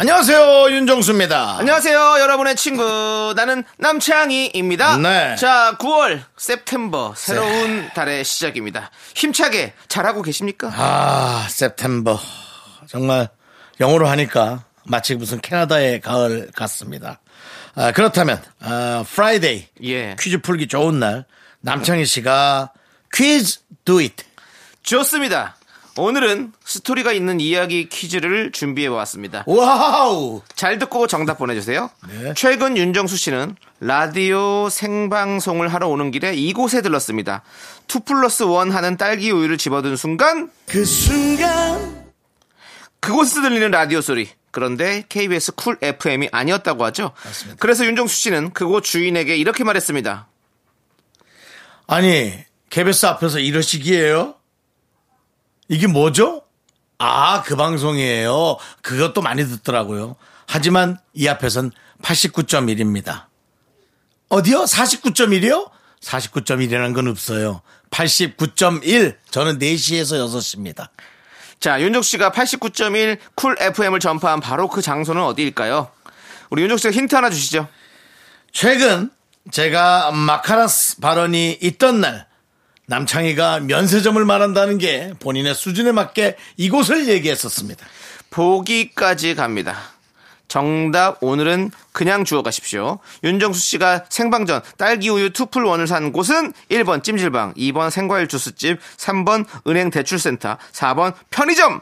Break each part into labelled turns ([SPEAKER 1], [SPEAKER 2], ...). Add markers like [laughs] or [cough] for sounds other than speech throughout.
[SPEAKER 1] 안녕하세요 윤정수입니다.
[SPEAKER 2] 안녕하세요, 여러분의 친구. 나는 남창희입니다.
[SPEAKER 1] 네.
[SPEAKER 2] 자, 9월, 셉템버, 새로운 달의 시작입니다. 힘차게 잘하고 계십니까?
[SPEAKER 1] 아 세프템버 정말 영어로 하니까 마치 무슨 캐나다의 가을 같습니다. 아, 그렇다면 아, 프라이데이
[SPEAKER 2] 예.
[SPEAKER 1] 퀴즈 풀기 좋은 날 남창희 씨가 퀴즈 do it
[SPEAKER 2] 좋습니다. 오늘은 스토리가 있는 이야기 퀴즈를 준비해 왔습니다.
[SPEAKER 1] 와우
[SPEAKER 2] 잘 듣고 정답 보내주세요. 최근 윤정수 씨는 라디오 생방송을 하러 오는 길에 이곳에 들렀습니다. 2 플러스 1 하는 딸기 우유를 집어든 순간
[SPEAKER 1] 그 순간
[SPEAKER 2] 그곳에서 들리는 라디오 소리. 그런데 KBS 쿨 FM이 아니었다고 하죠. 그래서 윤정수 씨는 그곳 주인에게 이렇게 말했습니다.
[SPEAKER 1] 아니 KBS 앞에서 이러시기에요 이게 뭐죠 아 그 방송이에요 그것도 많이 듣더라고요 하지만 이 앞에선 89.1입니다 어디요 49.1이요 49.1이라는 건 없어요 89.1 저는 4시에서 6시입니다
[SPEAKER 2] 자, 윤정수 씨가 89.1 쿨 FM을 전파한 바로 그 장소는 어디일까요? 우리 윤정수 씨가 힌트 하나 주시죠.
[SPEAKER 1] 최근 제가 마카라스 발언이 있던 날 남창희가 면세점을 말한다는 게 본인의 수준에 맞게 이곳을 얘기했었습니다.
[SPEAKER 2] 보기까지 갑니다. 정답 오늘은 그냥 주워 가십시오. 윤정수 씨가 생방전 딸기 우유 투플 원을 산 곳은 1번 찜질방, 2번 생과일 주스집, 3번 은행 대출센터, 4번 편의점.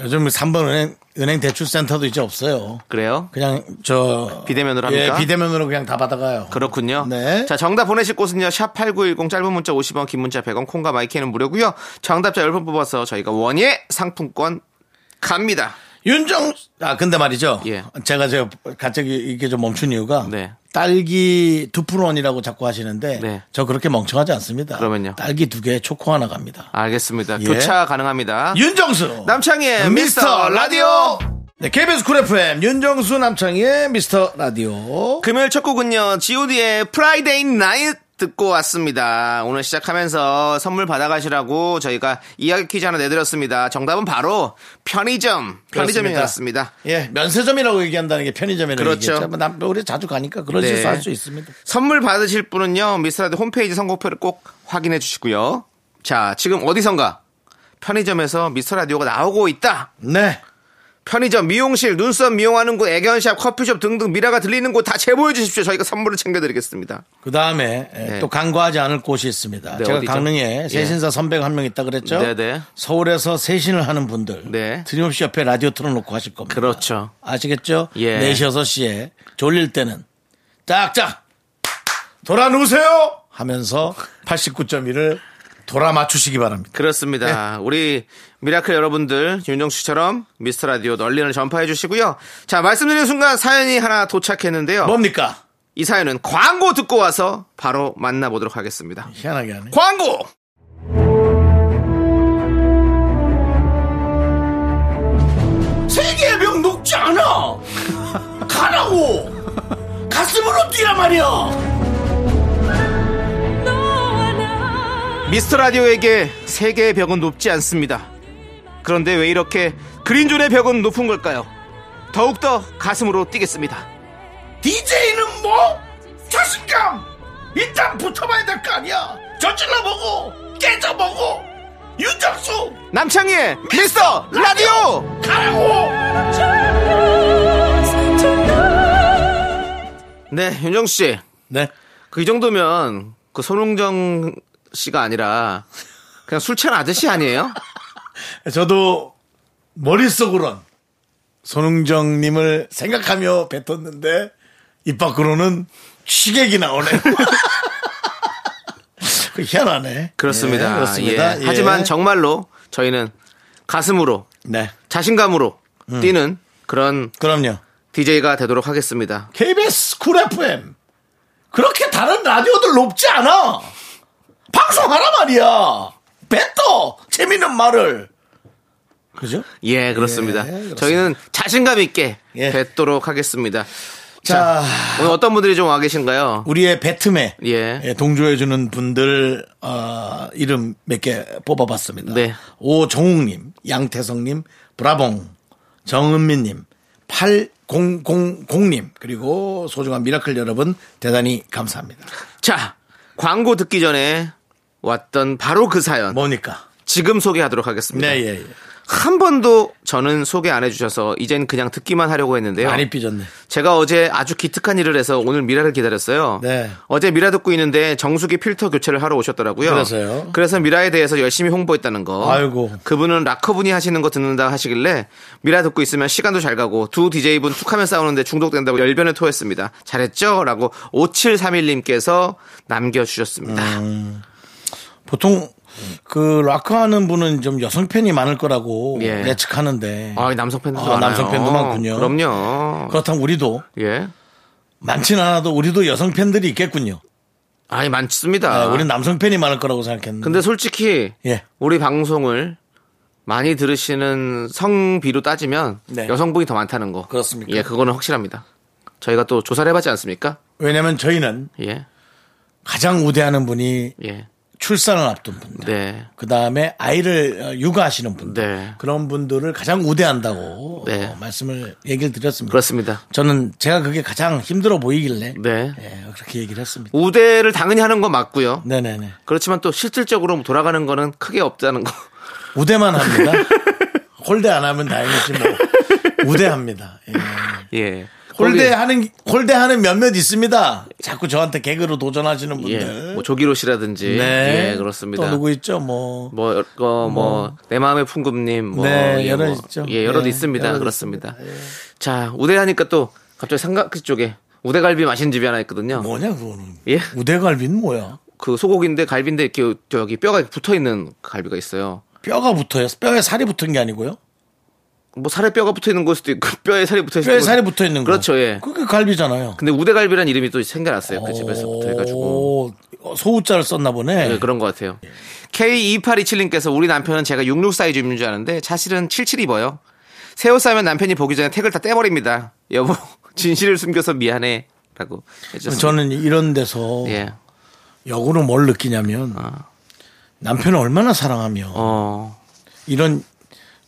[SPEAKER 1] 요즘 3번 은행, 은행 대출센터도 이제 없어요.
[SPEAKER 2] 그래요?
[SPEAKER 1] 그냥 저
[SPEAKER 2] 비대면으로 합니까?
[SPEAKER 1] 예, 비대면으로 그냥 다 받아가요.
[SPEAKER 2] 그렇군요.
[SPEAKER 1] 네.
[SPEAKER 2] 자, 정답 보내실 곳은요. 샵8910 짧은 문자 50원, 긴 문자 100원, 콩과 마이크는 무료고요. 정답자 10분 뽑아서 저희가 원예 상품권 갑니다.
[SPEAKER 1] 윤정 아 근데 말이죠.
[SPEAKER 2] 예.
[SPEAKER 1] 제가 제 갑자기 이게 좀 멈춘 이유가
[SPEAKER 2] 네.
[SPEAKER 1] 딸기 두푼 원이라고 자꾸 하시는데
[SPEAKER 2] 네.
[SPEAKER 1] 저 그렇게 멍청하지 않습니다.
[SPEAKER 2] 그러면요?
[SPEAKER 1] 딸기 두 개에 초코 하나 갑니다.
[SPEAKER 2] 알겠습니다.
[SPEAKER 1] 예.
[SPEAKER 2] 교차 가능합니다.
[SPEAKER 1] 윤정수
[SPEAKER 2] 남창희의 미스터 라디오.
[SPEAKER 1] 네, KBS 쿨 FM 윤정수 남창희의 미스터 라디오
[SPEAKER 2] 금요일 첫 곡은요. god의 프라이데이 나잇 듣고 왔습니다. 오늘 시작하면서 선물 받아가시라고 저희가 이야기 퀴즈 하나 내드렸습니다. 정답은 바로 편의점. 편의점이었습니다.
[SPEAKER 1] 예 면세점이라고 얘기한다는 게 편의점이라고
[SPEAKER 2] 그렇죠.
[SPEAKER 1] 얘기했죠. 뭐 남, 우리 자주 가니까 그런
[SPEAKER 2] 네.
[SPEAKER 1] 실수 할 수 있습니다.
[SPEAKER 2] 선물 받으실 분은요 미스라드 홈페이지 선곡표를 꼭 확인해 주시고요 자 지금 어디선가 편의점에서 미스라디오가 나오고 있다
[SPEAKER 1] 네
[SPEAKER 2] 편의점 미용실 눈썹 미용하는 곳 애견샵 커피숍 등등 미라가 들리는 곳 다 제보해 주십시오 저희가 선물을 챙겨드리겠습니다
[SPEAKER 1] 그 다음에 또 간과하지 않을 곳이 있습니다.
[SPEAKER 2] 네,
[SPEAKER 1] 제가
[SPEAKER 2] 어디죠?
[SPEAKER 1] 강릉에 세신사 선배가 한 명 있다 그랬죠.
[SPEAKER 2] 네, 네.
[SPEAKER 1] 서울에서 세신을 하는 분들
[SPEAKER 2] 네.
[SPEAKER 1] 드림없이 옆에 라디오 틀어놓고 하실 겁니다.
[SPEAKER 2] 그렇죠.
[SPEAKER 1] 아시겠죠?
[SPEAKER 2] 예.
[SPEAKER 1] 4시, 6시에 졸릴 때는 짝짝 돌아 누우세요 하면서 89.1을 돌아 맞추시기 바랍니다.
[SPEAKER 2] 그렇습니다 우리 미라클 여러분들 윤정수 씨처럼 미스라디오 널리는 전파해 주시고요 자 말씀드리는 순간 사연이 하나 도착했는데요
[SPEAKER 1] 뭡니까?
[SPEAKER 2] 이 사연은 광고 듣고 와서 바로 만나보도록 하겠습니다
[SPEAKER 1] 희한하게 하네.
[SPEAKER 2] 광고
[SPEAKER 1] 세계의 병 녹지 않아! 가라고! 가슴으로 뛰란 말이야!
[SPEAKER 2] 미스터 라디오에게 세계의 벽은 높지 않습니다. 그런데 왜 이렇게 그린존의 벽은 높은 걸까요? 더욱더 가슴으로 뛰겠습니다.
[SPEAKER 1] DJ는 뭐? 자신감! 일단 붙어봐야 될 거 아니야! 저질러보고! 깨져보고! 윤정수!
[SPEAKER 2] 남창희의 미스터 라디오!
[SPEAKER 1] 가라고!
[SPEAKER 2] 네, 윤정수 씨.
[SPEAKER 1] 네.
[SPEAKER 2] 그 이 정도면 그 손흥정 씨가 아니라 그냥 술 취한 아저씨 아니에요?
[SPEAKER 1] 저도 머릿속으론 손흥정님을 생각하며 뱉었는데 입 밖으로는 취객이 나오네. [laughs] 그 희한하네. 예,
[SPEAKER 2] 그렇습니다.
[SPEAKER 1] 그렇습니다.
[SPEAKER 2] 예.
[SPEAKER 1] 예.
[SPEAKER 2] 하지만 정말로 저희는 가슴으로
[SPEAKER 1] 네. 음.
[SPEAKER 2] 자신감으로 뛰는 그런
[SPEAKER 1] 그럼요.
[SPEAKER 2] DJ가 되도록 하겠습니다.
[SPEAKER 1] KBS 쿨 FM 그렇게 다른 라디오들 높지 않아 방송하라 말이야 뱉어 재밌는 말을 그죠?
[SPEAKER 2] 예, 그렇습니다.
[SPEAKER 1] 그렇습니다.
[SPEAKER 2] 저희는 자신감 있게
[SPEAKER 1] 예.
[SPEAKER 2] 뵙도록 하겠습니다.
[SPEAKER 1] 자,
[SPEAKER 2] 오늘 어떤 분들이 좀 와 계신가요?
[SPEAKER 1] 우리의 배트맨
[SPEAKER 2] 예.
[SPEAKER 1] 예, 동조해주는 분들 어, 이름 몇 개 뽑아봤습니다.
[SPEAKER 2] 네.
[SPEAKER 1] 오정욱님, 양태성님, 브라봉, 정은민님, 8000님 그리고 소중한 미라클 여러분 대단히 감사합니다.
[SPEAKER 2] 자, 광고 듣기 전에 왔던 바로 그 사연.
[SPEAKER 1] 뭐니까?
[SPEAKER 2] 지금 소개하도록 하겠습니다.
[SPEAKER 1] 네, 예, 예.
[SPEAKER 2] 한 번도 저는 소개 안 해주셔서 이젠 그냥 듣기만 하려고 했는데요.
[SPEAKER 1] 많이 삐졌네.
[SPEAKER 2] 제가 어제 아주 기특한 일을 해서 오늘 미라를 기다렸어요.
[SPEAKER 1] 네.
[SPEAKER 2] 어제 미라 듣고 있는데 정수기 필터 교체를 하러 오셨더라고요.
[SPEAKER 1] 그래서요?
[SPEAKER 2] 그래서 미라에 대해서 열심히 홍보했다는 거.
[SPEAKER 1] 아이고.
[SPEAKER 2] 그분은 락커분이 하시는 거 듣는다 하시길래 미라 듣고 있으면 시간도 잘 가고 두 DJ분 툭하면 싸우는데 중독된다고 열변을 토했습니다. 잘했죠? 라고 5731님께서 남겨주셨습니다.
[SPEAKER 1] 음. 보통 그 락커하는 분은 좀 여성 팬이 많을 거라고
[SPEAKER 2] 예.
[SPEAKER 1] 예측하는데
[SPEAKER 2] 아, 남성 팬도
[SPEAKER 1] 아,
[SPEAKER 2] 많아요.
[SPEAKER 1] 남성 팬도 많군요.
[SPEAKER 2] 그럼요.
[SPEAKER 1] 그렇다면 우리도
[SPEAKER 2] 예.
[SPEAKER 1] 많진 않아도 우리도 여성 팬들이 있겠군요.
[SPEAKER 2] 아니 많습니다.
[SPEAKER 1] 우리 남성 팬이 많을 거라고 생각했는데.
[SPEAKER 2] 근데 솔직히
[SPEAKER 1] 예.
[SPEAKER 2] 우리 방송을 많이 들으시는 성비로 따지면
[SPEAKER 1] 네.
[SPEAKER 2] 여성분이 더 많다는 거.
[SPEAKER 1] 그렇습니까?
[SPEAKER 2] 예, 그거는 확실합니다. 저희가 또 조사를 해봤지 않습니까?
[SPEAKER 1] 왜냐면 저희는
[SPEAKER 2] 예,
[SPEAKER 1] 가장 우대하는 분이
[SPEAKER 2] 예,
[SPEAKER 1] 출산을 앞둔 분들.
[SPEAKER 2] 네,
[SPEAKER 1] 그 다음에 아이를 어, 육아하시는 분들.
[SPEAKER 2] 네.
[SPEAKER 1] 그런 분들을 가장 우대한다고
[SPEAKER 2] 네.
[SPEAKER 1] 어, 말씀을 얘기를 드렸습니다.
[SPEAKER 2] 그렇습니다.
[SPEAKER 1] 저는 제가 그게 가장 힘들어 보이길래
[SPEAKER 2] 네.
[SPEAKER 1] 예, 그렇게 얘기를 했습니다.
[SPEAKER 2] 우대를 당연히 하는 건 맞고요.
[SPEAKER 1] 네네네.
[SPEAKER 2] 그렇지만 또 실질적으로 뭐 돌아가는 거는 크게 없다는 거.
[SPEAKER 1] 우대만
[SPEAKER 2] [laughs]
[SPEAKER 1] 합니다. 홀대 안 하면 다행이지 뭐. 우대합니다. 예.
[SPEAKER 2] 예. 거기에-
[SPEAKER 1] 홀대하는 홀대하는 몇몇 있습니다. 자꾸 저한테 개그로 도전하시는 분들.
[SPEAKER 2] 예, 뭐 조기로 씨라든지. 예, 그렇습니다.
[SPEAKER 1] 네. 또 누구 있죠? 뭐
[SPEAKER 2] 뭐, 어, 뭐, 내 마음의 풍금님, 뭐,
[SPEAKER 1] 네, 예.
[SPEAKER 2] 예,
[SPEAKER 1] 여러
[SPEAKER 2] 뭐,
[SPEAKER 1] 있죠.
[SPEAKER 2] 예, 여러
[SPEAKER 1] 예,
[SPEAKER 2] 있습니다.
[SPEAKER 1] 여러
[SPEAKER 2] 그렇습니다. 자, 우대하니까 또 갑자기 삼각지 쪽에 우대갈비 맛있는 집이 하나 있거든요.
[SPEAKER 1] 뭐냐 그거는.
[SPEAKER 2] 예?
[SPEAKER 1] 우대갈비는 뭐야?
[SPEAKER 2] 그 소고기인데 갈비인데 이렇게 저기 뼈가 붙어 있는 갈비가 있어요.
[SPEAKER 1] 뼈가 붙어요. 뼈에 살이 붙은 게 아니고요.
[SPEAKER 2] 뭐 살에 뼈가 붙어 있는 곳도 있고 [laughs] 뼈에 살이 붙어 있는
[SPEAKER 1] 뼈에
[SPEAKER 2] 곳-
[SPEAKER 1] 살이 붙어 있는 거.
[SPEAKER 2] 그렇죠, 예.
[SPEAKER 1] 그게 갈비잖아요.
[SPEAKER 2] 근데 우대갈비란 이름이 또 생겨났어요. 그 집에서부터 해가지고.
[SPEAKER 1] 오, 어, 소우자를 썼나 보네.
[SPEAKER 2] 예, 그런 것 같아요. K2827님께서 우리 남편은 제가 66 사이즈 입는 줄 아는데 사실은 77 입어요. 새 옷 사면 남편이 보기 전에 택을 다 떼버립니다. 여보, [laughs] 진실을 숨겨서 미안해. 라고 해주셨습니다.
[SPEAKER 1] 저는 이런 데서
[SPEAKER 2] 예. 아.
[SPEAKER 1] 역으로 뭘 느끼냐면 남편을 얼마나 사랑하며
[SPEAKER 2] 어,
[SPEAKER 1] 이런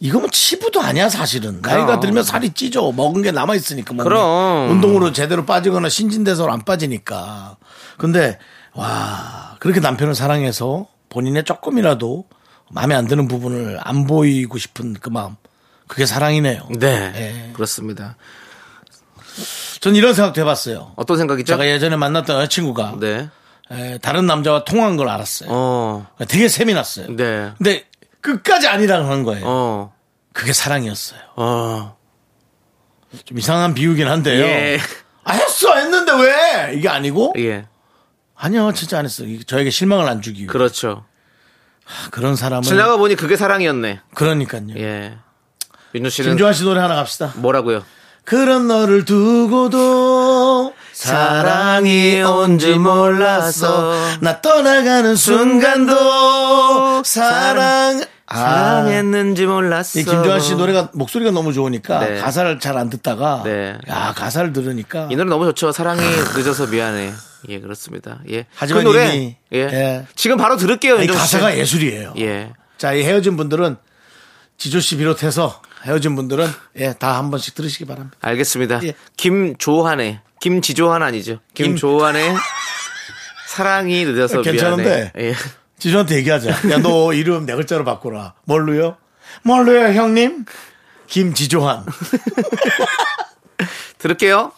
[SPEAKER 1] 이거는 치부도 아니야 사실은 나이가 들면 살이 찌죠 먹은 게 남아 있으니까
[SPEAKER 2] 그럼.
[SPEAKER 1] 운동으로 제대로 빠지거나 신진대사로 안 빠지니까 근데 와 그렇게 남편을 사랑해서 본인의 조금이라도 마음에 안 드는 부분을 안 보이고 싶은 그 마음 그게 사랑이네요
[SPEAKER 2] 네.
[SPEAKER 1] 예.
[SPEAKER 2] 그렇습니다.
[SPEAKER 1] 전 이런 생각도 해봤어요
[SPEAKER 2] 어떤 생각이죠?
[SPEAKER 1] 제가 예전에 만났던 여자친구가
[SPEAKER 2] 네.
[SPEAKER 1] 에, 다른 남자와 통한 걸 알았어요 그러니까
[SPEAKER 2] 어,
[SPEAKER 1] 되게 셈이 났어요
[SPEAKER 2] 네.
[SPEAKER 1] 근데 끝까지 아니라고 하는 거예요
[SPEAKER 2] 어,
[SPEAKER 1] 그게 사랑이었어요
[SPEAKER 2] 어.
[SPEAKER 1] 좀 이상한 비유긴 한데요.
[SPEAKER 2] 예.
[SPEAKER 1] 아 했어 했는데 왜 이게 아니고
[SPEAKER 2] 예.
[SPEAKER 1] 아니요 진짜 안 했어 이게 저에게 실망을 안 주기 위해
[SPEAKER 2] 그렇죠.
[SPEAKER 1] 그런 사람은
[SPEAKER 2] 지나가 보니 그게 사랑이었네.
[SPEAKER 1] 그러니까요.
[SPEAKER 2] 예. 윤주 씨는
[SPEAKER 1] 김조한 씨 노래 하나 갑시다.
[SPEAKER 2] 뭐라고요?
[SPEAKER 1] 그런 너를 두고도 사랑이 온지 몰랐어 나 떠나가는 순간도 사랑 아.
[SPEAKER 2] 사랑했는지 몰랐어.
[SPEAKER 1] 이 김조한 씨 노래가 목소리가 너무 좋으니까
[SPEAKER 2] 네.
[SPEAKER 1] 가사를 잘 안 듣다가
[SPEAKER 2] 네.
[SPEAKER 1] 야 가사를 들으니까
[SPEAKER 2] 이 노래 너무 좋죠. 사랑이 늦어서 미안해. 예, 그렇습니다. 예.
[SPEAKER 1] 하지만
[SPEAKER 2] 그 노래
[SPEAKER 1] 이미,
[SPEAKER 2] 예.
[SPEAKER 1] 예.
[SPEAKER 2] 지금 바로 들을게요.
[SPEAKER 1] 이
[SPEAKER 2] 윤정 씨.
[SPEAKER 1] 가사가 예술이에요.
[SPEAKER 2] 예.
[SPEAKER 1] 자, 이 헤어진 분들은 지조 씨 비롯해서 헤어진 분들은 예, 다 한 번씩 들으시기 바랍니다.
[SPEAKER 2] 알겠습니다.
[SPEAKER 1] 예.
[SPEAKER 2] 김조한의 김지조한 아니죠. 김조한의 사랑이 늦어서
[SPEAKER 1] 괜찮은데.
[SPEAKER 2] 미안해. 예.
[SPEAKER 1] 지조한테 얘기하자. 야, 너 이름 네 글자로 바꾸라. 뭘로요? 뭘로요, 형님? 김지조한.
[SPEAKER 2] 들을게요.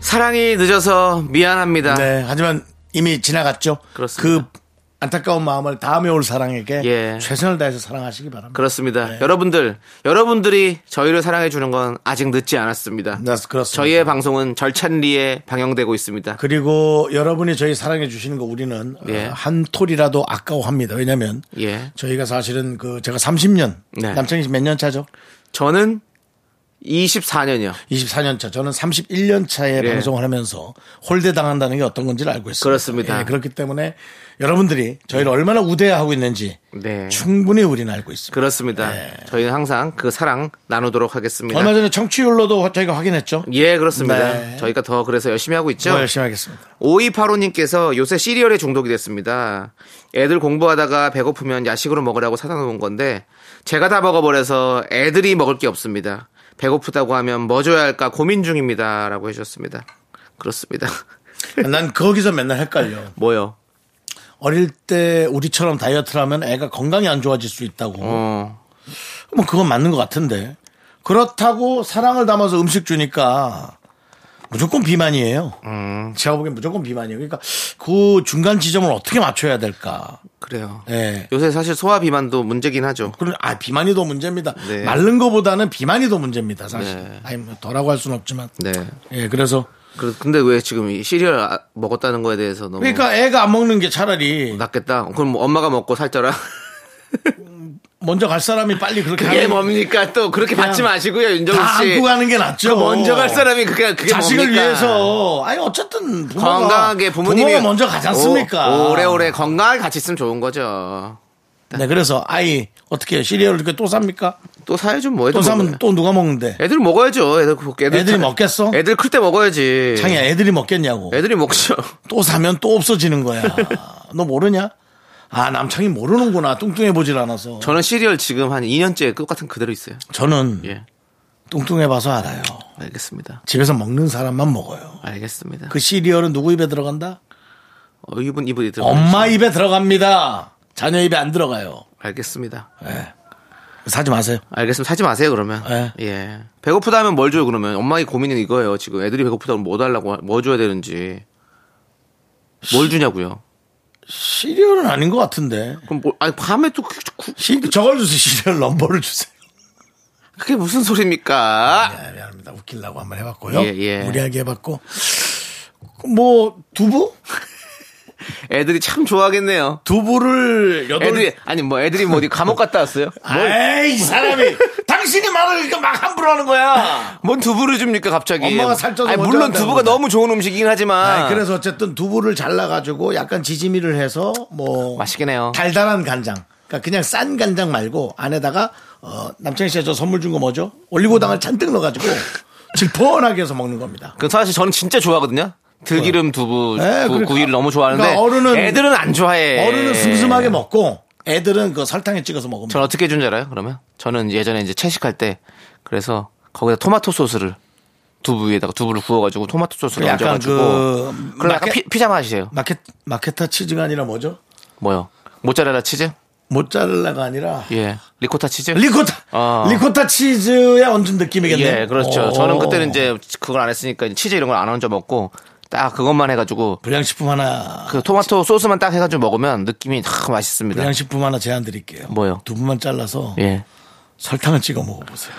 [SPEAKER 2] 사랑이 늦어서 미안합니다.
[SPEAKER 1] 네, 하지만 이미 지나갔죠.
[SPEAKER 2] 아. 그렇습니다.
[SPEAKER 1] 그 안타까운 마음을 다음에 올 사랑에게
[SPEAKER 2] 예.
[SPEAKER 1] 최선을 다해서 사랑하시기 바랍니다.
[SPEAKER 2] 그렇습니다.
[SPEAKER 1] 네.
[SPEAKER 2] 여러분들, 여러분들이 저희를 사랑해 주는 건 아직 늦지 않았습니다.
[SPEAKER 1] 네, 그렇습니다.
[SPEAKER 2] 저희의 방송은 절찬리에 방영되고 있습니다.
[SPEAKER 1] 그리고 여러분이 저희 사랑해 주시는 거 우리는
[SPEAKER 2] 예.
[SPEAKER 1] 어, 한 톨이라도 아까워합니다. 왜냐하면
[SPEAKER 2] 예.
[SPEAKER 1] 저희가 사실은 그 제가 30년
[SPEAKER 2] 네.
[SPEAKER 1] 남창희 씨 몇 년 차죠?
[SPEAKER 2] 저는 24년이요.
[SPEAKER 1] 24년 차, 저는 31년 차에
[SPEAKER 2] 예.
[SPEAKER 1] 방송을 하면서 홀대 당한다는 게 어떤 건지를 알고 있습니다.
[SPEAKER 2] 그렇습니다. 예.
[SPEAKER 1] 예, 그렇기 때문에 여러분들이 저희를 얼마나 우대하고 있는지
[SPEAKER 2] 네.
[SPEAKER 1] 충분히 우리는 알고 있습니다.
[SPEAKER 2] 그렇습니다.
[SPEAKER 1] 네.
[SPEAKER 2] 저희는 항상 그 사랑 나누도록 하겠습니다.
[SPEAKER 1] 얼마 전에 청취율로도 저희가 확인했죠.
[SPEAKER 2] 예, 그렇습니다.
[SPEAKER 1] 네.
[SPEAKER 2] 저희가 더 그래서 열심히 하고 있죠.
[SPEAKER 1] 더 열심히 하겠습니다.
[SPEAKER 2] 5285님께서 요새 시리얼에 중독이 됐습니다. 애들 공부하다가 배고프면 야식으로 먹으라고 사다 놓은 건데 제가 다 먹어버려서 애들이 먹을 게 없습니다. 배고프다고 하면 뭐 줘야 할까 고민 중입니다. 라고 해주셨습니다. 그렇습니다. [laughs]
[SPEAKER 1] 난 거기서 맨날 헷갈려.
[SPEAKER 2] 뭐요?
[SPEAKER 1] 어릴 때 우리처럼 다이어트를 하면 애가 건강이 안 좋아질 수 있다고.
[SPEAKER 2] 어,
[SPEAKER 1] 뭐 그건 맞는 것 같은데. 그렇다고 사랑을 담아서 음식 주니까 무조건 비만이에요.
[SPEAKER 2] 음.
[SPEAKER 1] 제가 보기엔 무조건 비만이에요. 그러니까 그 중간 지점을 어떻게 맞춰야 될까.
[SPEAKER 2] 그래요.
[SPEAKER 1] 예.
[SPEAKER 2] 요새 사실 소화 비만도 문제긴 하죠.
[SPEAKER 1] 그럼 아 비만이 더 문제입니다.
[SPEAKER 2] 네.
[SPEAKER 1] 마른 거보다는 비만이 더 문제입니다. 사실.
[SPEAKER 2] 네. 음.
[SPEAKER 1] 아니 뭐 더라고 할 수는 없지만.
[SPEAKER 2] 네.
[SPEAKER 1] 예. 그래서
[SPEAKER 2] 그래- 근데 왜 지금 이 시리얼 아- 먹었다는 거에 대해서 너무
[SPEAKER 1] 그러니까 애가 안 먹는 게 차라리
[SPEAKER 2] 낫겠다. 그럼 뭐 엄마가 먹고 살쪄라.
[SPEAKER 1] 먼저 갈 사람이 빨리 그렇게
[SPEAKER 2] [laughs] 그게
[SPEAKER 1] 하는
[SPEAKER 2] 뭡니까? 또 그렇게 받지
[SPEAKER 1] 그냥
[SPEAKER 2] 마시고요, 윤정수
[SPEAKER 1] 다
[SPEAKER 2] 씨.
[SPEAKER 1] 안고 가는 게 낫죠.
[SPEAKER 2] 그 먼저 갈 사람이 그게 그게
[SPEAKER 1] 자식을
[SPEAKER 2] 뭡니까?
[SPEAKER 1] 위해서 아니 어쨌든 부모가,
[SPEAKER 2] 건강하게 부모님이
[SPEAKER 1] 부모가 먼저 가지 않습니까?
[SPEAKER 2] 오, 오래오래 건강하게 같이 있으면 좋은 거죠.
[SPEAKER 1] 네 그래서 아이 어떻게 시리얼을 이렇게 또 삽니까?
[SPEAKER 2] 또 사야죠 뭐 애들
[SPEAKER 1] 또 사면
[SPEAKER 2] 먹어요.
[SPEAKER 1] 또 누가 먹는데?
[SPEAKER 2] 애들 먹어야죠. 애들 애들
[SPEAKER 1] 애들이 먹겠어?
[SPEAKER 2] 애들 클 때 먹어야지.
[SPEAKER 1] 창이야 애들이 먹겠냐고.
[SPEAKER 2] 예. 애들이 먹죠. [laughs]
[SPEAKER 1] 또 사면 또 없어지는 거야. 너 모르냐? 아 남창이 모르는구나. 뚱뚱해 보질 않아서.
[SPEAKER 2] 저는 시리얼 지금 한 2년째 똑같은 그대로 있어요.
[SPEAKER 1] 저는
[SPEAKER 2] 예,
[SPEAKER 1] 뚱뚱해 봐서 알아요.
[SPEAKER 2] 알겠습니다.
[SPEAKER 1] 집에서 먹는 사람만 먹어요.
[SPEAKER 2] 알겠습니다.
[SPEAKER 1] 그 시리얼은 누구 입에 들어간다?
[SPEAKER 2] 어, 이분 이분이 들어.
[SPEAKER 1] 엄마 입에 들어갑니다. 자녀 입에 안 들어가요.
[SPEAKER 2] 알겠습니다.
[SPEAKER 1] 예. 사지 마세요.
[SPEAKER 2] 알겠습니다. 사지 마세요 그러면.
[SPEAKER 1] 예.
[SPEAKER 2] 예. 배고프다 하면 뭘 줘요 그러면? 엄마의 고민은 이거예요 지금. 애들이 배고프다 하면 뭐 달라고 하- 뭐 줘야 되는지. 뭘 주냐고요?
[SPEAKER 1] 시리얼은 아닌 것 같은데.
[SPEAKER 2] 그럼 뭐, 아니 밤에 또 그- 그-
[SPEAKER 1] 시, 저걸 주세요. 시리얼 넘버를 주세요.
[SPEAKER 2] 그게 무슨 소리입니까?
[SPEAKER 1] 네, 미안합니다. 웃기려고 한번 해봤고요.
[SPEAKER 2] 예, 예.
[SPEAKER 1] 무리하게 해봤고. 뭐, 두부? 네.
[SPEAKER 2] 애들이 참 좋아하겠네요.
[SPEAKER 1] 두부를 여덟.
[SPEAKER 2] 애들이 아니 뭐 애들이 뭐 어디 감옥 갔다 왔어요?
[SPEAKER 1] 에이, 이 사람이. [laughs] 당신이 말을 이렇게 막 함부로 하는 거야.
[SPEAKER 2] 뭔 두부를 줍니까 갑자기?
[SPEAKER 1] 엄마가 살쪄서
[SPEAKER 2] 아니,
[SPEAKER 1] 먼저
[SPEAKER 2] 물론
[SPEAKER 1] 한다는
[SPEAKER 2] 두부가
[SPEAKER 1] 건데.
[SPEAKER 2] 너무 좋은 음식이긴 하지만
[SPEAKER 1] 아니, 그래서 어쨌든 두부를 잘라가지고 약간 지짐이를 해서 뭐.
[SPEAKER 2] 맛있긴 해요.
[SPEAKER 1] 달달한 간장. 그러니까 그냥 싼 간장 말고 안에다가, 어, 남창희 씨가 저 선물 준 거 뭐죠? 올리고당을 잔뜩 넣어가지고 질펀하게 해서 먹는 겁니다.
[SPEAKER 2] 그 사실 저는 진짜 좋아하거든요. 들기름 두부
[SPEAKER 1] 네,
[SPEAKER 2] 구,
[SPEAKER 1] 그러니까.
[SPEAKER 2] 구이를 너무 좋아하는데
[SPEAKER 1] 그러니까 어른은-
[SPEAKER 2] 애들은 안 좋아해.
[SPEAKER 1] 어른은 슴슴하게 먹고 애들은 그 설탕에 찍어서 먹으면
[SPEAKER 2] 전 어떻게 해준 줄 알아요? 그러면 저는 예전에 이제 채식할 때 그래서 거기다 토마토 소스를 두부 위에다가 두부를 구워가지고 토마토
[SPEAKER 1] 그
[SPEAKER 2] 소스를
[SPEAKER 1] 약간
[SPEAKER 2] 얹어가지고
[SPEAKER 1] 그
[SPEAKER 2] 그럼 약간
[SPEAKER 1] 마켓-
[SPEAKER 2] 피, 피자 맛이에요.
[SPEAKER 1] 마켓 마케타 치즈가 아니라 뭐죠?
[SPEAKER 2] 뭐요? 모짜렐라 치즈?
[SPEAKER 1] 모짜렐라가 아니라
[SPEAKER 2] 예. 리코타 치즈?
[SPEAKER 1] 리코타
[SPEAKER 2] 아.
[SPEAKER 1] 리코타 치즈에 얹은 느낌이겠네요.
[SPEAKER 2] 예, 그렇죠.
[SPEAKER 1] 오.
[SPEAKER 2] 저는 그때는 이제 그걸 안 했으니까 이제 치즈 이런 걸 안 얹어 먹고 딱 그것만 해가지고
[SPEAKER 1] 불량식품 하나
[SPEAKER 2] 그 토마토 소스만 딱 해가지고 먹으면 느낌이 다 맛있습니다.
[SPEAKER 1] 불량식품 하나 제안 드릴게요.
[SPEAKER 2] 뭐요?
[SPEAKER 1] 두부만 잘라서
[SPEAKER 2] 예.
[SPEAKER 1] 설탕을 찍어 먹어보세요.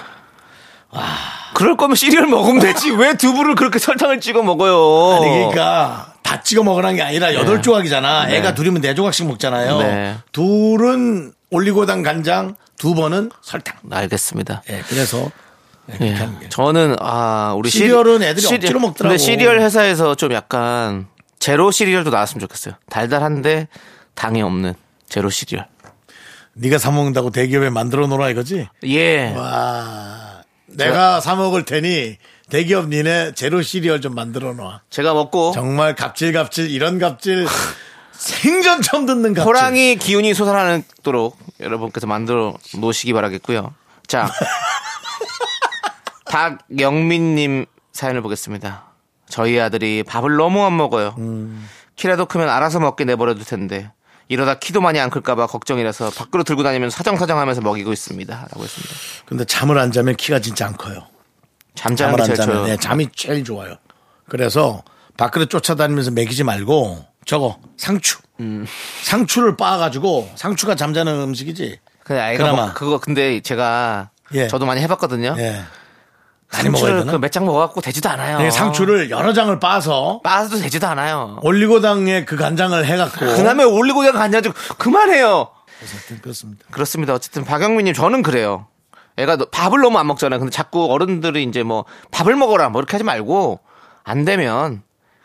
[SPEAKER 2] 그럴 거면 시리얼 먹으면 되지. 왜 두부를 그렇게 설탕을 찍어 먹어요? 예.
[SPEAKER 1] 아니 그러니까 다 찍어 먹으라는 게 아니라 여덟 조각이잖아.
[SPEAKER 2] 네.
[SPEAKER 1] 애가 둘이면 네 조각씩 먹잖아요.
[SPEAKER 2] 네.
[SPEAKER 1] 둘은 올리고당 간장, 두 번은 설탕.
[SPEAKER 2] 알겠습니다.
[SPEAKER 1] 예, 그래서 예, 그렇게
[SPEAKER 2] 예.
[SPEAKER 1] 하는 게.
[SPEAKER 2] 저는 아 우리 시리-
[SPEAKER 1] 시리얼은 애들이 억지로 먹더라고.
[SPEAKER 2] 근데 시리얼 회사에서 좀 약간 제로 시리얼도 나왔으면 좋겠어요. 달달한데 당이 없는 제로 시리얼.
[SPEAKER 1] 네가 사 먹는다고 대기업에 만들어 놓으라 이거지?
[SPEAKER 2] 예.
[SPEAKER 1] 뭐. 와, 내가 사 먹을 테니 대기업 니네 제로 시리얼 좀 만들어 놔.
[SPEAKER 2] 제가 먹고
[SPEAKER 1] 정말 갑질갑질 이런 갑질 생전 처음 듣는 갑질.
[SPEAKER 2] 호랑이 기운이 솟아나도록 여러분께서 만들어 놓으시기 바라겠고요. 자,
[SPEAKER 1] [laughs]
[SPEAKER 2] 박영민님 사연을 보겠습니다. 저희 아들이 밥을 너무 안 먹어요.
[SPEAKER 1] 음.
[SPEAKER 2] 키라도 크면 알아서 먹게 내버려둘 텐데 이러다 키도 많이 안 클까봐 걱정이라서 밖으로 들고 다니면 사정사정하면서 먹이고 있습니다라고 했습니다.
[SPEAKER 1] 근데 잠을 안 자면 키가 진짜 안 커요.
[SPEAKER 2] 잠자는
[SPEAKER 1] 잠을 안
[SPEAKER 2] 게 제일
[SPEAKER 1] 자면
[SPEAKER 2] 좋아요.
[SPEAKER 1] 네, 잠이 제일 좋아요. 그래서 밖으로 쫓아다니면서 먹이지 말고 저거 상추.
[SPEAKER 2] 음.
[SPEAKER 1] 상추를 빻아가지고 상추가 잠자는 음식이지.
[SPEAKER 2] 근데 아이가
[SPEAKER 1] 그나마.
[SPEAKER 2] 뭐 그거 근데 제가
[SPEAKER 1] 예.
[SPEAKER 2] 저도 많이 해봤거든요.
[SPEAKER 1] 예. 많이 먹어야
[SPEAKER 2] 상추를
[SPEAKER 1] 되나?
[SPEAKER 2] 그몇장 먹어갖고 되지도 않아요.
[SPEAKER 1] 네, 상추를 여러 장을 빻아서
[SPEAKER 2] 빠져도 되지도 않아요.
[SPEAKER 1] 올리고당에 그 간장을 해갖고
[SPEAKER 2] 그다음에 올리고 그냥 간장좀 그만해요.
[SPEAKER 1] 그렇습니다.
[SPEAKER 2] 그렇습니다. 어쨌든 박영민님 저는 그래요. 애가 너- 밥을 너무 안 먹잖아요. 근데 자꾸 어른들이 이제 뭐 밥을 먹어라 뭐 이렇게 하지 말고 안 되면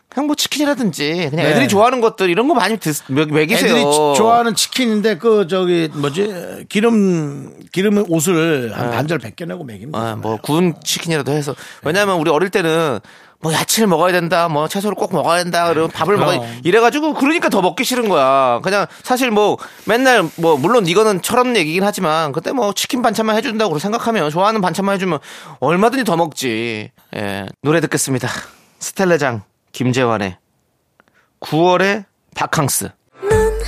[SPEAKER 2] 그냥 뭐 치킨이라든지 그냥
[SPEAKER 1] 네.
[SPEAKER 2] 애들이 좋아하는 것들 이런 거 많이 드, 먹, 먹이세요.
[SPEAKER 1] 애들이 치- 좋아하는 치킨인데 그 저기 뭐지 기름 기름 옷을 한 반절 벗겨내고 먹입니다.
[SPEAKER 2] 네. 아, 뭐 구운 치킨이라도 해서 왜냐하면 우리 어릴 때는 뭐 야채를 먹어야 된다, 뭐 채소를 꼭 먹어야 된다, 그리고 밥을
[SPEAKER 1] 네, 그럼.
[SPEAKER 2] 먹어야 이래가지고 그러니까 더 먹기 싫은 거야. 그냥 사실 뭐 맨날 뭐 물론 이거는 철없는 얘기긴 하지만 그때 뭐 치킨 반찬만 해준다고 생각하면 좋아하는 반찬만 해주면 얼마든지 더 먹지. 예, 노래 듣겠습니다. 스텔레장 김재환의 9월의 바캉스.
[SPEAKER 3] 넌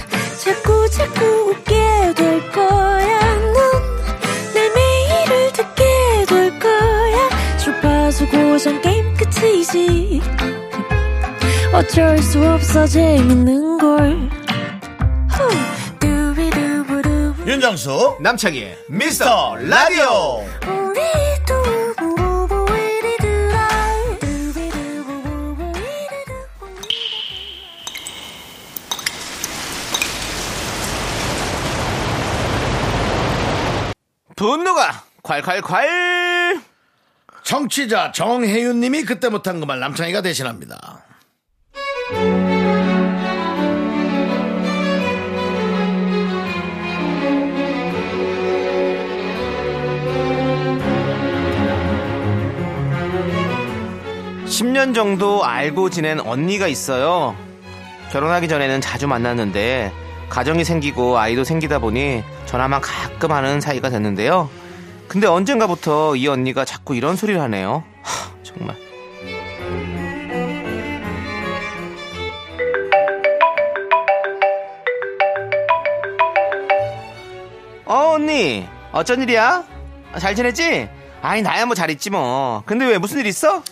[SPEAKER 3] 자꾸 자꾸 웃게 될 거야. 넌내 매일을 듣게 될 거야. 주파수 고정 게임 끝이지. 어쩔 수 없어 재밌는 걸. 후. 두비두부두.
[SPEAKER 4] 윤정수
[SPEAKER 2] 남창희의
[SPEAKER 4] 미스터 라디오
[SPEAKER 3] 우리 두부부부 우리 두라. 두비두부부부 우리 두부부.
[SPEAKER 2] 분노가 콸콸콸.
[SPEAKER 1] 정치자 정혜윤님이 그때 못한 그 말 남창희가 대신합니다.
[SPEAKER 2] 십 년 정도 알고 지낸 언니가 있어요. 결혼하기 전에는 자주 만났는데 가정이 생기고 아이도 생기다 보니 전화만 가끔 하는 사이가 됐는데요. 근데 언젠가부터 이 언니가 자꾸 이런 소리를 하네요. 하, 정말. 어 언니 어쩐 일이야? 잘 지냈지? 아니 나야 뭐 잘 있지 뭐. 근데 왜 무슨 일 있어?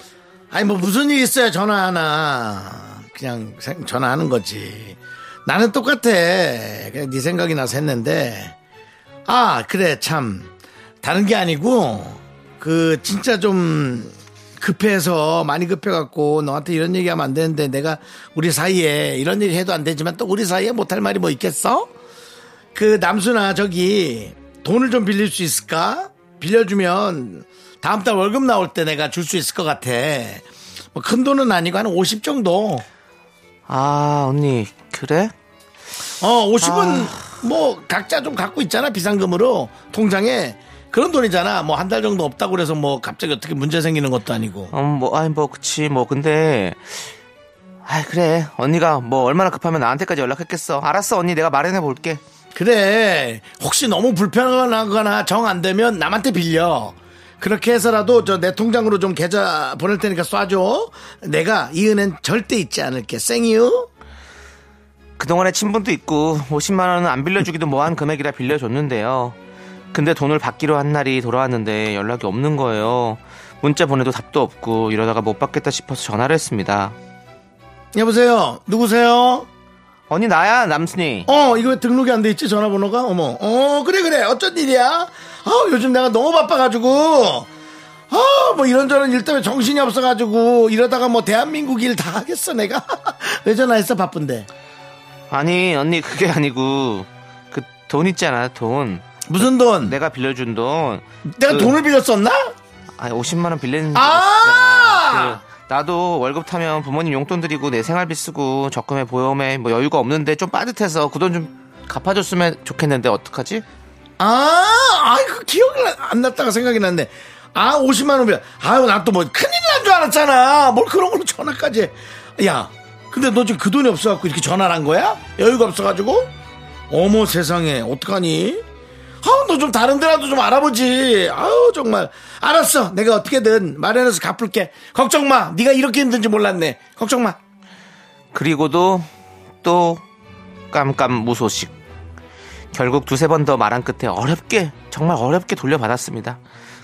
[SPEAKER 1] 아니 뭐 무슨 일 있어야 전화 하나 그냥 생- 전화하는 거지 나는 똑같아 그냥 네 생각이 나서 했는데 아 그래 참 다른 게 아니고 그 진짜 좀 급해서 많이 급해갖고 너한테 이런 얘기하면 안 되는데 내가 우리 사이에 이런 얘기 해도 안 되지만 또 우리 사이에 못할 말이 뭐 있겠어? 그 남순아 저기 돈을 좀 빌릴 수 있을까? 빌려주면 다음 달 월급 나올 때 내가 줄 수 있을 것 같아. 뭐 큰 돈은 아니고 한 50 정도.
[SPEAKER 2] 아 언니 그래?
[SPEAKER 1] 어, 50은 뭐 각자 좀 갖고 있잖아 비상금으로 통장에 그런 돈이잖아. 뭐 한 달 정도 없다고 그래서 뭐 갑자기 어떻게 문제 생기는 것도 아니고.
[SPEAKER 2] 음뭐 아니 뭐 그치 뭐 근데 아 그래 언니가 뭐 얼마나 급하면 나한테까지 연락했겠어 알았어 언니 내가 마련해 볼게
[SPEAKER 1] 그래 혹시 너무 불편하거나 정 안 되면 남한테 빌려 그렇게 해서라도 저 내 통장으로 좀 계좌 보낼 테니까 쏴줘 내가 이 은행 절대 잊지 않을게 생이유
[SPEAKER 2] 그동안에 친분도 있고 50만 원은 안 빌려주기도 뭐한 금액이라 빌려줬는데요 근데 돈을 받기로 한 날이 돌아왔는데 연락이 없는 거예요 문자 보내도 답도 없고 이러다가 못 받겠다 싶어서 전화를 했습니다
[SPEAKER 1] 여보세요 누구세요
[SPEAKER 2] 언니 나야 남순이
[SPEAKER 1] 어 이거 왜 등록이 안 돼 있지 전화번호가 어머 어 그래 그래 어쩐 일이야 아 요즘 내가 너무 바빠가지고 아 뭐 이런저런 일 때문에 정신이 없어가지고 이러다가 뭐 대한민국 일 다 하겠어 내가 [laughs] 왜 전화했어 바쁜데
[SPEAKER 2] 아니 언니 그게 아니고 그 돈 있잖아 돈
[SPEAKER 1] 무슨 돈
[SPEAKER 2] 내가 빌려준 돈
[SPEAKER 1] 내가
[SPEAKER 2] 네. 그-
[SPEAKER 1] 돈을 빌렸었나
[SPEAKER 2] 아니 50만 원 빌린 적
[SPEAKER 1] 아!
[SPEAKER 2] 있어. 그 나도 월급 타면 부모님 용돈 드리고 내 생활비 쓰고 적금에 보험에 뭐 여유가 없는데 좀 빠듯해서 그 돈 좀 갚아줬으면 좋겠는데 어떡하지?
[SPEAKER 1] 아, 아이, 그 기억이 나- 안 났다가 생각이 났네. 아, 50만 원이야. 아유, 난 또 뭐 큰일 난 줄 알았잖아. 뭘 그런 걸로 전화까지 해. 야, 근데 너 지금 그 돈이 없어갖고 이렇게 전화를 한 거야? 여유가 없어가지고? 어머 세상에, 어떡하니? 아우, 너 좀 다른 데라도 좀 알아보지. 아우, 정말. 알았어. 내가 어떻게든 마련해서 갚을게. 걱정 마. 네가 이렇게 힘든지 몰랐네. 걱정 마.
[SPEAKER 2] 그리고도 또 깜깜 무소식. 결국 두세 번 더 말한 끝에 어렵게 정말 어렵게 돌려받았습니다.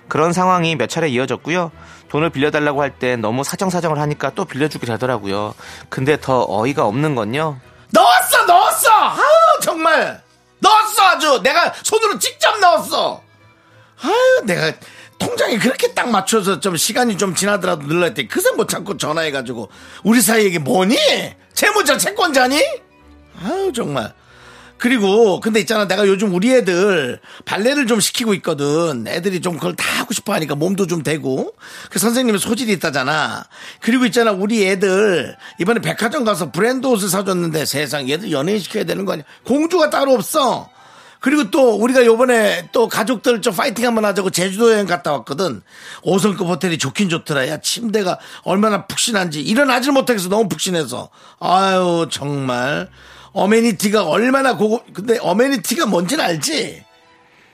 [SPEAKER 2] 그런 상황이 몇 차례 이어졌고요. 돈을 빌려달라고 할 때 너무 사정사정을 하니까 또 빌려주게 되더라고요. 근데 더 어이가 없는 건요.
[SPEAKER 1] 넣었어, 넣었어. 아우 정말 넣었어 아주 내가 손으로 직접 넣었어. 아유 내가 통장에 그렇게 딱 맞춰서 좀 시간이 좀 지나더라도 늘렸더니 그새 못 참고 전화해가지고 우리 사이 얘기 뭐니? 채무자 채권자니? 아유 정말 그리고 근데 있잖아 내가 요즘 우리 애들 발레를 좀 시키고 있거든. 애들이 좀 그걸 다 하고 싶어 하니까 몸도 좀 되고. 그 선생님의 소질이 있다잖아. 그리고 있잖아 우리 애들 이번에 백화점 가서 브랜드 옷을 사줬는데 세상 얘들 연예인 시켜야 되는 거 아니야. 공주가 따로 없어. 그리고 또 우리가 요번에 또 가족들 좀 파이팅 한번 하자고 제주도 여행 갔다 왔거든. 5성급 호텔이 좋긴 좋더라. 야, 침대가 얼마나 푹신한지. 일어나질 못하겠어. 너무 푹신해서. 아유, 정말. 어메니티가 얼마나 고급, 근데 어메니티가 뭔지는 알지?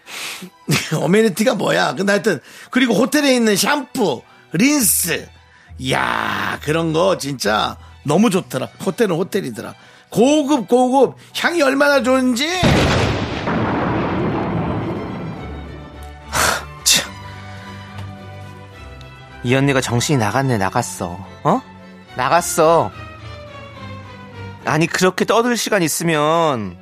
[SPEAKER 1] [laughs] 어메니티가 뭐야. 근데 하여튼, 그리고 호텔에 있는 샴푸, 린스. 야 그런 거 진짜 너무 좋더라. 호텔은 호텔이더라. 고급, 고급. 향이 얼마나 좋은지.
[SPEAKER 2] 참. 이 언니가 정신이 나갔네 나갔어 어 나갔어 아니 그렇게 떠들 시간 있으면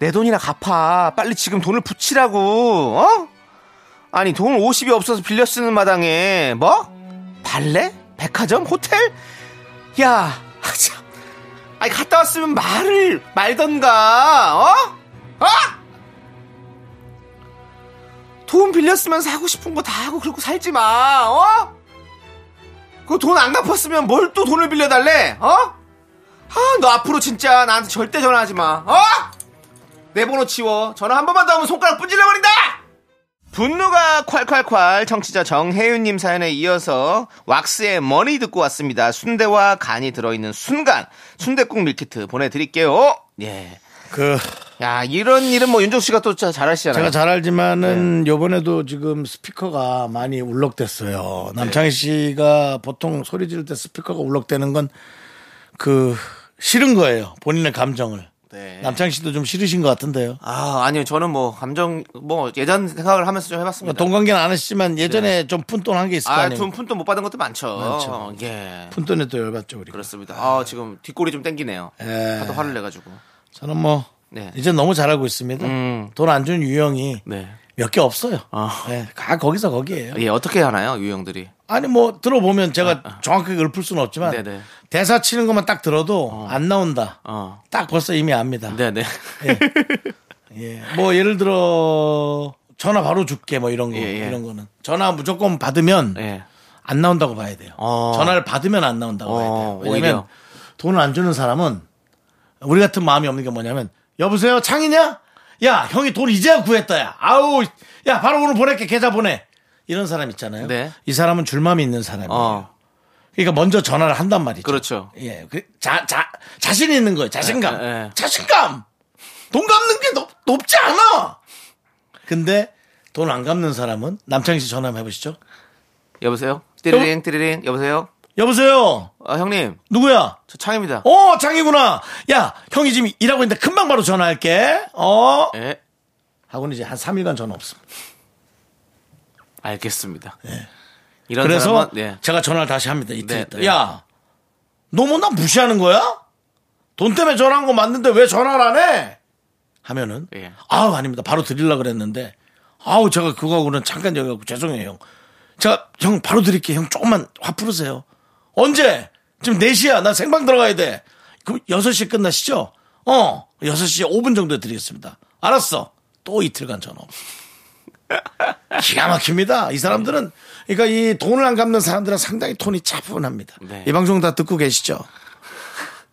[SPEAKER 2] 내 돈이나 갚아 빨리 지금 돈을 붙이라고 어 아니 돈 50이 없어서 빌려 쓰는 마당에 뭐 발레 백화점 호텔 야 [laughs] 아, 참. 아니 갔다 왔으면 말을 말던가 어 어? 돈 빌렸으면 사고 싶은 거 다 하고 그러고 살지 마. 어? 그 돈 안 갚았으면 뭘 또 돈을 빌려달래? 어? 아, 너 앞으로 진짜 나한테 절대 전화하지 마. 어? 내 번호 치워. 전화 한 번만 더 하면 손가락 분질러버린다! 분노가 콸콸콸 청취자 정혜윤님 사연에 이어서 왁스의 머니 듣고 왔습니다. 순대와 간이 들어있는 순간 순대국 밀키트 보내드릴게요. 예.
[SPEAKER 1] 그
[SPEAKER 2] 야 이런 일은 뭐 윤정 씨가 네. 또 자- 잘하시잖아요.
[SPEAKER 1] 제가 잘 알지만은 요번에도 지금 스피커가 많이 울럭댔어요.
[SPEAKER 2] 네.
[SPEAKER 1] 남창희 씨가 보통 소리 지를 때 스피커가 울럭대는 건 그 싫은 거예요. 본인의 감정을.
[SPEAKER 2] 네.
[SPEAKER 1] 남창희 씨도 좀 싫으신 것 같은데요.
[SPEAKER 2] 아, 아니요. 저는 뭐, 감정, 뭐, 예전 생각을 하면서 좀 해봤습니다.
[SPEAKER 1] 돈 관계는 안 하시지만 예전에 좀 푼돈한 게 있을 거
[SPEAKER 2] 네. 아,
[SPEAKER 1] 아니에요.
[SPEAKER 2] 돈 푼돈 못 받은 것도 많죠.
[SPEAKER 1] 많죠.
[SPEAKER 2] 예.
[SPEAKER 1] 푼돈에 또 열받죠 우리.
[SPEAKER 2] 그렇습니다. 아, 지금 뒷골이 좀 땡기네요.
[SPEAKER 1] 예.
[SPEAKER 2] 하도 화를 내가지고.
[SPEAKER 1] 저는 뭐
[SPEAKER 2] 네.
[SPEAKER 1] 이제 너무 잘하고 있습니다.
[SPEAKER 2] 음.
[SPEAKER 1] 돈 안 주는 유형이
[SPEAKER 2] 네.
[SPEAKER 1] 몇 개 없어요.
[SPEAKER 2] 아.
[SPEAKER 1] 네, 다 거기서 거기에요.
[SPEAKER 2] 예, 어떻게 하나요, 유형들이?
[SPEAKER 1] 아니 뭐 들어보면 제가 정확하게 읊을 수는 없지만
[SPEAKER 2] 아, 네네.
[SPEAKER 1] 대사 치는 것만 딱 들어도 안 나온다.
[SPEAKER 2] 어.
[SPEAKER 1] 딱 벌써 이미 압니다.
[SPEAKER 2] 네네.
[SPEAKER 1] 예. 뭐 예를 들어 전화 바로 줄게 뭐 이런 거
[SPEAKER 2] 예, 예.
[SPEAKER 1] 이런 거는 전화 무조건 받으면
[SPEAKER 2] 예.
[SPEAKER 1] 안 나온다고 봐야 돼요.
[SPEAKER 2] 어.
[SPEAKER 1] 전화를 받으면 안 나온다고 봐야 돼요.
[SPEAKER 2] 어,
[SPEAKER 1] 왜냐면
[SPEAKER 2] 오히려.
[SPEAKER 1] 돈을 안 주는 사람은 우리 같은 마음이 없는 게 뭐냐면 여보세요 창이냐? 야 형이 돈 이제야 구했다야. 아우 야 바로 오늘 보낼게 계좌 보내. 이런 사람 있잖아요.
[SPEAKER 2] 네.
[SPEAKER 1] 이 사람은 줄마음이 있는 사람이에요.
[SPEAKER 2] 어.
[SPEAKER 1] 그러니까 먼저 전화를 한단 말이죠.
[SPEAKER 2] 그렇죠.
[SPEAKER 1] 예. 그 자, 자, 자신 있는 거예요. 자신감.
[SPEAKER 2] 에, 에, 에.
[SPEAKER 1] 자신감! 돈 갚는 게 높, 높지 않아! 근데 돈 안 갚는 사람은 남창희 씨 전화 한번 해보시죠.
[SPEAKER 2] 여보세요? 띠리링, 띠리링. 여보세요?
[SPEAKER 1] 여보세요?
[SPEAKER 2] 아, 형님.
[SPEAKER 1] 누구야?
[SPEAKER 2] 저 창입니다.
[SPEAKER 1] 어, 장이구나! 야, 형이 지금 일하고 있는데 금방 바로 전화할게. 어?
[SPEAKER 2] 예.
[SPEAKER 1] 하고는 이제 한 3일간 전화 없습니다.
[SPEAKER 2] 알겠습니다. 이런
[SPEAKER 1] 예. 그래서
[SPEAKER 2] 사람은, 예.
[SPEAKER 1] 제가 전화를 다시 합니다. 이틀
[SPEAKER 2] 네,
[SPEAKER 1] 있다.
[SPEAKER 2] 네.
[SPEAKER 1] 야, 너 뭐 나 무시하는 거야? 돈 때문에 전화한 거 맞는데 왜 전화를 안 해? 하면은
[SPEAKER 2] 예.
[SPEAKER 1] 아우 아닙니다. 바로 드리려 그랬는데 아우 제가 그거하고는 잠깐 여기 갖고 죄송해요 형. 제가 형 바로 드릴게요. 형 조금만 화 푸르세요. 언제? 지금 4시야. 나 생방 들어가야 돼. 그럼 6시 끝나시죠? 어. 6시 5분 정도에 드리겠습니다. 알았어. 또 이틀간 전화 없어. 기가 막힙니다. 이 사람들은 그러니까 이 돈을 안 갚는 사람들은 상당히 톤이 차분합니다.
[SPEAKER 2] 네.
[SPEAKER 1] 이 방송 다 듣고 계시죠?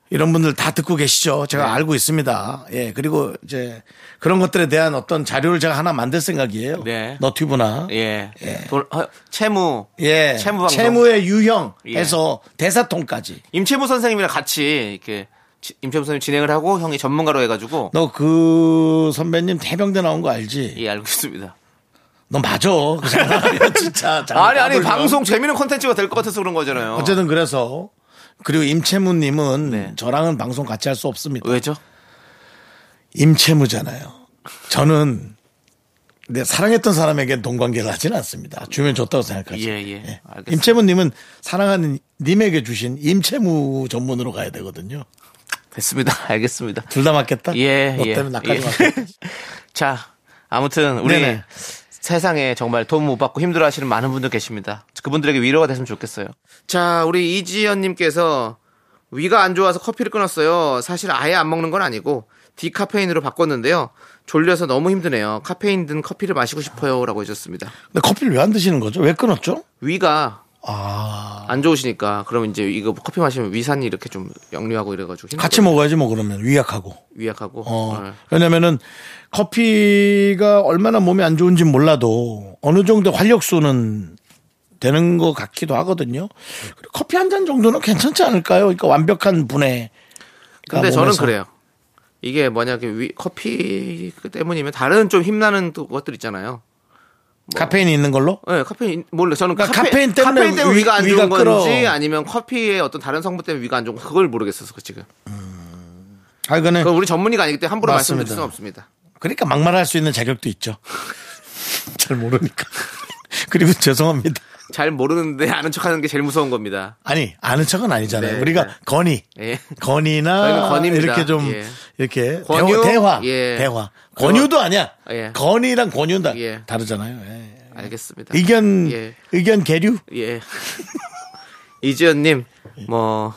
[SPEAKER 1] 이런 분들 다 듣고 계시죠? 제가
[SPEAKER 2] 네.
[SPEAKER 1] 알고 있습니다. 예. 그리고 이제 그런 것들에 대한 어떤 자료를 제가 하나 만들 생각이에요.
[SPEAKER 2] 네.
[SPEAKER 1] 너튜브나
[SPEAKER 2] 예. 돌- 어, 채무.
[SPEAKER 1] 예.
[SPEAKER 2] 채무 방송. 예.
[SPEAKER 1] 의 유형에서 대사통까지.
[SPEAKER 2] 임채무 선생님이랑 같이 이렇게 지- 임채무 선생님 진행을 하고 형이 전문가로 해가지고
[SPEAKER 1] 너 그 선배님 해병대 나온 거 알지?
[SPEAKER 2] 예 알고 있습니다.
[SPEAKER 1] 너 맞아. 그 사람 진짜. 장난
[SPEAKER 2] 아니 아니
[SPEAKER 1] 까불면.
[SPEAKER 2] 방송 재미있는 콘텐츠가 될 것 같아서 그런 거잖아요.
[SPEAKER 1] 어쨌든 그래서 그리고 임채무님은
[SPEAKER 2] 네.
[SPEAKER 1] 저랑은 방송 같이 할 수 없습니다.
[SPEAKER 2] 왜죠?
[SPEAKER 1] 임채무잖아요. 저는 내 사랑했던 사람에게 돈 관계를 하지는 않습니다. 주면 줬다고 생각하지.
[SPEAKER 2] 예, 예. 알겠습니다.
[SPEAKER 1] 임채무님은 사랑하는 님에게 주신 임채무 전문으로 가야 되거든요.
[SPEAKER 2] 됐습니다. [laughs] 알겠습니다.
[SPEAKER 1] 둘 다 맞겠다.
[SPEAKER 2] 예,
[SPEAKER 1] 너
[SPEAKER 2] 예.
[SPEAKER 1] 때문에 나까지
[SPEAKER 2] 예.
[SPEAKER 1] 맞겠다.
[SPEAKER 2] 자 아무튼 우리
[SPEAKER 1] 네네.
[SPEAKER 2] 세상에 정말 도움 못 받고 힘들어하시는 많은 분들 계십니다. 그분들에게 위로가 됐으면 좋겠어요. 자 우리 이지연님께서 위가 안 좋아서 커피를 끊었어요. 사실 아예 안 먹는 건 아니고 디카페인으로 바꿨는데요. 졸려서 너무 힘드네요. 카페인 든 커피를 마시고 싶어요라고 해줬습니다.
[SPEAKER 1] 근데 커피를 왜 안 드시는 거죠? 왜 끊었죠?
[SPEAKER 2] 위가
[SPEAKER 1] 아
[SPEAKER 2] 안 좋으시니까 그럼 이제 이거 커피 마시면 위산이 이렇게 좀 역류하고 이래가지고 힘들거든요.
[SPEAKER 1] 같이 먹어야지 뭐 그러면 위약하고.
[SPEAKER 2] 위약하고
[SPEAKER 1] 어.
[SPEAKER 2] 네.
[SPEAKER 1] 왜냐면은 커피가 얼마나 몸에 안 좋은지 몰라도 어느 정도 활력소는 되는 것 같기도 하거든요. 그리고 커피 한 잔 정도는 괜찮지 않을까요? 그러니까 완벽한 분해.
[SPEAKER 2] 근데 저는 그래요. 이게 만약에 위- 커피 그 때문이면 다른 좀 힘나는 또 것들 있잖아요.
[SPEAKER 1] 카페인 이 있는 걸로?
[SPEAKER 2] 네, 카페인 몰라 저는
[SPEAKER 1] 그러니까
[SPEAKER 2] 카페,
[SPEAKER 1] 카페인 때문에 위-
[SPEAKER 2] 위가 안
[SPEAKER 1] 위가
[SPEAKER 2] 좋은 건지
[SPEAKER 1] 끓어.
[SPEAKER 2] 아니면 커피의 어떤 다른 성분 때문에 위가 안 좋은 건 그걸 모르겠어서 지금.
[SPEAKER 1] 아, 그거는
[SPEAKER 2] 그건 우리 전문의가 아니기 때문에 함부로 말씀드릴
[SPEAKER 1] 맞습니다.
[SPEAKER 2] 수는 없습니다.
[SPEAKER 1] 그러니까 막말할 수 있는 자격도
[SPEAKER 2] [laughs]
[SPEAKER 1] 있죠. 잘 모르니까. [laughs] 그리고 죄송합니다.
[SPEAKER 2] 잘 모르는데 아는 척하는 게 제일 무서운 겁니다.
[SPEAKER 1] 아니 아는 척은 아니잖아요.
[SPEAKER 2] 네,
[SPEAKER 1] 우리가
[SPEAKER 2] 네.
[SPEAKER 1] 건의,
[SPEAKER 2] 예.
[SPEAKER 1] 건의나
[SPEAKER 2] 저희는 건의입니다.
[SPEAKER 1] 이렇게 좀
[SPEAKER 2] 예.
[SPEAKER 1] 이렇게
[SPEAKER 2] 권유?
[SPEAKER 1] 대화, 대화,
[SPEAKER 2] 예.
[SPEAKER 1] 대화. 권유도 아니야.
[SPEAKER 2] 예.
[SPEAKER 1] 건의랑 권유는 다
[SPEAKER 2] 예.
[SPEAKER 1] 다르잖아요. 예.
[SPEAKER 2] 알겠습니다.
[SPEAKER 1] 의견
[SPEAKER 2] 예.
[SPEAKER 1] 의견 계류.
[SPEAKER 2] 예. [laughs] 이지연님, 뭐,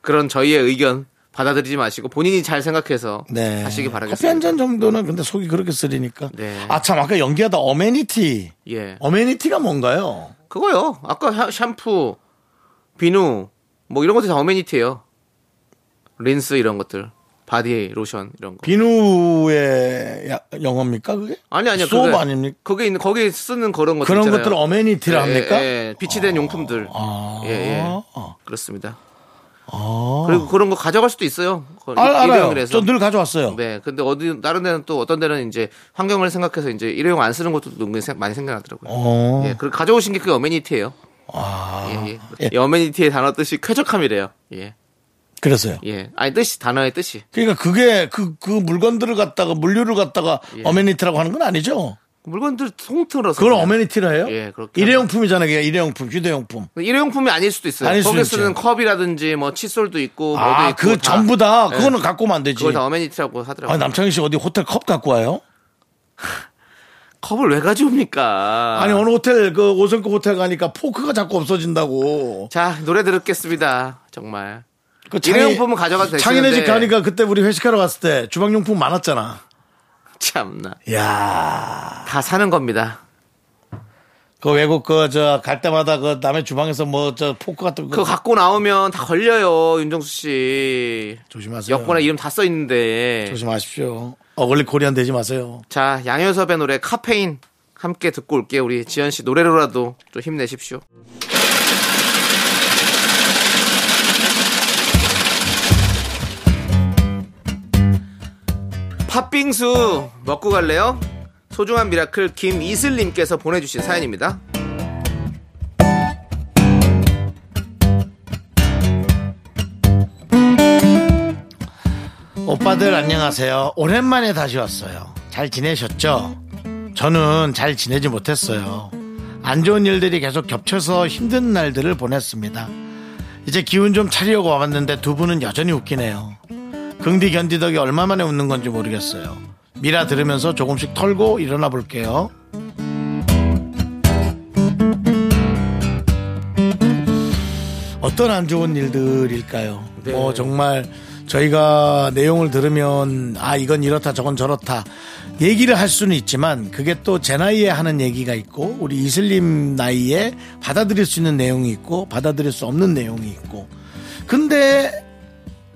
[SPEAKER 2] 그런 저희의 의견 받아들이지 마시고 본인이 잘 생각해서
[SPEAKER 1] 네.
[SPEAKER 2] 하시기 바라겠습니다.
[SPEAKER 1] 커피 한 잔 정도는 근데 속이 그렇게 쓰리니까.
[SPEAKER 2] 네.
[SPEAKER 1] 아 참 아까 연기하다 어메니티.
[SPEAKER 2] 예.
[SPEAKER 1] 어메니티가 뭔가요?
[SPEAKER 2] 그거요. 아까 샤- 샴푸, 비누, 뭐 이런 것들 다 어메니티예요. 린스 이런 것들. 바디 로션 이런 거.
[SPEAKER 1] 비누의 야- 영어입니까 그게?
[SPEAKER 2] 아니 아니요.
[SPEAKER 1] 수업
[SPEAKER 2] 그게-
[SPEAKER 1] 아닙니까?
[SPEAKER 2] 거기 있는 거기에 쓰는 그런 것들
[SPEAKER 1] 그런
[SPEAKER 2] 있잖아요.
[SPEAKER 1] 것들을 어메니티라
[SPEAKER 2] 예,
[SPEAKER 1] 합니까?
[SPEAKER 2] 예, 빛이 된 용품들.
[SPEAKER 1] 아.
[SPEAKER 2] 예, 예.
[SPEAKER 1] 아.
[SPEAKER 2] 그렇습니다. 그리고 그런 거 가져갈 수도 있어요. 그거 일-
[SPEAKER 1] 아, 알아요.
[SPEAKER 2] 일회용이라서.
[SPEAKER 1] 저 늘 가져왔어요.
[SPEAKER 2] 네, 근데 어디 다른 데는 또 어떤 데는 이제 환경을 생각해서 이제 일회용 안 쓰는 것도 은근히 생- 많이 생각나더라고요.
[SPEAKER 1] 어. 아.
[SPEAKER 2] 예, 그리고 가져오신 게 그게 어메니티예요. 예, 예. 이 어메니티의 단어 뜻이 쾌적함이래요. 예,
[SPEAKER 1] 그랬어요.
[SPEAKER 2] 예. 아니 뜻이 단어의 뜻이
[SPEAKER 1] 그러니까 그게 그 그 물건들을 갖다가 물류를 갖다가 어메니티라고 하는 건 아니죠.
[SPEAKER 2] 물건들 통틀어서
[SPEAKER 1] 그걸
[SPEAKER 2] 예. 그냥.
[SPEAKER 1] 어메니티라 해요?
[SPEAKER 2] 예, 그렇게
[SPEAKER 1] 일회용품이잖아요. 그게 일회용품, 휴대용품.
[SPEAKER 2] 일회용품이 아닐 수도 있어요.
[SPEAKER 1] 아닐 수도
[SPEAKER 2] 거기에
[SPEAKER 1] 있죠.
[SPEAKER 2] 쓰는 컵이라든지 뭐 칫솔도 있고 뭐도
[SPEAKER 1] 아,
[SPEAKER 2] 있고
[SPEAKER 1] 그
[SPEAKER 2] 다.
[SPEAKER 1] 전부 다
[SPEAKER 2] 예,
[SPEAKER 1] 그거는 갖고 오면 안 되지.
[SPEAKER 2] 그걸 다 어메니티라고 하더라고요.
[SPEAKER 1] 아, 남창희 씨 어디 호텔 컵 갖고 와요?
[SPEAKER 2] 컵을 왜 가져옵니까?
[SPEAKER 1] 아. 니 어느 호텔 그 오성급 호텔 가니까 포크가 자꾸 없어진다고.
[SPEAKER 2] 자 노래 들었겠습니다. 정말
[SPEAKER 1] 그
[SPEAKER 2] 일회용품은 가져가도
[SPEAKER 1] 창희네 집
[SPEAKER 2] 되시는데.
[SPEAKER 1] 가니까 그때 우리 회식하러 갔을 때 주방용품 많았잖아.
[SPEAKER 2] 참나
[SPEAKER 1] 야,
[SPEAKER 2] 다 사는 겁니다.
[SPEAKER 1] 그 외국 그 저 갈 때마다 그 남의 주방에서 뭐 저 포크 같은 거
[SPEAKER 2] 그거 갖고 나오면 다 걸려요, 윤정수 씨.
[SPEAKER 1] 조심하세요.
[SPEAKER 2] 여권에 이름 다 써 있는데.
[SPEAKER 1] 조심하십시오. 어글리 코리안 되지 마세요.
[SPEAKER 2] 자, 양효섭의 노래 카페인 함께 듣고 올게요. 우리 지현 씨 노래로라도 좀 힘내십시오. 팥빙수 먹고 갈래요? 소중한 미라클 김이슬님께서 보내주신 사연입니다.
[SPEAKER 1] 오빠들 안녕하세요. 오랜만에 다시 왔어요. 잘 지내셨죠? 저는 잘 지내지 못했어요. 안 좋은 일들이 계속 겹쳐서 힘든 날들을 보냈습니다. 이제 기운 좀 차리려고 와봤는데 두 분은 여전히 웃기네요. 긍디 견디 덕이 얼마만에 웃는 건지 모르겠어요. 미라 들으면서 조금씩 털고 일어나 볼게요. 어떤 안 좋은 일들일까요?
[SPEAKER 2] 네.
[SPEAKER 1] 뭐 정말 저희가 내용을 들으면 아 이건 이렇다 저건 저렇다 얘기를 할 수는 있지만 그게 또 제 나이에 하는 얘기가 있고 우리 이슬님 나이에 받아들일 수 있는 내용이 있고 받아들일 수 없는 내용이 있고 근데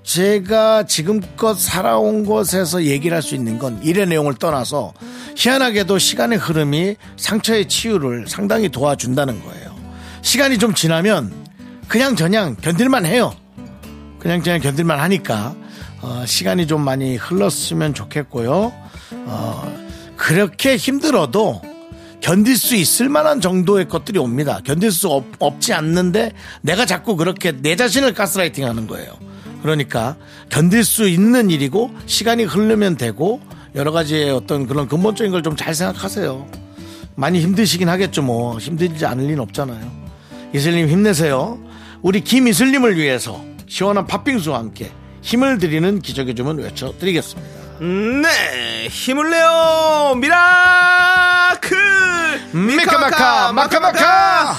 [SPEAKER 1] 제가 지금껏 살아온 것에서 얘기를 할 수 있는 건 일의 내용을 떠나서 희한하게도 시간의 흐름이 상처의 치유를 상당히 도와준다는 거예요. 시간이 좀 지나면 그냥 저냥 견딜만 해요. 그냥 저냥 견딜만 하니까 어, 시간이 좀 많이 흘렀으면 좋겠고요. 어, 그렇게 힘들어도 견딜 수 있을 만한 정도의 것들이 옵니다. 견딜 수 없, 없지 않는데 내가 자꾸 그렇게 내 자신을 가스라이팅 하는 거예요. 그러니까 견딜 수 있는 일이고 시간이 흐르면 되고 여러 가지의 어떤 그런 근본적인 걸 좀 잘 생각하세요. 많이 힘드시긴 하겠죠 뭐 힘들지 않을 리는 없잖아요. 이슬님 힘내세요. 우리 김이슬님을 위해서 시원한 팥빙수와 함께 힘을 드리는 기적의 주문 외쳐드리겠습니다.
[SPEAKER 2] 네 힘을 내요 미라클
[SPEAKER 1] 미카마카 마카마카
[SPEAKER 2] 자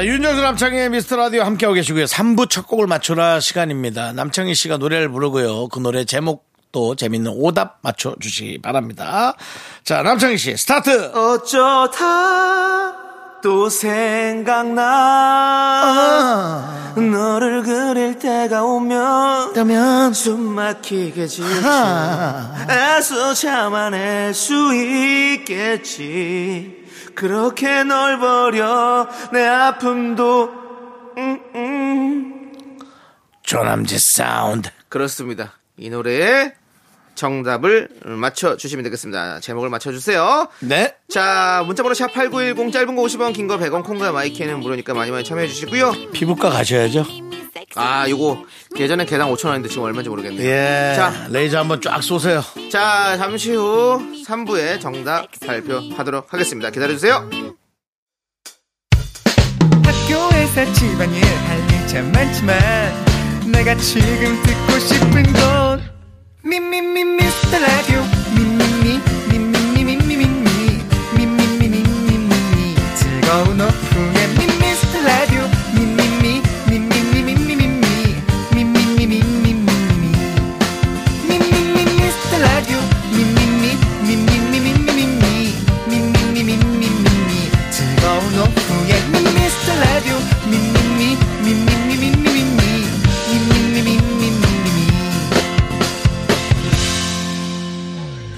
[SPEAKER 1] 자, 윤정수 남창의 미스터 라디오 함께하고 계시고요. 3부 첫 곡을 맞춰라 시간입니다. 남창희 씨가 노래를 부르고요. 그 노래 제목도 재밌는 오답 맞춰주시기 바랍니다. 자, 남창희 씨, 스타트!
[SPEAKER 2] 어. 어쩌다 또 생각나 너를 그릴 때가 오면
[SPEAKER 1] 그러면,
[SPEAKER 2] 숨 막히게 지쳐
[SPEAKER 1] 아,
[SPEAKER 2] 애써 참아낼 수 있겠지 그렇게 널 버려 내 아픔도
[SPEAKER 1] 조남지 사운드.
[SPEAKER 2] 그렇습니다 이 노래에 정답을 맞춰주시면 되겠습니다 제목을 맞춰주세요
[SPEAKER 1] 네.
[SPEAKER 2] 자 문자번호 샵8910 짧은 거 50원 긴 거 100원 콩과 마이키는 무료니까 많이 많이 참여해 주시고요
[SPEAKER 1] 피부과 가셔야죠.
[SPEAKER 2] 아 요거 예전에 개당 5천원인데 지금 얼마인지 모르겠네요
[SPEAKER 1] 예.
[SPEAKER 2] 자.
[SPEAKER 1] 레이저 한번 쫙 쏘세요.
[SPEAKER 2] 자 잠시 후 3부에 정답 발표하도록 하겠습니다 기다려주세요
[SPEAKER 5] 학교에서 집안일 할 일 참 많지만 내가 지금 듣고 싶은 건 미미미 미스터 라디오 미미미 미미미 미미미 미미미 미미미 즐거운 오후에 미스터 라디오 미미미 미미미 미미미 미미미 미미미 미미미 미스터 라디오 미미미 미미미 미미미 미미미 미미미 즐거운 오후에 Mr. Radio 미미미 미미미 미미미 미미미 미미미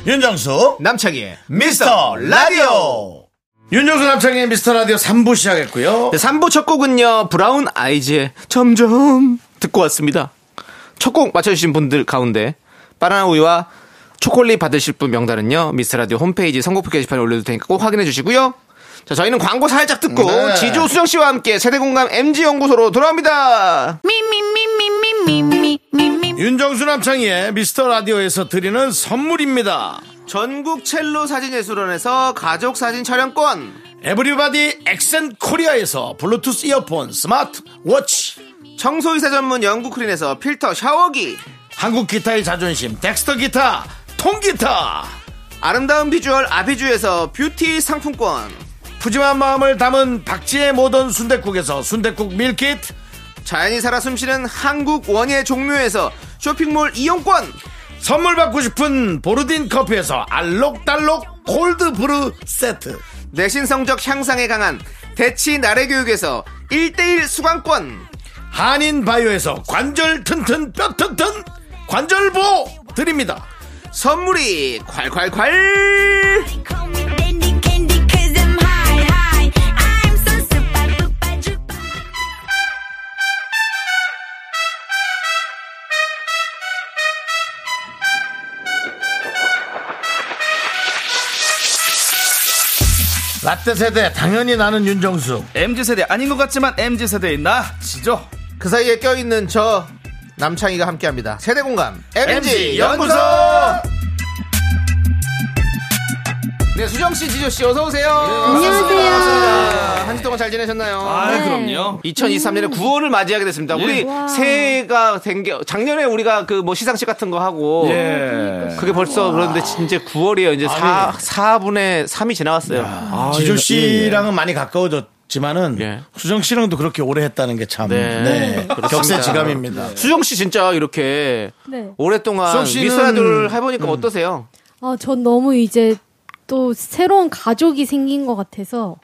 [SPEAKER 4] 윤정수
[SPEAKER 2] 남창희의
[SPEAKER 4] 미스터 라디오
[SPEAKER 1] 윤정수 남창의 미스터 라디오 3부 시작했고요.
[SPEAKER 2] 네, 3부 첫 곡은요, 브라운 아이즈의 점점 듣고 왔습니다. 첫 곡 맞춰주신 분들 가운데, 바나나 우유와 초콜릿 받으실 분 명단은요, 미스라디오 홈페이지 선곡표 게시판에 올려둘 테니까 꼭 확인해 주시고요. 자, 저희는 광고 살짝 듣고,
[SPEAKER 1] 네.
[SPEAKER 2] 지조 수정 씨와 함께 세대공감 MG연구소로 돌아옵니다.
[SPEAKER 1] 윤정수 남창희의 미스터 라디오에서 드리는 선물입니다.
[SPEAKER 2] 전국 첼로 사진예술원에서 가족 사진 촬영권,
[SPEAKER 1] 에브리바디 엑센 코리아에서 블루투스 이어폰, 스마트 워치,
[SPEAKER 2] 청소이사 전문 영국 크린에서 필터 샤워기,
[SPEAKER 1] 한국 기타의 자존심, 덱스터 기타, 통기타.
[SPEAKER 2] 아름다운 비주얼 아비주에서 뷰티 상품권,
[SPEAKER 1] 푸짐한 마음을 담은 박지의 모던 순댓국에서순댓국 밀키트,
[SPEAKER 2] 자연이 살아 숨쉬는 한국 원예 종묘에서 쇼핑몰 이용권
[SPEAKER 1] 선물 받고 싶은 보르딘 커피에서 알록달록 골드브루 세트,
[SPEAKER 2] 내신 성적 향상에 강한 대치 나래 교육에서 1대1 수강권
[SPEAKER 1] 한인 바이오에서 관절 튼튼 뼈 튼튼 관절보 드립니다.
[SPEAKER 2] 선물이 콸콸콸
[SPEAKER 1] 라떼 세대 당연히 나는 윤정수.
[SPEAKER 6] MZ세대 아닌 것 같지만 MZ세대인 나 지죠
[SPEAKER 2] 그 사이에 껴있는 저 남창희가 함께합니다 세대공감 MG 연구소 네 수정씨 지조씨 어서오세요 안녕하세요 한 주 동안 잘 지내셨나요
[SPEAKER 6] 아 그럼요
[SPEAKER 2] 2023년에 9월을 맞이하게 됐습니다. 우리 새해가 된 게 작년에 우리가 그 뭐 시상식 같은 거 하고 그러니까
[SPEAKER 6] 예.
[SPEAKER 2] 그게 벌써 그런데 진짜 9월이에요. 이제 4, 4분의 3이 지나갔어요. 아,
[SPEAKER 6] 아, 예.
[SPEAKER 1] 지조 씨랑은 많이 가까워졌지만은
[SPEAKER 2] 예.
[SPEAKER 1] 수정 씨랑도 그렇게 오래 했다는 게 참
[SPEAKER 2] 네. 그렇습니다.
[SPEAKER 1] 격세지감입니다.
[SPEAKER 6] 어.
[SPEAKER 2] 수정 씨 진짜 이렇게
[SPEAKER 7] 네.
[SPEAKER 2] 오랫동안
[SPEAKER 1] 수정 씨는-
[SPEAKER 2] 미스라드를 해보니까 어떠세요?
[SPEAKER 7] 아, 전 너무 이제 또 새로운 가족이 생긴 것 같아서.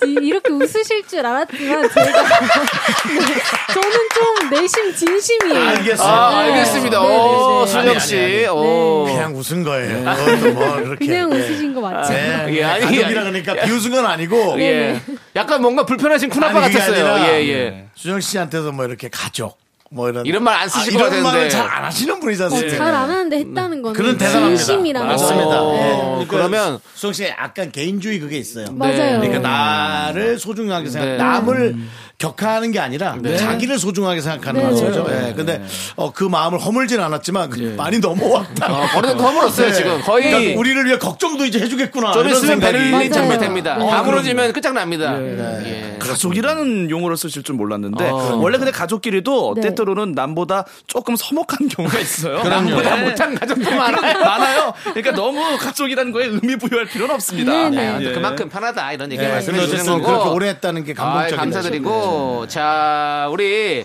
[SPEAKER 7] 지- 이렇게 웃으실 줄 알았지만 제가 [laughs] 네, 저는 좀 내심 진심이에요.
[SPEAKER 1] 알겠어요.
[SPEAKER 2] 아,
[SPEAKER 7] 네.
[SPEAKER 2] 알겠습니다.
[SPEAKER 7] 네,
[SPEAKER 2] 오,
[SPEAKER 6] 어,
[SPEAKER 7] 네, 네.
[SPEAKER 2] 수정 씨. 어. 오.
[SPEAKER 1] 네. 그냥 웃은 거예요. 또 뭐 그렇게.
[SPEAKER 7] 그냥
[SPEAKER 1] 예.
[SPEAKER 7] 웃으신 거 맞죠?
[SPEAKER 1] 네,
[SPEAKER 2] 예, 아니,
[SPEAKER 1] 가족이라 그러니까 비웃은 건 아니고
[SPEAKER 7] 네,
[SPEAKER 2] 예. 약간 뭔가 불편하신
[SPEAKER 1] 아니,
[SPEAKER 2] 큰아빠
[SPEAKER 1] 그게
[SPEAKER 2] 같았어요.
[SPEAKER 1] 아니라
[SPEAKER 2] 예, 예.
[SPEAKER 1] 수정 씨한테도 뭐 이렇게 가족 뭐 이런
[SPEAKER 2] 이런 말안 쓰실 것
[SPEAKER 1] 이런
[SPEAKER 2] 같은데.
[SPEAKER 1] 말을 잘 안 하시는 분이잖아요.
[SPEAKER 7] 어, 잘 안 하는데 했다는 거는
[SPEAKER 1] 그런 대단합니다.
[SPEAKER 7] 진심이라는 네.
[SPEAKER 2] 맞습니다.
[SPEAKER 7] 거.
[SPEAKER 2] 예.
[SPEAKER 1] 그러니까
[SPEAKER 2] 그러면-
[SPEAKER 1] 수정 씨 약간 개인주의 그게 있어요.
[SPEAKER 7] 맞아요.
[SPEAKER 1] 그러니까 나를 소중하게 생각,
[SPEAKER 2] 네.
[SPEAKER 1] 남을 격하하는 게 아니라 자기를 소중하게 생각하는
[SPEAKER 7] 네.
[SPEAKER 1] 거죠. 예.
[SPEAKER 2] 네.
[SPEAKER 1] 근데 어, 그 마음을 허물진 않았지만 그
[SPEAKER 2] 예.
[SPEAKER 1] 많이 넘어왔다.
[SPEAKER 2] 어, 어느 정도 허물었어요, 지금. 거의-
[SPEAKER 1] 그러니까 우리를 위해 걱정도 이제 해주겠구나.
[SPEAKER 2] 좀
[SPEAKER 1] 이런
[SPEAKER 2] 있으면
[SPEAKER 1] 생각이.
[SPEAKER 2] 베를린
[SPEAKER 7] 맞아요.
[SPEAKER 2] 장면 됩니다.
[SPEAKER 7] 어,
[SPEAKER 2] 다물어지면 끝장납니다. 예.
[SPEAKER 6] 가족이라는 용어를 쓰실 줄 몰랐는데
[SPEAKER 2] 어.
[SPEAKER 6] 원래 근데 가족끼리도
[SPEAKER 7] 네.
[SPEAKER 6] 어, 때때로는 남보다 조금 서먹한 경우가 있어요.
[SPEAKER 2] 그럼요.
[SPEAKER 6] 남보다
[SPEAKER 2] 네.
[SPEAKER 6] 못한 가족도 많아요. 많아요. 그러니까 너무 가족이라는 거에 의미 부여할 필요는 없습니다.
[SPEAKER 7] 네네.
[SPEAKER 2] 네,
[SPEAKER 7] 예.
[SPEAKER 2] 아무튼 그만큼 편하다 이런 얘기
[SPEAKER 1] 예,
[SPEAKER 6] 네,
[SPEAKER 2] 말씀해
[SPEAKER 1] 그래서
[SPEAKER 2] 주시는
[SPEAKER 1] 어쨌든
[SPEAKER 2] 거고
[SPEAKER 1] 그렇게 오래 했다는 게 감동적이네요.
[SPEAKER 2] 아, 감사드리고
[SPEAKER 6] 네.
[SPEAKER 2] 자 우리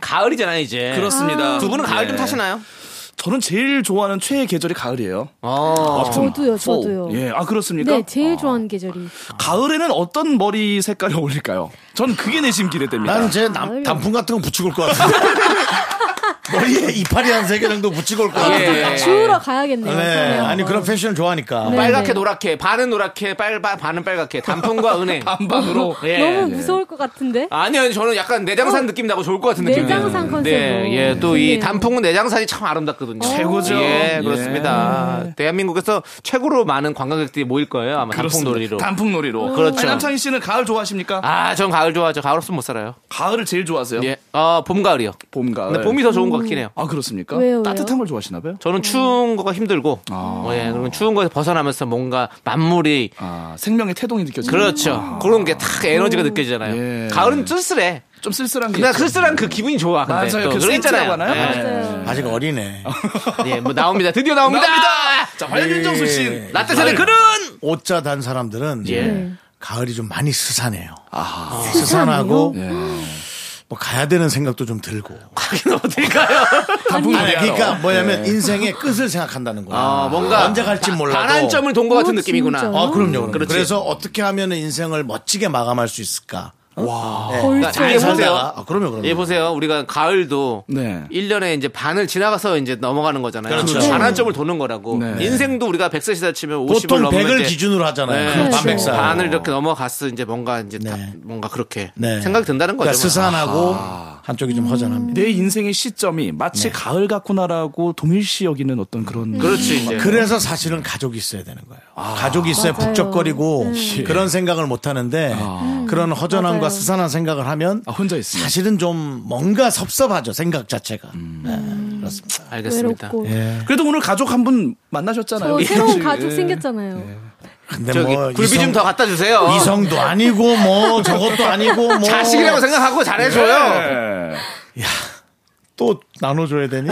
[SPEAKER 2] 가을이잖아요 이제
[SPEAKER 6] 그렇습니다.
[SPEAKER 2] 두 분은 가을 좀
[SPEAKER 6] 네.
[SPEAKER 2] 타시나요?
[SPEAKER 6] 저는 제일 좋아하는 최애 계절이 가을이에요.
[SPEAKER 2] 어.
[SPEAKER 7] 저도요,
[SPEAKER 6] fall.
[SPEAKER 7] 저도요.
[SPEAKER 6] 예, 아 그렇습니까?
[SPEAKER 7] 네, 제일 좋아하는 계절이.
[SPEAKER 6] 가을에는 어떤 머리 색깔이 어울릴까요? 전 그게 내심
[SPEAKER 2] 네.
[SPEAKER 6] 기대됩니다.
[SPEAKER 1] 나는 제 남, 단풍 같은 거 붙이고 올 것 같은데.
[SPEAKER 7] [laughs]
[SPEAKER 1] 머리에 이파리 한 세 개 정도 붙이고 올 것
[SPEAKER 2] 예.
[SPEAKER 1] 같은데.
[SPEAKER 7] 주우러 가야겠네요.
[SPEAKER 1] 네.
[SPEAKER 7] 그러면.
[SPEAKER 1] 아니, 그런 패션을 좋아하니까.
[SPEAKER 7] 네.
[SPEAKER 2] 빨갛게 노랗게 반은 노랗게 빨 바- 반은
[SPEAKER 6] [laughs]
[SPEAKER 2] 빨갛게 단풍과 은행
[SPEAKER 6] 반반으로.
[SPEAKER 2] [laughs] 예.
[SPEAKER 7] 너무 무서울 것 같은데.
[SPEAKER 2] 아니요 저는 약간 내장산 느낌 나고 좋을 것 같은 느낌
[SPEAKER 7] 내장산 컨셉으로.
[SPEAKER 2] 네, 예, 또 이
[SPEAKER 7] 좋네요.
[SPEAKER 2] 단풍은 내장산이 참 아름답거든요
[SPEAKER 6] 최고죠.
[SPEAKER 2] 예,
[SPEAKER 6] 예. 네.
[SPEAKER 2] 그렇습니다 대한민국에서 최고로 많은 관광객들이 모일 거예요 아마 단풍 놀이로
[SPEAKER 6] 단풍놀이로.
[SPEAKER 2] 그렇죠.
[SPEAKER 6] 아니, 남창희 씨는 가을 좋아하십니까?
[SPEAKER 2] 아, 전 가을 좋아하죠. 가을 없으면 못 살아요.
[SPEAKER 6] 가을을 제일 좋아하세요.
[SPEAKER 2] 예. 어, 봄, 가을이요.
[SPEAKER 6] 봄, 가을.
[SPEAKER 2] 근데 봄이 더 좋은
[SPEAKER 7] 음.
[SPEAKER 2] 것 같긴 해요.
[SPEAKER 6] 아 그렇습니까?
[SPEAKER 7] 왜요, 왜요?
[SPEAKER 6] 따뜻한 걸 좋아하시나 봐요.
[SPEAKER 2] 저는 추운 거가 힘들고,
[SPEAKER 6] 아.
[SPEAKER 2] 예, 그러면 추운 거에서 벗어나면서 뭔가 만물이,
[SPEAKER 6] 아 생명의 태동이 느껴지는.
[SPEAKER 2] 그렇죠. 그런 게 딱 에너지가 느껴지잖아요.
[SPEAKER 6] 예.
[SPEAKER 2] 가을은 쓸쓸해.
[SPEAKER 6] 좀 쓸쓸한 게.
[SPEAKER 2] 그냥
[SPEAKER 6] 있죠.
[SPEAKER 2] 쓸쓸한 그 기분이 좋아. 근데.
[SPEAKER 6] 맞아요.
[SPEAKER 2] 또
[SPEAKER 6] 그
[SPEAKER 2] 그런
[SPEAKER 6] 센치라고
[SPEAKER 2] 있잖아요.
[SPEAKER 6] 하나요?
[SPEAKER 2] 예.
[SPEAKER 7] 맞아요.
[SPEAKER 1] 아직 어리네.
[SPEAKER 2] 예, 뭐 나옵니다. 드디어 나옵니다.
[SPEAKER 6] 자, 과연 윤정수 씨.
[SPEAKER 2] 라떼 세대 그런!
[SPEAKER 1] 네. [laughs] 옷자 단 사람들은
[SPEAKER 7] 네.
[SPEAKER 2] 예.
[SPEAKER 1] 가을이 좀 많이 스산해요.
[SPEAKER 6] 아,
[SPEAKER 1] 스산하고
[SPEAKER 6] 예.
[SPEAKER 1] 뭐 가야 되는 생각도 좀 들고.
[SPEAKER 2] 가긴 어딜 가요? 네.
[SPEAKER 1] 아니, 그러니까 뭐냐면 인생의 끝을 생각한다는 거야.
[SPEAKER 2] 음. 아, 뭔가.
[SPEAKER 1] 언제 갈지 몰라도.
[SPEAKER 2] 반환점을 돈 것 같은
[SPEAKER 7] 어,
[SPEAKER 2] 느낌이구나.
[SPEAKER 7] 진짜.
[SPEAKER 1] 아, 그럼요. 그럼요.
[SPEAKER 2] 그렇지.
[SPEAKER 1] 그래서 어떻게 하면 인생을 멋지게 마감할 수 있을까? 와.
[SPEAKER 7] 벌써.
[SPEAKER 2] 예, 보세요.
[SPEAKER 1] 아, 그럼요, 그럼요.
[SPEAKER 2] 예, 보세요. 우리가 가을도
[SPEAKER 6] 네.
[SPEAKER 2] 1년에 이제 반을 지나가서 이제 넘어가는 거잖아요.
[SPEAKER 1] 그렇죠.
[SPEAKER 2] 반환점을 도는 거라고.
[SPEAKER 6] 네.
[SPEAKER 2] 인생도 우리가 100세 시다 치면 50을
[SPEAKER 1] 보통
[SPEAKER 2] 뭐 넘으면
[SPEAKER 1] 100을
[SPEAKER 2] 이제
[SPEAKER 1] 기준으로 하잖아요.
[SPEAKER 2] 네,
[SPEAKER 1] 반백살
[SPEAKER 2] 반을 이렇게 넘어갔어 이제 뭔가 이제 다
[SPEAKER 1] 네.
[SPEAKER 2] 뭔가 그렇게
[SPEAKER 1] 네.
[SPEAKER 2] 생각이 든다는 거죠. 뭐. 아.
[SPEAKER 1] 그러니까 스산하고 한쪽이 좀 허전합니다.
[SPEAKER 6] 내 인생의 시점이 마치 가을 같구나라고 동일시 여기는 어떤 네. 음. 그런.
[SPEAKER 2] 그렇지 이제.
[SPEAKER 1] 그래서 사실은 가족이 있어야 되는 거예요. 가족이 있어야
[SPEAKER 7] 맞아요. 네.
[SPEAKER 1] 북적거리고
[SPEAKER 2] 예.
[SPEAKER 1] 그런 생각을 못 하는데
[SPEAKER 2] 아.
[SPEAKER 1] 그런 허전함과
[SPEAKER 7] 음, 맞아요.
[SPEAKER 1] 스산한 생각을 하면
[SPEAKER 6] 아, 혼자 있으면.
[SPEAKER 1] 사실은 좀 뭔가 섭섭하죠. 생각 자체가.
[SPEAKER 2] 음.
[SPEAKER 1] 네, 그렇습니다.
[SPEAKER 2] 알겠습니다.
[SPEAKER 7] 외롭고.
[SPEAKER 1] 네.
[SPEAKER 6] 그래도 오늘 가족 한 분 만나셨잖아요.
[SPEAKER 7] 저 새로운 가족
[SPEAKER 6] 예.
[SPEAKER 7] 생겼잖아요.
[SPEAKER 1] 네. 근데
[SPEAKER 2] 저기
[SPEAKER 1] 뭐
[SPEAKER 2] 굴비
[SPEAKER 1] 이성,
[SPEAKER 2] 좀 더 갖다 주세요.
[SPEAKER 1] 이성도 아니고 뭐 저것도 아니고 뭐
[SPEAKER 2] 아. 자식이라고 생각하고
[SPEAKER 1] 네.
[SPEAKER 2] 잘해줘요.
[SPEAKER 6] 예.
[SPEAKER 1] 또 나눠줘야 되니?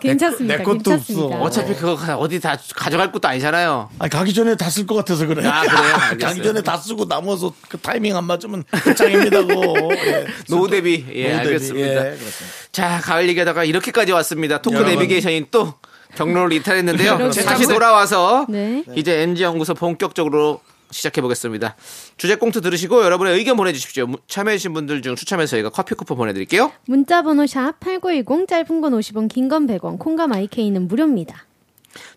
[SPEAKER 7] 괜찮습니다.
[SPEAKER 1] 내 것도
[SPEAKER 7] 괜찮습니다.
[SPEAKER 1] 없어.
[SPEAKER 2] 어차피 그거 가- 어디 다 가져갈 것도 아니잖아요.
[SPEAKER 1] 아니, 가기 전에 다 쓸 것 같아서 그래.
[SPEAKER 2] 아, 그래요?
[SPEAKER 1] 가기
[SPEAKER 2] 알겠어요.
[SPEAKER 1] 전에 다 쓰고 남아서 그 타이밍 안 맞으면 짱입니다.
[SPEAKER 2] [laughs]
[SPEAKER 1] 그거. 예.
[SPEAKER 2] 노후 대비.
[SPEAKER 1] 노후
[SPEAKER 2] 예,
[SPEAKER 1] 대비.
[SPEAKER 2] 네, 알겠습니다.
[SPEAKER 1] 예, 그렇습니다.
[SPEAKER 2] 자, 가을 얘기하다가 이렇게까지 왔습니다. 토크
[SPEAKER 1] 여러분. 그렇죠.
[SPEAKER 2] 내비게이션이 또 경로를
[SPEAKER 1] [laughs]
[SPEAKER 2] 이탈했는데요.
[SPEAKER 7] 그렇습니다.
[SPEAKER 2] 다시 돌아와서
[SPEAKER 7] 네.
[SPEAKER 2] 이제 MG 연구소 본격적으로 시작해 보겠습니다. 주제 꽁트 들으시고 여러분의 의견 보내주십시오. 무- 참여해주신 분들 중 추첨해서 저희가 커피 쿠폰 보내드릴게요.
[SPEAKER 7] 문자번호 샵8910 짧은 건 50원, 긴 건 100원, 콩과 마이케이는 무료입니다.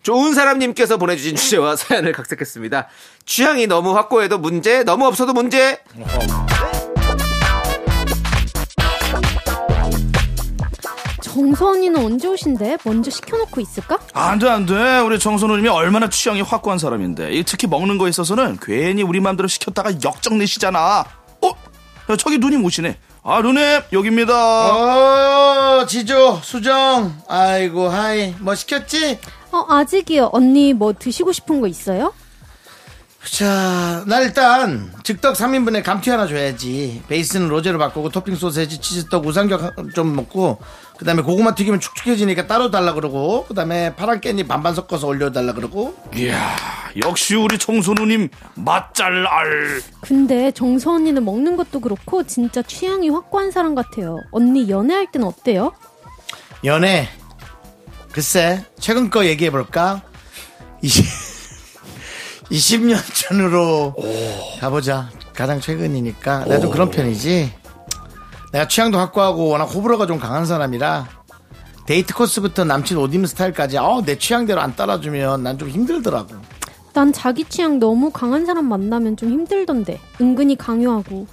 [SPEAKER 2] 좋은 사람님께서 보내주신 주제와 [laughs] 사연을 각색했습니다. 취향이 너무 확고해도 문제, 너무 없어도 문제.
[SPEAKER 7] 정서 언니는 언제 오신대? 먼저 시켜놓고 있을까?
[SPEAKER 6] 아, 안 돼, 안 돼. 우리 정선우님이 얼마나 취향이 확고한 사람인데. 이 특히 먹는 거에 있어서는 괜히 우리 마음대로 시켰다가 역정 내시잖아. 어? 야, 저기 누님 오시네. 아, 누님, 여기입니다.
[SPEAKER 1] 어, 지조, 수정. 아이고, 하이. 뭐 시켰지?
[SPEAKER 7] 어, 아직이요. 언니 뭐 드시고 싶은 거 있어요?
[SPEAKER 1] 자, 나 일단 즉석 3인분에 감튀 하나 줘야지. 베이스는 로제로 바꾸고 토핑 소세지, 치즈떡, 우삼겹 좀 먹고 그다음에 고구마 튀기면 축축해지니까 따로 달라 그러고 그다음에 파란 깻잎 반반 섞어서 올려 달라 그러고
[SPEAKER 6] 이야, 역시 우리 정선우님, 맛잘 알.
[SPEAKER 7] 근데 정서 언니는 먹는 것도 그렇고 진짜 취향이 확고한 사람 같아요. 언니 연애할 땐 어때요?
[SPEAKER 1] 연애 글쎄 최근 거 얘기해 볼까? [laughs] 20, 20년 전으로 가보자. 가장 최근이니까 내가 좀 그런 편이지. 내가 취향도 확고하고 워낙 호불호가 좀 강한 사람이라 데이트 코스부터 남친 옷 입는 스타일까지 어, 내 취향대로 안 따라주면 난 좀 힘들더라고.
[SPEAKER 7] 난 자기 취향 너무 강한 사람 만나면 좀 힘들던데. 은근히 강요하고.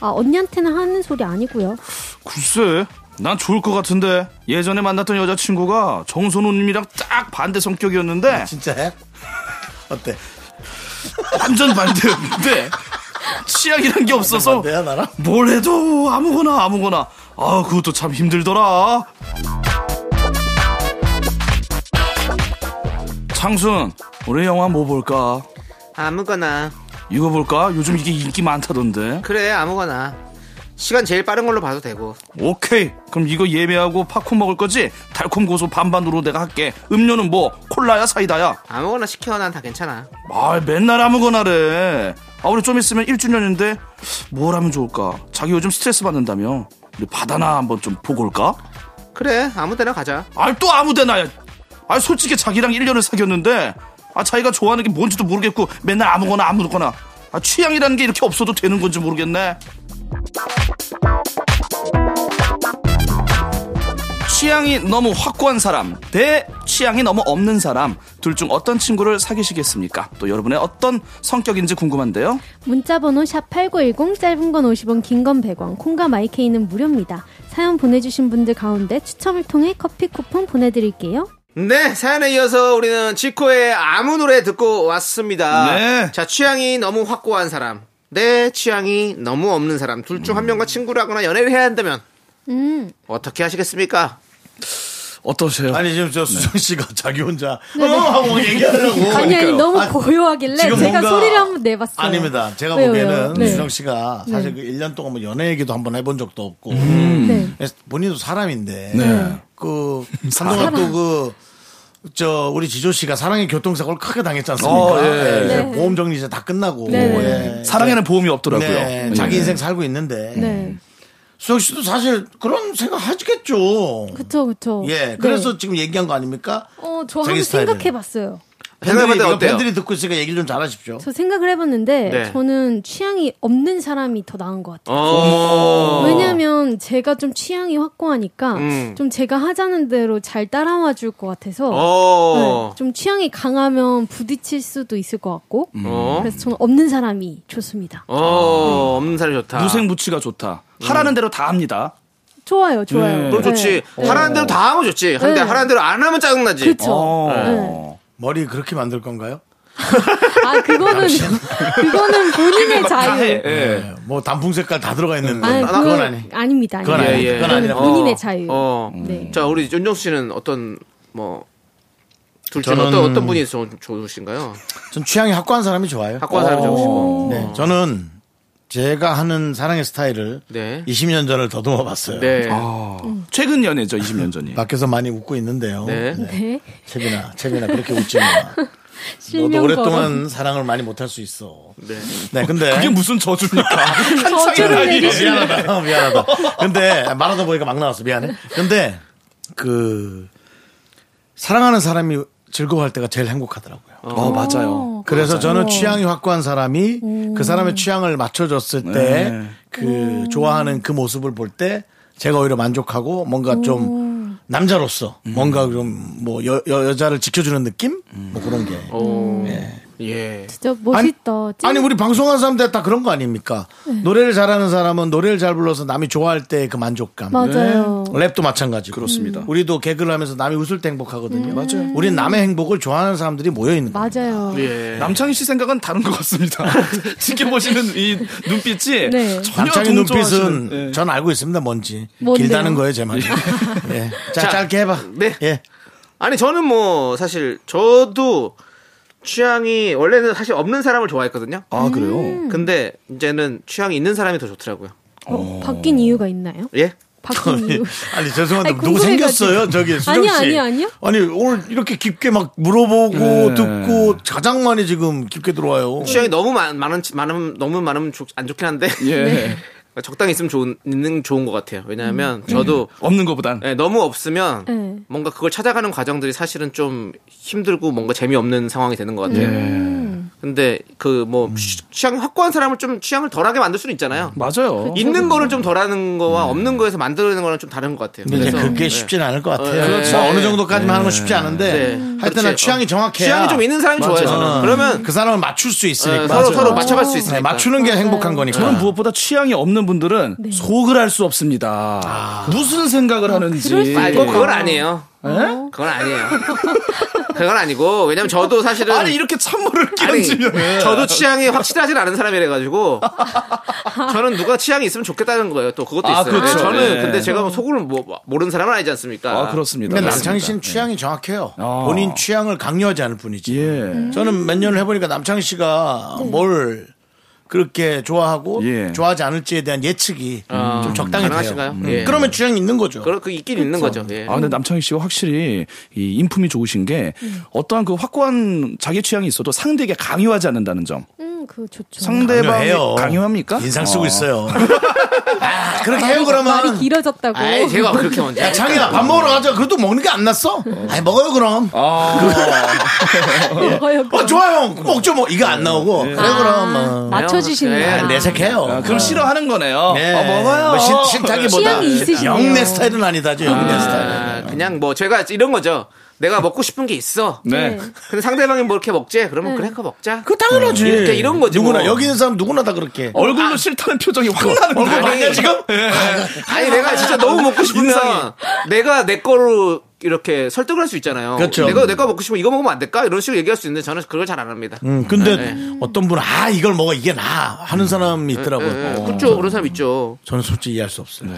[SPEAKER 7] 아, 언니한테는 하는 소리 아니고요.
[SPEAKER 6] 글쎄, 난 좋을 것 같은데. 예전에 만났던 여자친구가 정선우님이랑 딱 반대
[SPEAKER 1] [laughs]
[SPEAKER 6] 성격이었는데,
[SPEAKER 1] 진짜야? 어때?
[SPEAKER 6] [laughs] 완전 반대였는데. 네. 취향이란 게 없어서
[SPEAKER 1] 내야 나랑?
[SPEAKER 6] 뭘 해도 아무거나 아무거나 아 그것도 참 힘들더라 창순 우리 영화 뭐 볼까
[SPEAKER 2] 아무거나.
[SPEAKER 6] 이거 볼까 요즘 이게 인기 많다던데
[SPEAKER 2] 그래, 아무거나. 시간 제일 빠른 걸로 봐도 되고.
[SPEAKER 6] 오케이 그럼 이거 예매하고 팝콘 먹을 거지 달콤 고소 반반으로 내가 할게 음료는 뭐 콜라야 사이다야
[SPEAKER 2] 아무거나 시켜, 난 다 괜찮아.
[SPEAKER 6] 아 맨날 아무거나래 아 우리 좀 있으면 1주년인데 뭘 하면 좋을까 자기 요즘 스트레스 받는다며 우리 바다나 한번 좀 보고 올까
[SPEAKER 2] 그래, 아무 데나 가자.
[SPEAKER 6] 아 또 아무데나 아 솔직히 자기랑 1년을 사귀었는데 아 자기가 좋아하는 게 뭔지도 모르겠고 맨날 아무거나 아무거나 아 취향이라는 게 이렇게 없어도 되는 건지 모르겠네 취향이 너무 확고한 사람 대 취향이 너무 없는 사람 둘 중 어떤 친구를 사귀시겠습니까 또 여러분의 어떤 성격인지 궁금한데요
[SPEAKER 7] 문자번호 샵8910 짧은 건 50원 긴 건 100원 콩과 마이케이는 무료입니다. 사연 보내주신 분들 가운데 추첨을 통해 커피 쿠폰 보내드릴게요.
[SPEAKER 2] 네, 사연에 이어서 우리는 지코의 아무 노래 듣고 왔습니다.
[SPEAKER 6] 네.
[SPEAKER 2] 자, 취향이 너무 확고한 사람. 내 취향이 너무 없는 사람. 둘 중 한 명과 친구를 하거나 연애를 해야 한다면
[SPEAKER 7] 음,
[SPEAKER 2] 어떻게 하시겠습니까?
[SPEAKER 6] 어떠세요
[SPEAKER 1] 아니 지금 저 수정 씨가 자기 혼자 어 하고 얘기하려고
[SPEAKER 7] 아니 아니 너무 고요하길래
[SPEAKER 1] 뭐 지금
[SPEAKER 7] 제가
[SPEAKER 1] 뭔가-
[SPEAKER 7] 소리를 한번 내봤어요.
[SPEAKER 1] 아닙니다. 제가
[SPEAKER 7] 왜요, 왜요?
[SPEAKER 1] 보기에는
[SPEAKER 7] 네.
[SPEAKER 1] 수정 씨가 사실 그 1년 동안 뭐 연애 얘기도 한번 해본 적도 없고
[SPEAKER 7] 네.
[SPEAKER 1] 그래서 본인도 사람인데
[SPEAKER 6] 네.
[SPEAKER 7] [laughs]
[SPEAKER 1] 그 한동안 또 그 저 우리 지조 씨가 사랑의 교통사고를 크게 당했지 않습니까?
[SPEAKER 6] 어, 예.
[SPEAKER 1] 예, 이제
[SPEAKER 7] 네.
[SPEAKER 1] 보험 정리 이제 다 끝나고
[SPEAKER 7] 네.
[SPEAKER 1] 예.
[SPEAKER 6] 사랑에는 보험이 없더라고요
[SPEAKER 1] 네,
[SPEAKER 6] 예.
[SPEAKER 1] 자기 인생 살고 있는데
[SPEAKER 7] 네.
[SPEAKER 1] 수정 씨도 사실 그런 생각 하시겠죠.
[SPEAKER 7] 그쵸 그쵸.
[SPEAKER 1] 예,
[SPEAKER 7] 네.
[SPEAKER 1] 그래서 지금 얘기한 거 아닙니까?
[SPEAKER 7] 어, 저
[SPEAKER 1] 자기
[SPEAKER 7] 한번
[SPEAKER 1] 스타일은.
[SPEAKER 7] 생각해봤어요.
[SPEAKER 2] 생각해봤는데
[SPEAKER 1] 팬들이, 이거
[SPEAKER 2] 어때요?
[SPEAKER 1] 팬들이 듣고 있으니까 얘기를 좀 잘하십시오.
[SPEAKER 7] 저 생각을 해봤는데
[SPEAKER 2] 네.
[SPEAKER 7] 저는 취향이 없는 사람이 더 나은 것 같아요.
[SPEAKER 2] 어.
[SPEAKER 7] 왜냐면 제가 좀 취향이 확고하니까
[SPEAKER 2] 음.
[SPEAKER 7] 좀 제가 하자는 대로 잘 따라와 줄 것 같아서
[SPEAKER 2] 어.
[SPEAKER 7] 네, 좀 취향이 강하면 부딪힐 수도 있을 것 같고
[SPEAKER 2] 어.
[SPEAKER 7] 그래서 저는 없는 사람이 좋습니다.
[SPEAKER 2] 어, 없는 사람이 좋다.
[SPEAKER 6] 무생무치가 좋다 하라는 대로 다 합니다
[SPEAKER 7] 좋아요, 좋아요.
[SPEAKER 6] 네.
[SPEAKER 2] 그럼 좋지.
[SPEAKER 7] 네.
[SPEAKER 2] 하라는 대로 다 하면 좋지. 근데
[SPEAKER 7] 네.
[SPEAKER 2] 하라는 대로 안 하면 짜증나지.
[SPEAKER 7] 그쵸.
[SPEAKER 6] 어.
[SPEAKER 7] 네.
[SPEAKER 1] 머리 그렇게 만들 건가요?
[SPEAKER 7] 아 그거는 [laughs] 그거는 본인의 자유.
[SPEAKER 6] 예.
[SPEAKER 1] 네, 뭐 단풍 색깔 다 들어가 있는데
[SPEAKER 7] 음. 아니,
[SPEAKER 2] 그건
[SPEAKER 7] 그건
[SPEAKER 2] 아니.
[SPEAKER 7] 아닙니다.
[SPEAKER 1] 그건
[SPEAKER 7] 아닙니다.
[SPEAKER 1] 아니- 그건 아니라.
[SPEAKER 7] 본인의
[SPEAKER 2] 어,
[SPEAKER 7] 자유.
[SPEAKER 2] 어.
[SPEAKER 7] 네.
[SPEAKER 2] 자, 우리 윤정수 씨는 어떤 뭐 둘중
[SPEAKER 1] 저는-
[SPEAKER 2] 어떤 어떤 분이 좋, 좋으신가요?
[SPEAKER 1] 전 취향이 확고한 사람이 좋아요.
[SPEAKER 2] 학과한 사람이 좋으시고.
[SPEAKER 1] 네, 저는 제가 하는 사랑의 스타일을
[SPEAKER 2] 네.
[SPEAKER 1] 20년 전을 더듬어 봤어요.
[SPEAKER 2] 네.
[SPEAKER 6] 최근 연애죠 20년 전이
[SPEAKER 1] 밖에서 많이 웃고 있는데요.
[SPEAKER 2] 네.
[SPEAKER 7] 네.
[SPEAKER 1] 채빈아, 채빈아 그렇게 웃지 마. 너도
[SPEAKER 7] 실명 거론.
[SPEAKER 1] 오랫동안 사랑을 많이 못 할 수 있어.
[SPEAKER 2] 네.
[SPEAKER 1] 네, 근데
[SPEAKER 6] 그게 무슨 저주입니까
[SPEAKER 7] [laughs] 저주를
[SPEAKER 1] [laughs]
[SPEAKER 7] 내리시.
[SPEAKER 1] 어, 미안하다, 미안하다. 근데 말하다 보니까 막 나왔어. 미안해. 근데 그 사랑하는 사람이 즐거워할 때가 제일 행복하더라고요.
[SPEAKER 6] 어 맞아요
[SPEAKER 1] 그래서 저는 취향이 확고한 사람이 그 사람의 취향을 맞춰줬을
[SPEAKER 6] 네.
[SPEAKER 1] 때 그 좋아하는 그 모습을 볼 때 제가 오히려 만족하고 뭔가 좀 남자로서
[SPEAKER 6] 음.
[SPEAKER 1] 뭔가 좀 뭐 여자를 지켜주는 느낌 뭐 그런 게
[SPEAKER 2] 오. 예.
[SPEAKER 7] 진짜 멋있다. 찐-
[SPEAKER 1] 아니 우리 방송하는 사람들 다 그런 거 아닙니까? 노래를 잘하는 사람은 노래를 잘 불러서 남이 좋아할 때 그 만족감.
[SPEAKER 7] 맞아요.
[SPEAKER 1] 랩도 마찬가지고.
[SPEAKER 6] 그렇습니다. 음.
[SPEAKER 1] 우리도 개그를 하면서 남이 웃을 때 행복하거든요. 네. 맞아요. 우린 남의 행복을 좋아하는 사람들이 모여 있는 거예요.
[SPEAKER 7] 맞아요.
[SPEAKER 2] 예.
[SPEAKER 6] 네. 남창희 씨 생각은 다른 것 같습니다 지켜보시는 이 눈빛이
[SPEAKER 7] 네.
[SPEAKER 6] 전혀
[SPEAKER 1] 남창희
[SPEAKER 6] 동조하시는-
[SPEAKER 1] 눈빛은
[SPEAKER 6] 예.
[SPEAKER 1] 전 알고 있습니다. 뭔지.
[SPEAKER 7] 뭔데요?
[SPEAKER 1] 길다는 거예요, 제 말이.
[SPEAKER 2] [laughs]
[SPEAKER 1] 예. 자,
[SPEAKER 2] 자,
[SPEAKER 1] 짧게 해봐.
[SPEAKER 2] 네.
[SPEAKER 1] 예.
[SPEAKER 2] 아니 저는 뭐 사실 저도 취향이 원래는 사실 없는 사람을 좋아했거든요. 음.
[SPEAKER 6] 아 그래요
[SPEAKER 2] 근데 이제는 취향이 있는 사람이 더 좋더라고요.
[SPEAKER 7] 어, 바뀐 이유가 있나요?
[SPEAKER 2] 예?
[SPEAKER 7] 바뀐
[SPEAKER 1] [laughs]
[SPEAKER 7] 이유.
[SPEAKER 1] 아니 죄송한데
[SPEAKER 7] 아니,
[SPEAKER 1] 누구
[SPEAKER 7] 궁금해가지고.
[SPEAKER 1] 생겼어요 저기 수정 씨?
[SPEAKER 7] 아니요, 아니요, 아니요.
[SPEAKER 1] 아니 오늘 이렇게 깊게 막 물어보고
[SPEAKER 6] 네.
[SPEAKER 1] 듣고 가장 많이 지금 깊게 들어와요.
[SPEAKER 2] 예. 취향이 너무 많, 많은 많은 너무 많으면 좋- 안 좋긴 한데
[SPEAKER 6] 예
[SPEAKER 2] [laughs] 적당히 있으면 좋은 있는 게 좋은 것 같아요. 왜냐하면
[SPEAKER 1] 음.
[SPEAKER 2] 저도
[SPEAKER 6] 없는 것보단
[SPEAKER 2] 예, 너무 없으면
[SPEAKER 7] 네.
[SPEAKER 2] 뭔가 그걸 찾아가는 과정들이 사실은 좀 힘들고 뭔가 재미없는 상황이 되는 것 같아요. 근데 그 뭐 취향 확고한 사람을 좀 취향을 덜하게 만들 수는 있잖아요.
[SPEAKER 6] 음. 맞아요
[SPEAKER 2] 있는 거는 좀 덜하는 거와 없는 거에서 만들어내는 거는 좀 다른 것 같아요.
[SPEAKER 1] 근데 이제 그게
[SPEAKER 2] 네.
[SPEAKER 1] 쉽진 않을 것 같아요.
[SPEAKER 2] 네. 그렇죠.
[SPEAKER 1] 뭐 어느 정도까지만 하는 건 쉽지 않은데
[SPEAKER 2] 네.
[SPEAKER 1] 하여튼
[SPEAKER 2] 그렇지.
[SPEAKER 1] 난 취향이 정확해야
[SPEAKER 2] 취향이 좀 있는 사람이 좋아요. 저는. 그러면
[SPEAKER 1] 그 사람을 맞출 수 있으니까
[SPEAKER 2] 네, 서로 서로 맞춰갈 수
[SPEAKER 1] 네,
[SPEAKER 2] 있으니까.
[SPEAKER 1] 맞추는 게 행복한 거니까.
[SPEAKER 6] 저는 무엇보다 취향이 없는 분들은 속을 할 수 없습니다 무슨 생각을 하는지 어.
[SPEAKER 7] 그럴 수 있겠다.
[SPEAKER 2] 아니, 그건 아니에요.
[SPEAKER 6] 예?
[SPEAKER 2] 그건 아니에요. 그건 아니고 왜냐면 저도 사실은
[SPEAKER 6] 아니 네. 이렇게 찬물을
[SPEAKER 2] 아니, 네.
[SPEAKER 6] 끼얹으면
[SPEAKER 2] 저도 취향이 확실하진 않은
[SPEAKER 6] [laughs]
[SPEAKER 2] 사람이라 가지고 저는 누가 취향이 있으면 좋겠다는 거예요. 또 그것도
[SPEAKER 6] 아,
[SPEAKER 2] 있어요.
[SPEAKER 6] 그렇죠.
[SPEAKER 2] 저는
[SPEAKER 6] 네.
[SPEAKER 2] 근데 제가 뭐 속을 뭐, 모르는 사람은 아니지 않습니까?
[SPEAKER 6] 아 그렇습니다.
[SPEAKER 1] 근데 남창희
[SPEAKER 6] 맞습니다.
[SPEAKER 1] 씨는 취향이 정확해요.
[SPEAKER 2] 어.
[SPEAKER 6] 아.
[SPEAKER 1] 본인 취향을 강요하지 않을 뿐이지.
[SPEAKER 6] 예.
[SPEAKER 1] 저는 몇 년을 해보니까 남창희 씨가
[SPEAKER 7] 네.
[SPEAKER 1] 뭘 그렇게 좋아하고
[SPEAKER 6] 예.
[SPEAKER 1] 좋아하지 않을지에 대한 예측이
[SPEAKER 2] 아,
[SPEAKER 1] 좀 적당히
[SPEAKER 2] 가능하신가요?
[SPEAKER 1] 돼요. 음.
[SPEAKER 2] 예.
[SPEAKER 1] 그러면 취향이 있는 거죠.
[SPEAKER 2] 그렇 그 있긴 있는 거죠. 예.
[SPEAKER 6] 아, 근데 남창희 씨가 확실히 이 인품이 좋으신 게 어떠한 그 확고한 자기 취향이 있어도 상대에게 강요하지 않는다는 점.
[SPEAKER 7] 음, 그거 좋죠.
[SPEAKER 6] 상대방이
[SPEAKER 1] 강요해요.
[SPEAKER 6] 강요합니까?
[SPEAKER 1] 인상 쓰고
[SPEAKER 6] 어.
[SPEAKER 1] 있어요. 아, 그렇게 해요
[SPEAKER 7] 말이- 말이
[SPEAKER 1] 그러면.
[SPEAKER 7] 길어졌다고.
[SPEAKER 2] 아이, 예, 제가 뭐
[SPEAKER 7] [laughs]
[SPEAKER 2] 그렇게 먼저.
[SPEAKER 1] 야 창희야 밥 먹으러 가자. 그래도 먹는 게 안 났어? 아니 먹어요 그럼.
[SPEAKER 2] 아.
[SPEAKER 7] 먹어요.
[SPEAKER 1] 어 좋아요. 먹죠 뭐 이거 안 나오고. 그래 그럼. 어.
[SPEAKER 7] 아, 맞춰주시는
[SPEAKER 2] 네,
[SPEAKER 7] 거야.
[SPEAKER 1] 내색해요.
[SPEAKER 6] 아, 그럼 싫어하는 거네요.
[SPEAKER 1] 네.
[SPEAKER 6] 어, 먹어요.
[SPEAKER 1] 뭐 신- 싫다기보다
[SPEAKER 7] 취향이 있으시네요.
[SPEAKER 1] 영내 스타일은 아니다죠. 영내
[SPEAKER 2] 아,
[SPEAKER 1] 스타일.
[SPEAKER 2] 그냥 뭐 제가 이런 거죠. 내가 먹고 싶은 게 있어.
[SPEAKER 6] 네.
[SPEAKER 2] 근데 상대방이 뭐 이렇게 먹지? 그러면
[SPEAKER 6] 음.
[SPEAKER 2] 그래 그거 먹자.
[SPEAKER 1] 그 당연하지.
[SPEAKER 2] 이렇게 이런 거지,
[SPEAKER 1] 누구나
[SPEAKER 2] 뭐.
[SPEAKER 1] 여기 있는 사람 누구나 다 그렇게.
[SPEAKER 6] 얼굴로 싫다는 표정이 확 나는
[SPEAKER 2] 얼굴
[SPEAKER 6] 거예요.
[SPEAKER 2] 봤냐, 지금? 아니 내가 진짜 너무 먹고 싶으면 내가 내 거로 이렇게 설득을 할 수 있잖아요.
[SPEAKER 1] 그렇죠.
[SPEAKER 2] 내가 내 거 먹고 싶으면 이거 먹으면 안 될까? 이런 식으로 얘기할 수 있는데 저는 그걸 잘 안 합니다.
[SPEAKER 1] 음, 근데 어떤 분은 아 이걸 먹어 이게 나 하는 사람이 있더라고요.
[SPEAKER 2] 예,
[SPEAKER 1] 어.
[SPEAKER 2] 그렇죠. 그런 사람 있죠.
[SPEAKER 1] 저는 솔직히 이해할 수 없어요.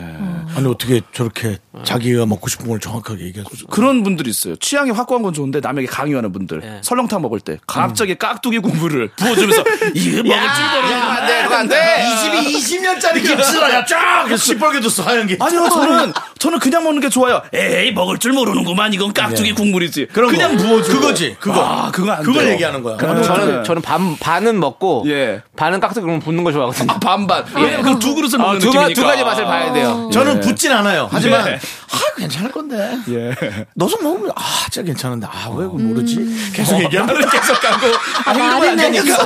[SPEAKER 1] 아니 어떻게 저렇게 자기가 먹고 싶은 걸 정확하게 얘기할 수?
[SPEAKER 6] 그런 분들이 있어요. 취향이 확고한 건 좋은데 남에게 강요하는 분들.
[SPEAKER 2] 네.
[SPEAKER 6] 설렁탕 먹을 때 갑자기 깍두기 국물을
[SPEAKER 2] [laughs]
[SPEAKER 6] 부어주면서 이거 먹을 줄 모르는 네.
[SPEAKER 2] 안 돼, 음. 그거 안 돼.
[SPEAKER 1] 이 집이 20년짜리 김치라야 쫙 그래서 시뻘게 줬어 하얀 게.
[SPEAKER 6] 아니요, 저는 저는 그냥 먹는 게 좋아요. 에이 먹을 줄 모르는구만. 이건 깍두기 국물이지.
[SPEAKER 1] 그런
[SPEAKER 6] 그냥
[SPEAKER 1] 거.
[SPEAKER 6] 부어주.
[SPEAKER 1] 그거지, 그거.
[SPEAKER 6] 아, 그거 안
[SPEAKER 1] 그걸
[SPEAKER 6] 돼요.
[SPEAKER 1] 얘기하는 거야.
[SPEAKER 6] 그거는
[SPEAKER 2] 아, 저는 네. 저는 반 반은 먹고
[SPEAKER 6] 네. 예.
[SPEAKER 2] 반은 깍두기 그러면 붓는 걸 좋아하거든요. 아,
[SPEAKER 6] 아, 반반. 왜냐면 그 두 그릇을 먹는
[SPEAKER 2] 두, 마-
[SPEAKER 6] 느낌이니까.
[SPEAKER 2] 두 가지 맛을 봐야 돼요.
[SPEAKER 1] 저는 붙진 않아요. 하지만
[SPEAKER 6] 예.
[SPEAKER 1] 아 괜찮을 건데.
[SPEAKER 6] 예.
[SPEAKER 1] 너도 먹으면 아 진짜 괜찮은데 아왜 그걸 모르지? 계속 얘기하면
[SPEAKER 6] 나는 계속 가고
[SPEAKER 7] 아, 나는 아니었어.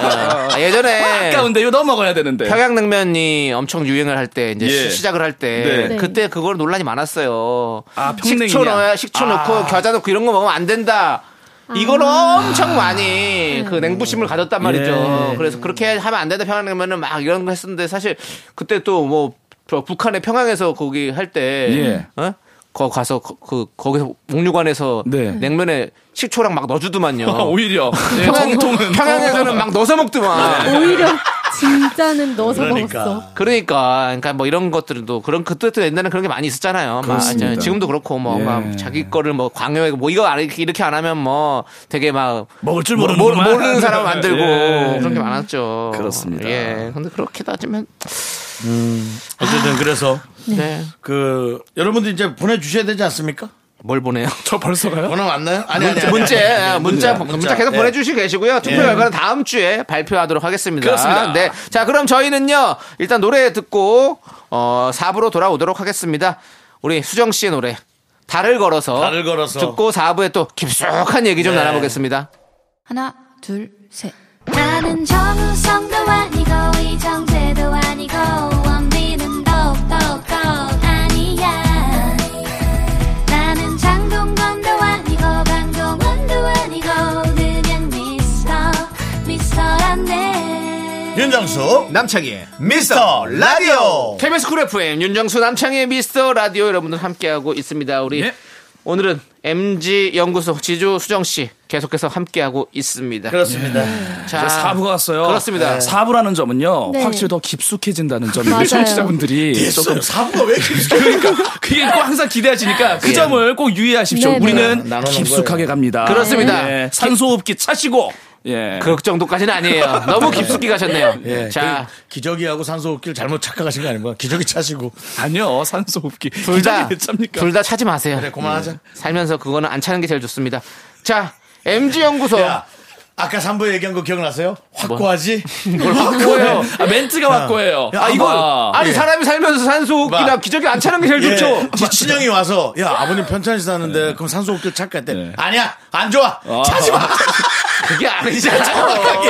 [SPEAKER 2] 아, 예전에
[SPEAKER 6] 아까운데 이거 넣어 먹어야 되는데.
[SPEAKER 2] 네. 평양냉면이 엄청 유행을 할 때 이제
[SPEAKER 6] 예.
[SPEAKER 2] 시- 시작을 할 때
[SPEAKER 6] 네.
[SPEAKER 7] 네.
[SPEAKER 2] 그때 그걸 논란이 많았어요.
[SPEAKER 6] 아, 평냉이냐?
[SPEAKER 2] 식초 넣어야 식초 넣고 겨자 넣고 이런 거 먹으면 안 된다. 이걸 엄청 많이 그 냉부심을 가졌단 말이죠.
[SPEAKER 6] 예.
[SPEAKER 2] 그래서 그렇게 하면 안 된다 평양냉면은 막 이런 거 했었는데 사실 그때 또 뭐 북한의 평양에서 거기 할 때
[SPEAKER 6] 예.
[SPEAKER 2] 어? 거 가서 거, 그 거기서 목류관에서
[SPEAKER 6] 네.
[SPEAKER 2] 냉면에 식초랑 막 넣어주더만요.
[SPEAKER 6] 아, [laughs] 오히려 네. 예,
[SPEAKER 2] 평양,
[SPEAKER 6] 정통은
[SPEAKER 2] 평양에서는 막 넣어서 먹더만.
[SPEAKER 7] 오히려 [laughs] 진짜는 넣어서 먹었어.
[SPEAKER 1] 그러니까.
[SPEAKER 2] 그러니까, 그러니까 뭐 이런 것들도 그런 그때도 옛날에 그런 게 많이 있었잖아요. 막
[SPEAKER 6] 그렇습니다.
[SPEAKER 2] 이제 지금도 그렇고 뭐
[SPEAKER 6] 예.
[SPEAKER 2] 막 자기 거를 뭐 광요하고 뭐 이거 안- 이렇게 안 하면 뭐 되게 막
[SPEAKER 6] 먹을 줄
[SPEAKER 2] 모-
[SPEAKER 6] 모르는
[SPEAKER 2] 모- 모르는
[SPEAKER 6] [laughs]
[SPEAKER 2] 사람 만들고 그런 게 많았죠.
[SPEAKER 6] 예. 그렇습니다.
[SPEAKER 2] 예. 근데 그렇게 따지면
[SPEAKER 1] 어쨌든 그래서
[SPEAKER 2] 네.
[SPEAKER 1] 그 여러분들 이제 보내주셔야 되지 않습니까?
[SPEAKER 2] 뭘 보내요?
[SPEAKER 6] 저 벌써 가요?
[SPEAKER 1] 전화 왔나요? 아니 아니 아니.
[SPEAKER 2] 문제, 문자, 문자,
[SPEAKER 1] 문자.
[SPEAKER 2] 계속
[SPEAKER 1] 예.
[SPEAKER 2] 보내주시고 계시고요. 투표 결과는 다음 주에 발표하도록 하겠습니다.
[SPEAKER 6] 그렇습니다.
[SPEAKER 2] 네. 자, 그럼 저희는요, 일단 노래 듣고, 어, 4부로 돌아오도록 하겠습니다. 우리 수정 씨의 노래. 달을 걸어서.
[SPEAKER 1] 달을 예. 걸어서. 네.
[SPEAKER 2] 듣고 4부에 또 깊숙한 얘기 좀 나눠보겠습니다.
[SPEAKER 8] 하나, 둘, 셋.
[SPEAKER 3] 나는 정우성도 아니고 이정재도 아니고 원빈은 더욱더 아니야 나는 장동건도 아니고 강동원도 아니고 그냥 미스터 미스터란데
[SPEAKER 4] 윤정수 남창희의 미스터 라디오
[SPEAKER 2] KBS 쿨 FM, 윤정수 남창의 미스터 라디오 여러분들 함께하고 있습니다. 우리
[SPEAKER 1] 네.
[SPEAKER 6] 예.
[SPEAKER 2] 오늘은 MG 연구소 지주 수정 씨 계속해서 함께하고 있습니다.
[SPEAKER 1] 그렇습니다.
[SPEAKER 2] 자,
[SPEAKER 6] 사부가 왔어요.
[SPEAKER 2] 그렇습니다.
[SPEAKER 6] 사부라는 점은요,
[SPEAKER 7] 네.
[SPEAKER 6] 확실히 더 깊숙해진다는 점이 우리
[SPEAKER 7] 맞아요.
[SPEAKER 6] 청취자분들이 조금
[SPEAKER 1] 됐어요. 사부가 왜 이렇게
[SPEAKER 6] 그러니까 그게 꼭 항상 기대하시니까 그 점을 꼭 유의하십시오.
[SPEAKER 7] 네, 네.
[SPEAKER 6] 우리는
[SPEAKER 1] 나눠 놓은
[SPEAKER 6] 깊숙하게 갑니다.
[SPEAKER 2] 그렇습니다.
[SPEAKER 6] 예, 산소호흡기 차시고 예.
[SPEAKER 2] 그 정도까지는 아니에요. 너무 깊숙이 [laughs] 가셨네요. 자,
[SPEAKER 1] 그 기저귀하고 산소호흡기를 잘못 착각하신 거 아닌가? 기저귀 차시고
[SPEAKER 6] 아니요 산소호흡기
[SPEAKER 2] 둘
[SPEAKER 6] 기장이
[SPEAKER 2] 다,
[SPEAKER 6] 왜 찹니까?
[SPEAKER 2] 둘 다 차지 마세요.
[SPEAKER 1] 네, 그래 그만하자.
[SPEAKER 2] 살면서 그거는 안 차는 게 제일 좋습니다. 자, MG연구소.
[SPEAKER 1] 야 아까 3부에 얘기한 거 기억나세요? 확고하지? 뭐? [laughs] 뭘
[SPEAKER 2] 뭐예요?
[SPEAKER 6] 아, 멘트가 왔고예요.
[SPEAKER 1] 야,
[SPEAKER 2] 아, 이거,
[SPEAKER 6] 아.
[SPEAKER 2] 아니, 사람이 살면서 산소호흡기나
[SPEAKER 1] 막.
[SPEAKER 2] 기저귀 안 차는 게 제일
[SPEAKER 1] 예,
[SPEAKER 2] 좋죠.
[SPEAKER 1] 지친형이 와서 야 아버님 편찮으시 사는데 그럼 산소호흡기를 착각할 때 아니야 안 네. 좋아 차지 [laughs] 마
[SPEAKER 2] 그게 아니잖아요.
[SPEAKER 1] 정확하게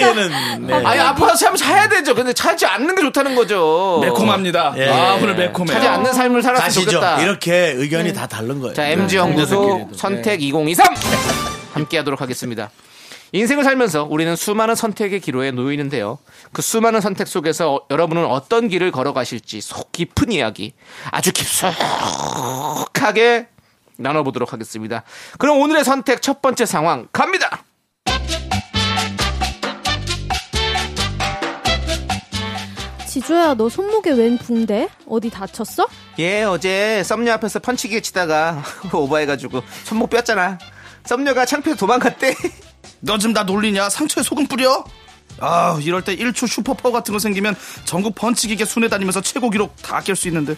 [SPEAKER 1] 정확하게는 네.
[SPEAKER 2] 아니, 아파서 차면 차야 되죠. 근데 차지 않는 게 좋다는 거죠.
[SPEAKER 6] 매콤합니다.
[SPEAKER 1] 예.
[SPEAKER 6] 아 오늘 매콤해요.
[SPEAKER 2] 차지 않는 삶을 살았으면
[SPEAKER 1] 가시죠
[SPEAKER 2] 좋겠다. 네.
[SPEAKER 1] 이렇게 의견이 다 다른 거예요
[SPEAKER 2] 자, MG연구소 선택 2023! [laughs] 함께 하도록 하겠습니다. 인생을 살면서 우리는 수많은 선택의 기로에 놓이는데요. 그 수많은 선택 속에서 어- 여러분은 어떤 길을 걸어가실지 속 깊은 이야기, 아주 깊숙하게 나눠보도록 하겠습니다. 그럼 오늘의 선택 첫 번째 상황 갑니다.
[SPEAKER 7] 지조야 너 손목에 웬 붕대? 어디 다쳤어?
[SPEAKER 2] 예, 어제 썸녀 앞에서 펀치기에 치다가 [laughs] 오버해가지고 손목 뼈잖아. 썸녀가 창피해서 도망갔대.
[SPEAKER 6] 너 지금 나 놀리냐? 상처에 소금 뿌려? 아 이럴 때 1초 슈퍼파워 같은 거 생기면 전국 번치기계 순회 다니면서 최고 기록 다 깰 수 있는데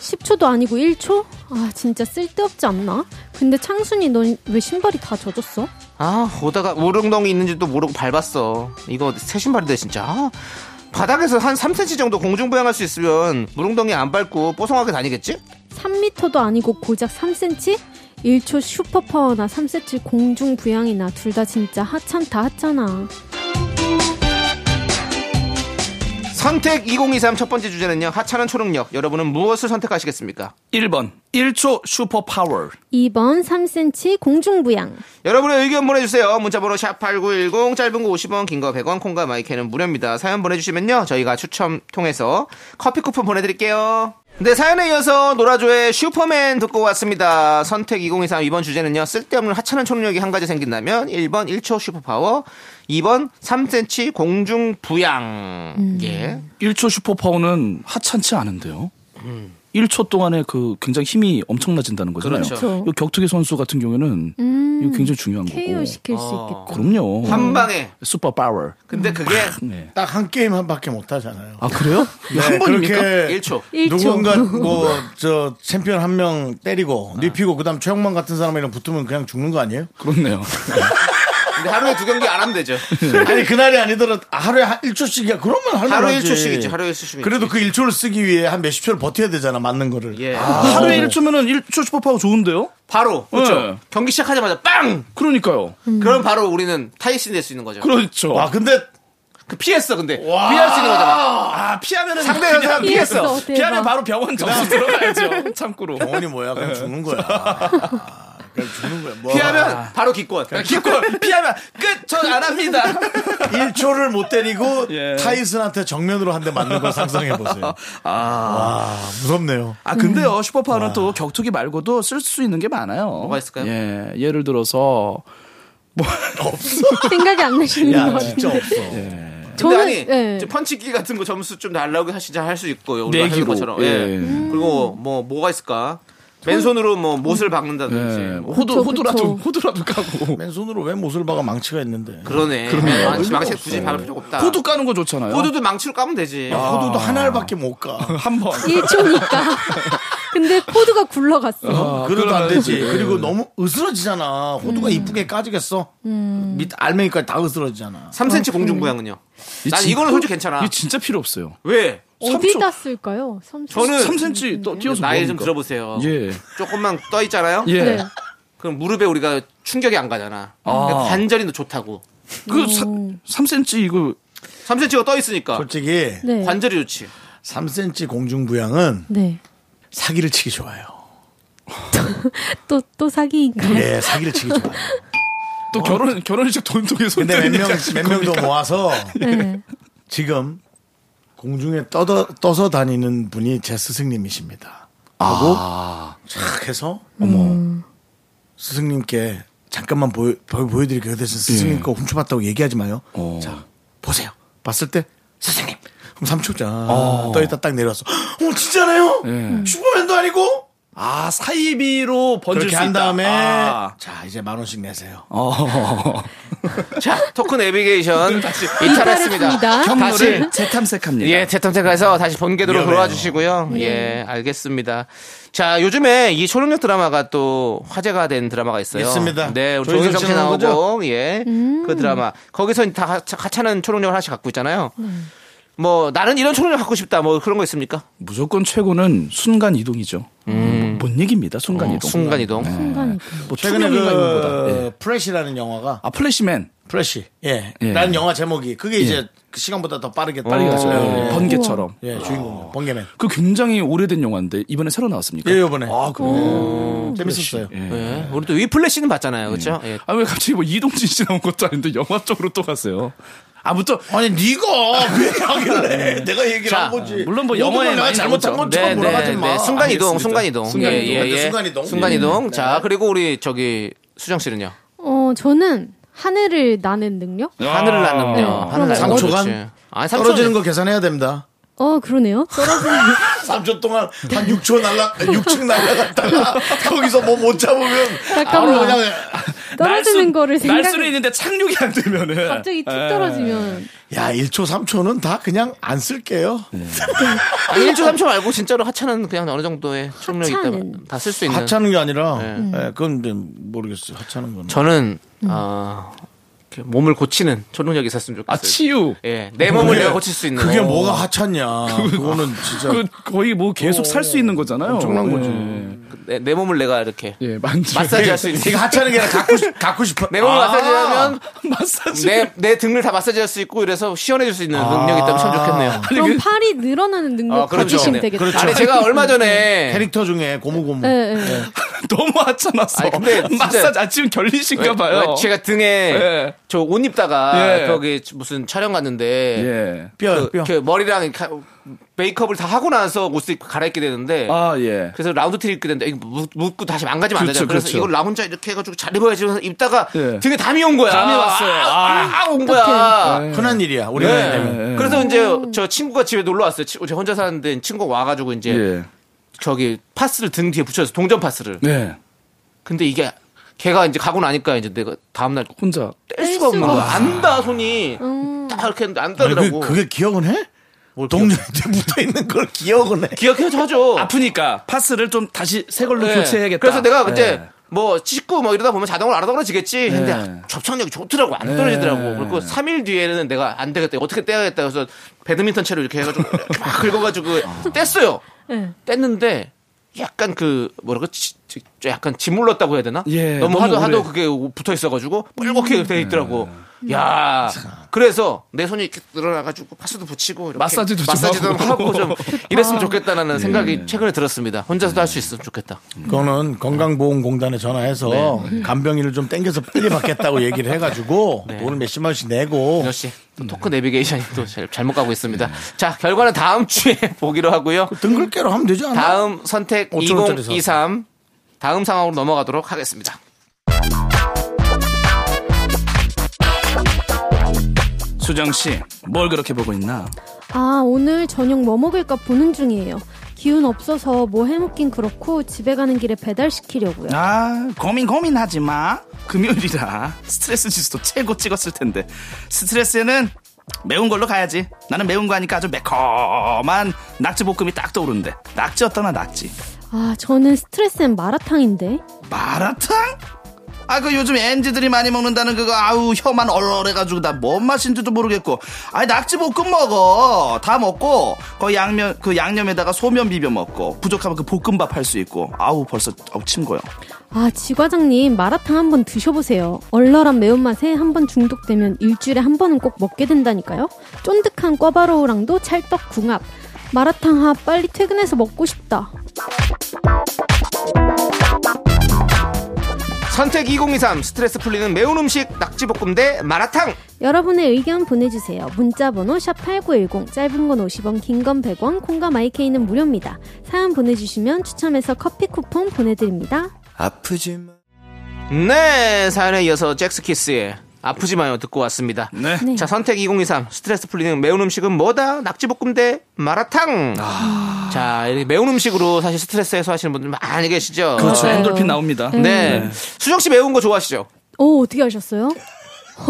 [SPEAKER 7] 10초도 아니고 1초? 아 진짜 쓸데없지 않나? 근데 창순이 넌 왜 신발이 다 젖었어?
[SPEAKER 2] 아, 오다가 우릉덩이 있는지도 모르고 밟았어. 이거 새 신발인데 진짜. 아, 바닥에서 한 3cm 정도 공중부양할 수 있으면 우릉덩이 안 밟고 뽀송하게 다니겠지?
[SPEAKER 7] 3m도 아니고 고작 3cm? 1초 슈퍼파워나 3cm 공중 부양이나 둘 다 진짜 하찮다 하찮아.
[SPEAKER 2] 선택 2023 첫 번째 주제는요. 하찮은 초능력. 여러분은 무엇을 선택하시겠습니까?
[SPEAKER 6] 1번 1초 슈퍼파워
[SPEAKER 7] 2번 3cm 공중 부양.
[SPEAKER 2] 여러분의 의견 보내주세요. 문자번호 샵8910 짧은 거 50원 긴 거 100원 콩과 마이크는 무료입니다. 사연 보내주시면요. 저희가 추첨 통해서 커피 쿠폰 보내드릴게요. 네 사연에 이어서 노라조의 슈퍼맨 듣고 왔습니다. 선택 2023 이번 주제는요. 쓸데없는 하찮은 총력이 한 가지 생긴다면 1번 1초 슈퍼파워 2번 3cm 공중 부양
[SPEAKER 1] 음.
[SPEAKER 2] 예.
[SPEAKER 6] 1초 슈퍼파워는 하찮지 않은데요 1초 동안에 그 굉장히 힘이 엄청나진다는 거잖아요
[SPEAKER 7] 그렇죠.
[SPEAKER 6] 이 격투기 선수 같은 경우에는
[SPEAKER 7] 음.
[SPEAKER 6] 이거 굉장히 중요한 거고
[SPEAKER 7] KO 시킬 수
[SPEAKER 6] 아.
[SPEAKER 7] 있겠다.
[SPEAKER 6] 그럼요
[SPEAKER 1] 음.
[SPEAKER 2] 한 방에
[SPEAKER 6] 슈퍼파워
[SPEAKER 2] 근데 그게
[SPEAKER 6] 네.
[SPEAKER 1] 딱 한 게임 한 밖에 못 하잖아요.
[SPEAKER 6] 아 그래요?
[SPEAKER 2] 네,
[SPEAKER 6] 이거 한 번입니까?
[SPEAKER 1] 그렇게
[SPEAKER 2] 1초
[SPEAKER 1] 누군가
[SPEAKER 2] [laughs]
[SPEAKER 1] 뭐 저 챔피언 한 명 때리고 뉘피고 그다음 최영만 같은 사람이랑 붙으면 그냥 죽는 거 아니에요?
[SPEAKER 6] 그렇네요
[SPEAKER 2] 근데 하루에 두 경기 안 하면
[SPEAKER 1] [laughs]
[SPEAKER 2] 되죠.
[SPEAKER 1] 아니 그날이 아니더라도 하루에 한 1초씩이야. 그러면 할만하지.
[SPEAKER 2] 하루 1초씩이지. 하루 1초씩.
[SPEAKER 1] 네. 그래도 그 1초를 쓰기 위해 한 몇십 초를 버텨야 되잖아. 맞는 거를.
[SPEAKER 2] 예.
[SPEAKER 6] 하루에 1초면은 1초 슈퍼파워 좋은데요?
[SPEAKER 2] 바로 그렇죠.
[SPEAKER 6] 네.
[SPEAKER 2] 경기 시작하자마자 빵.
[SPEAKER 6] 그러니까요
[SPEAKER 2] 그럼 바로 우리는 타이신 될 수 있는 거죠.
[SPEAKER 6] 그렇죠
[SPEAKER 1] 와 근데
[SPEAKER 2] 그 피했어 근데 피할 수 있는 거잖아.
[SPEAKER 6] 아 피하면은
[SPEAKER 2] 상대 현상
[SPEAKER 6] 그냥
[SPEAKER 2] 피했어.
[SPEAKER 7] 피했어, 대박.
[SPEAKER 6] 피하면 바로 병원 정수 들어가야죠 참고로
[SPEAKER 2] 아.
[SPEAKER 1] 병원이 뭐야? 그냥 죽는
[SPEAKER 2] [laughs]
[SPEAKER 1] 거야. 그냥 죽는 거야. 뭐.
[SPEAKER 2] 네. 피하면 바로 기권. 그러니까 [laughs] 기권 피하면 끝. 전 안 합니다. [laughs]
[SPEAKER 1] 1초를 못 때리고
[SPEAKER 6] 예.
[SPEAKER 1] 타이슨한테 정면으로 한 대 맞는 걸 상상해
[SPEAKER 2] [laughs]
[SPEAKER 1] 보세요.
[SPEAKER 2] 아.
[SPEAKER 1] 와 무섭네요.
[SPEAKER 6] 아 근데요 슈퍼파워는 또 격투기 말고도 쓸 수 있는 게 많아요. 뭐가
[SPEAKER 2] 음. 있을까요?
[SPEAKER 6] 예 예를 들어서 뭐
[SPEAKER 7] 생각이 안 나시는 것
[SPEAKER 1] 야
[SPEAKER 7] 같아요.
[SPEAKER 1] 진짜 없어.
[SPEAKER 2] 근데
[SPEAKER 7] 저는
[SPEAKER 2] 아니
[SPEAKER 7] 예.
[SPEAKER 2] 이제 펀치기 같은 거 점수 좀 날라오게 하시자 할 수 있고요. 우리가 하는
[SPEAKER 6] 내기로
[SPEAKER 2] 것처럼. 예. 그리고 뭐 뭐가 있을까? 맨손으로 뭐 못을 박는다든지.
[SPEAKER 6] 예, 뭐
[SPEAKER 2] 뭐.
[SPEAKER 6] 호두
[SPEAKER 7] 그쵸,
[SPEAKER 6] 호두라도
[SPEAKER 7] 그쵸.
[SPEAKER 6] 호두라도 까고
[SPEAKER 1] 맨손으로 왜 못을 박아 망치가 있는데.
[SPEAKER 2] 그러네. 망치 망치 굳이 박을 필요 예. 없다.
[SPEAKER 6] 호두 까는 거 좋잖아요.
[SPEAKER 2] 호두도 망치로 까면 되지.
[SPEAKER 1] 호두도 하나밖에 못 가.
[SPEAKER 6] 한번
[SPEAKER 7] 1초니까. [laughs] 근데 코드가 굴러갔어.
[SPEAKER 1] 그래도 안
[SPEAKER 6] 아, 그러면- 예.
[SPEAKER 1] 되지. 그리고 너무 으스러지잖아. 호두가 이쁘게 까지겠어. 밑 알맹이까지 다 으스러지잖아.
[SPEAKER 2] 3cm 공중 부양은요. 난
[SPEAKER 6] 진-
[SPEAKER 2] 이거는 솔직히 괜찮아.
[SPEAKER 6] 이게 진짜 필요 없어요.
[SPEAKER 2] 왜?
[SPEAKER 7] 어디다 쓸까요? 삼촌.
[SPEAKER 2] 저는
[SPEAKER 6] 3cm 떠 뛰어서
[SPEAKER 2] 나이 좀
[SPEAKER 6] 뭐합니까?
[SPEAKER 2] 들어보세요.
[SPEAKER 6] 예.
[SPEAKER 2] 조금만 떠 있잖아요.
[SPEAKER 6] 예.
[SPEAKER 7] 네.
[SPEAKER 2] 그럼 무릎에 우리가 충격이 안 가잖아. 그러니까 관절이 더 좋다고.
[SPEAKER 6] 그 사,
[SPEAKER 7] 음.
[SPEAKER 6] 3cm 이거
[SPEAKER 2] 3cm가 떠 있으니까
[SPEAKER 1] 솔직히
[SPEAKER 7] 네.
[SPEAKER 2] 관절이 좋지.
[SPEAKER 1] 3cm 공중부양은
[SPEAKER 7] 네.
[SPEAKER 1] 사기를 치기 좋아요.
[SPEAKER 7] 또, 또 사기인가요?
[SPEAKER 1] 예, 사기를 치기 좋아요.
[SPEAKER 6] 또 결혼 결혼식 돈 속에 손 그러니까.
[SPEAKER 1] 근데 몇 명, 몇 명도 모아서
[SPEAKER 6] 예.
[SPEAKER 7] 네.
[SPEAKER 1] 지금 공중에 떠 떠서 다니는 분이 제 스승님이십니다. 하고
[SPEAKER 6] 아.
[SPEAKER 1] 착 해서
[SPEAKER 6] 음.
[SPEAKER 1] 어머 스승님께 잠깐만 보여, 보- 보여드릴게요. 그 대신
[SPEAKER 6] 예.
[SPEAKER 1] 스승님 거 훔쳐봤다고 얘기하지 마요.
[SPEAKER 6] 어.
[SPEAKER 1] 자 보세요. 봤을 때 스승님 그럼 삼초자
[SPEAKER 6] 어.
[SPEAKER 1] 떠있다 딱 내려왔어. 어 진짜네요.
[SPEAKER 6] 예.
[SPEAKER 1] 슈퍼맨도 아니고
[SPEAKER 6] 아 사이비로 번질
[SPEAKER 1] 그렇게
[SPEAKER 6] 수
[SPEAKER 1] 한
[SPEAKER 6] 있다.
[SPEAKER 1] 다음에
[SPEAKER 6] 아.
[SPEAKER 1] 자 이제 만 원씩 내세요.
[SPEAKER 6] 어.
[SPEAKER 2] 자, 토큰 내비게이션 이탈했습니다.
[SPEAKER 7] 이탈했습니다.
[SPEAKER 2] 다시
[SPEAKER 6] 경로를 재탐색합니다.
[SPEAKER 2] 예, 재탐색해서 다시 번궤도로
[SPEAKER 1] 위험해요.
[SPEAKER 2] 돌아와 주시고요. 예, 알겠습니다. 자, 요즘에 이 초능력 드라마가 또 화제가 된 드라마가 있어요.
[SPEAKER 1] 있습니다.
[SPEAKER 2] 네, 우리
[SPEAKER 1] 조인성
[SPEAKER 2] 조인성 씨
[SPEAKER 1] 씨 나오는
[SPEAKER 2] 나오고, 예, 그 드라마. 거기서 다 하- 하찮은 초능력을 하나씩 갖고 있잖아요. 뭐, 나는 이런 초능력 갖고 싶다, 뭐 그런 거 있습니까?
[SPEAKER 6] 무조건 최고는 순간 이동이죠. 뭔 얘기입니다. 순간 이동.
[SPEAKER 2] 어, 순간이동.
[SPEAKER 7] 순간이.
[SPEAKER 6] 뭐
[SPEAKER 1] 최근에
[SPEAKER 6] 투명인간 이런 거보다. 예.
[SPEAKER 1] 그 프레시라는 영화가
[SPEAKER 6] 아 플래시맨
[SPEAKER 1] 프레시 예,
[SPEAKER 6] 예.
[SPEAKER 1] 라는 영화 제목이 그게 이제 그 시간보다 더 빠르게
[SPEAKER 6] 빨리 가죠.
[SPEAKER 1] 예.
[SPEAKER 6] 번개처럼.
[SPEAKER 1] 예, 주인공 번개맨.
[SPEAKER 6] 그 굉장히 오래된 영화인데 이번에 새로 나왔습니까?
[SPEAKER 1] 예, 요번에. 음,
[SPEAKER 6] 아
[SPEAKER 7] 어,
[SPEAKER 6] 그래.
[SPEAKER 1] 재밌었어요.
[SPEAKER 2] 예, 우리 또 위플래시는 봤잖아요. 그렇죠? 예.
[SPEAKER 6] 아왜 갑자기 뭐 이동진 씨 나온 것도 아닌데 영화 쪽으로 또 갔어요. 아무튼 [laughs]
[SPEAKER 1] 아니 네가 왜 하길래 내가 얘기를
[SPEAKER 2] 자,
[SPEAKER 1] 한 거지.
[SPEAKER 6] 예. 물론 뭐
[SPEAKER 1] 모든 걸
[SPEAKER 6] 영어에
[SPEAKER 1] 내가
[SPEAKER 6] 많이
[SPEAKER 1] 잘못한
[SPEAKER 6] 나오죠. 네,
[SPEAKER 1] 것처럼 몰아가지 마.
[SPEAKER 2] 네, 순간 이동,
[SPEAKER 6] 알겠습니다.
[SPEAKER 2] 순간 이동. 예,
[SPEAKER 1] 순간이동. 맞죠, 순간이동. 네.
[SPEAKER 2] 순간이동. 자, 그리고 우리 저기 수정 씨는요.
[SPEAKER 7] 어, 저는 하늘을 나는 능력?
[SPEAKER 6] 어.
[SPEAKER 2] 아.
[SPEAKER 7] 네.
[SPEAKER 2] 하늘을
[SPEAKER 6] 네.
[SPEAKER 2] 났는데요. 하늘
[SPEAKER 7] 그럼
[SPEAKER 2] 났는데.
[SPEAKER 1] 상초간?
[SPEAKER 2] 그렇지. 아니, 삼초
[SPEAKER 1] 뭐 떨어지는 거 계산해야 됩니다.
[SPEAKER 7] 어, 그러네요. 떨어진
[SPEAKER 1] 3초 동안 한 6초 날라 6층 날라갔다가
[SPEAKER 6] [laughs]
[SPEAKER 1] 거기서 뭐 못 잡으면
[SPEAKER 6] 음.
[SPEAKER 7] 잠깐만.
[SPEAKER 1] 바로 아, 그냥
[SPEAKER 7] 떨어지는 거를 생각
[SPEAKER 6] 날수는 있는데 착륙이 안 되면은
[SPEAKER 7] 갑자기 툭 떨어지면
[SPEAKER 1] 야 1초 3초는 다 그냥 안 쓸게요.
[SPEAKER 6] 네.
[SPEAKER 2] 아니, 1초 3초 말고 진짜로 하차는 그냥 어느 정도의 충격이 있다면
[SPEAKER 7] 하차는?
[SPEAKER 2] 다 쓸 수 있는.
[SPEAKER 1] 하찮은 게 아니라
[SPEAKER 6] 네.
[SPEAKER 1] 예, 그건 이제 모르겠어요. 하찮은 건.
[SPEAKER 2] 저는 아 이렇게 몸을 고치는 초능력이 있었으면 좋겠어요.
[SPEAKER 6] 아 치유
[SPEAKER 2] 예, 내 몸을 내가 고칠 수 있는.
[SPEAKER 1] 그게
[SPEAKER 2] 어.
[SPEAKER 1] 뭐가 하찮냐. 그거는 진짜
[SPEAKER 6] 그 거의 뭐 계속 살
[SPEAKER 2] 어,
[SPEAKER 6] 수 있는 거잖아요. 네.
[SPEAKER 1] 엄청난 거지.
[SPEAKER 2] 내, 내 몸을 내가 이렇게
[SPEAKER 6] 예, 만져.
[SPEAKER 2] 마사지 할 수 있는.
[SPEAKER 1] 이거 하찮은 아. 게 아니라 갖고, 싶- 갖고 싶어.
[SPEAKER 2] [laughs] 내 몸을 마사지하면
[SPEAKER 6] [laughs] 마사지.
[SPEAKER 2] 내, 내 등을 다 마사지 할 수 있고 이래서 시원해질 수
[SPEAKER 1] 아.
[SPEAKER 2] 있는 능력이 있다면 참 좋겠네요.
[SPEAKER 7] 그럼 팔이 늘어나는 능력
[SPEAKER 2] 아, 그렇죠.
[SPEAKER 7] 가지시면
[SPEAKER 2] 네.
[SPEAKER 7] 되겠다.
[SPEAKER 1] 그렇죠.
[SPEAKER 2] 아니, 제가 얼마 전에.
[SPEAKER 1] 캐릭터 중에 고무고무.
[SPEAKER 7] 예, 예.
[SPEAKER 6] 그 너무 하찮았어.
[SPEAKER 2] 아니, 근데 진짜-
[SPEAKER 6] 마사지 아 지금 결리신가 봐요.
[SPEAKER 2] 제가 등에
[SPEAKER 6] 예.
[SPEAKER 2] 저 옷 입다가
[SPEAKER 6] 예.
[SPEAKER 2] 거기 무슨 촬영 갔는데
[SPEAKER 6] 예.
[SPEAKER 1] 뼈, 뼈.
[SPEAKER 2] 그 머리랑 가- 메이크업을 다 하고 나서 옷을 입고 갈아입게 되는데
[SPEAKER 6] 아 예.
[SPEAKER 2] 그래서 라운드 트리 입게 되는데 이거 묻- 묻고 다시 망가지면 안
[SPEAKER 6] 그렇죠,
[SPEAKER 2] 되잖아요. 그래서
[SPEAKER 6] 그렇죠.
[SPEAKER 2] 이걸 나 혼자 이렇게 해가지고 잘 입어야지 그래서 입다가
[SPEAKER 6] 예.
[SPEAKER 2] 등에 담이 온 거야.
[SPEAKER 6] 담이 왔어요. 예.
[SPEAKER 2] 아, 아, 온 거야.
[SPEAKER 1] 흔한 일이야. 우리가 되면.
[SPEAKER 2] 네. 그래서 이제 저 친구가 집에 놀러 왔어요. 치- 제가 혼자 사는데 친구가 와가지고 이제
[SPEAKER 6] 예.
[SPEAKER 2] 저기 파스를 등 뒤에 붙여서 동전 파스를.
[SPEAKER 6] 네.
[SPEAKER 2] 근데 이게 걔가 이제 가고 나니까 이제 내가 다음날
[SPEAKER 6] 혼자
[SPEAKER 2] 뗄 수가 없는 거야. 안다 손이
[SPEAKER 7] 음.
[SPEAKER 2] 딱 이렇게 했는데
[SPEAKER 1] 아니, 그-
[SPEAKER 2] 안다더라고.
[SPEAKER 1] 그게 기억은 해? 동전한테 붙어 있는 걸 기억은 해.
[SPEAKER 2] 기억해서 하죠.
[SPEAKER 6] 아프니까 파스를 좀 다시 새 걸로
[SPEAKER 2] 네.
[SPEAKER 6] 교체해야겠다.
[SPEAKER 2] 그래서 내가 그때
[SPEAKER 6] 네.
[SPEAKER 2] 뭐 씻고 뭐 이러다 보면 자동으로 알아떨어지겠지 했는데
[SPEAKER 6] 네.
[SPEAKER 2] 접착력이 좋더라고 안 떨어지더라고
[SPEAKER 6] 네.
[SPEAKER 2] 그리고 3일 뒤에는 내가 안 되겠다 어떻게 떼야겠다 그래서 배드민턴 채로 이렇게 해가지고 [laughs] 이렇게 막 긁어가지고
[SPEAKER 6] 아.
[SPEAKER 2] 뗐어요
[SPEAKER 7] 네.
[SPEAKER 2] 뗐는데 약간 그 뭐라 그러지 지- 지- 약간 짓물렀다고 해야 되나
[SPEAKER 6] 예,
[SPEAKER 2] 너무,
[SPEAKER 6] 너무
[SPEAKER 2] 하도 하도
[SPEAKER 6] 오래. 음. 네.
[SPEAKER 2] 그게 붙어 있어가지고 뻘겋게 돼 있더라고 야 그래서 내 손이 이렇게 늘어나가지고 파스도 붙이고 이렇게
[SPEAKER 6] 마사지도 좀
[SPEAKER 2] 마사지도 하고
[SPEAKER 6] 하고. [laughs] 아. 예.
[SPEAKER 2] 좀 이랬으면 좋겠다라는 생각이 최근에 들었습니다 혼자서도 할 수 있으면 좋겠다
[SPEAKER 1] 그거는 건강보험공단에 전화해서 간병인을 좀 땡겨서 빨리 받겠다고 얘기를 [laughs] 해가지고 돈을 네. 몇십만 원씩 내고
[SPEAKER 2] 민호 씨, 또 토크 내비게이션이 또 잘- 잘못 가고 있습니다. 자, 결과는 다음 주에 [laughs] 보기로 하고요.
[SPEAKER 1] 등글개로 하면 되지 않아?
[SPEAKER 2] 다음 선택
[SPEAKER 1] 5천 원짜리 사서.
[SPEAKER 2] 2023 다음 상황으로 넘어가도록 하겠습니다.
[SPEAKER 6] 수정 씨 뭘 그렇게 보고 있나?
[SPEAKER 7] 아, 오늘 저녁 뭐 먹을까 보는 중이에요. 기운 없어서 뭐 해먹긴 그렇고 집에 가는 길에 배달시키려고요.
[SPEAKER 6] 아 고민 고민하지 마. 금요일이라 스트레스 지수도 최고 찍었을 텐데 스트레스에는 매운 걸로 가야지. 나는 매운 거 하니까 아주 매콤한 낙지 볶음이 딱 떠오르는데 낙지 어떠나 낙지.
[SPEAKER 7] 아, 저는 스트레스엔 마라탕인데.
[SPEAKER 6] 마라탕? 아 그 요즘 엔지들이 많이 먹는다는 그거 아우 혀만 얼얼해가지고 나 뭔 맛인지도 모르겠고 아이 낙지 볶음 먹어 다 먹고 그 양면 그 양념에다가 소면 비벼 먹고 부족하면 그 볶음밥 할 수 있고 아우 벌써 아우 침 고요
[SPEAKER 7] 아, 지과장님, 마라탕 한번 드셔보세요. 얼얼한 매운맛에 한 번 중독되면 일주일에 한 번은 꼭 먹게 된다니까요. 쫀득한 꿔바로우랑도 찰떡 궁합. 마라탕 하 빨리 퇴근해서 먹고 싶다.
[SPEAKER 2] 선택 2023 스트레스 풀리는 매운 음식 낙지볶음 대 마라탕.
[SPEAKER 7] 여러분의 의견 보내주세요. 문자번호 샵8910, 짧은 건 50원, 긴 건 100원, 콩과 마이케이는 무료입니다. 사연 보내주시면 추첨해서 커피 쿠폰 보내드립니다.
[SPEAKER 4] 아프지만
[SPEAKER 2] 네, 사연에 이어서 잭스키스의 아프지 마요 듣고 왔습니다.
[SPEAKER 6] 네.
[SPEAKER 7] 네.
[SPEAKER 2] 자, 선택 2023 스트레스 풀리는 매운 음식은 뭐다? 낙지볶음 대 마라탕. 자, 이렇게 매운 음식으로 사실 스트레스 해소하시는 분들 많이 계시죠.
[SPEAKER 7] 그렇죠. 맞아요.
[SPEAKER 6] 엔돌핀 나옵니다
[SPEAKER 2] 네. 수정 씨 매운 거 좋아하시죠?
[SPEAKER 7] 오, 어떻게 하셨어요?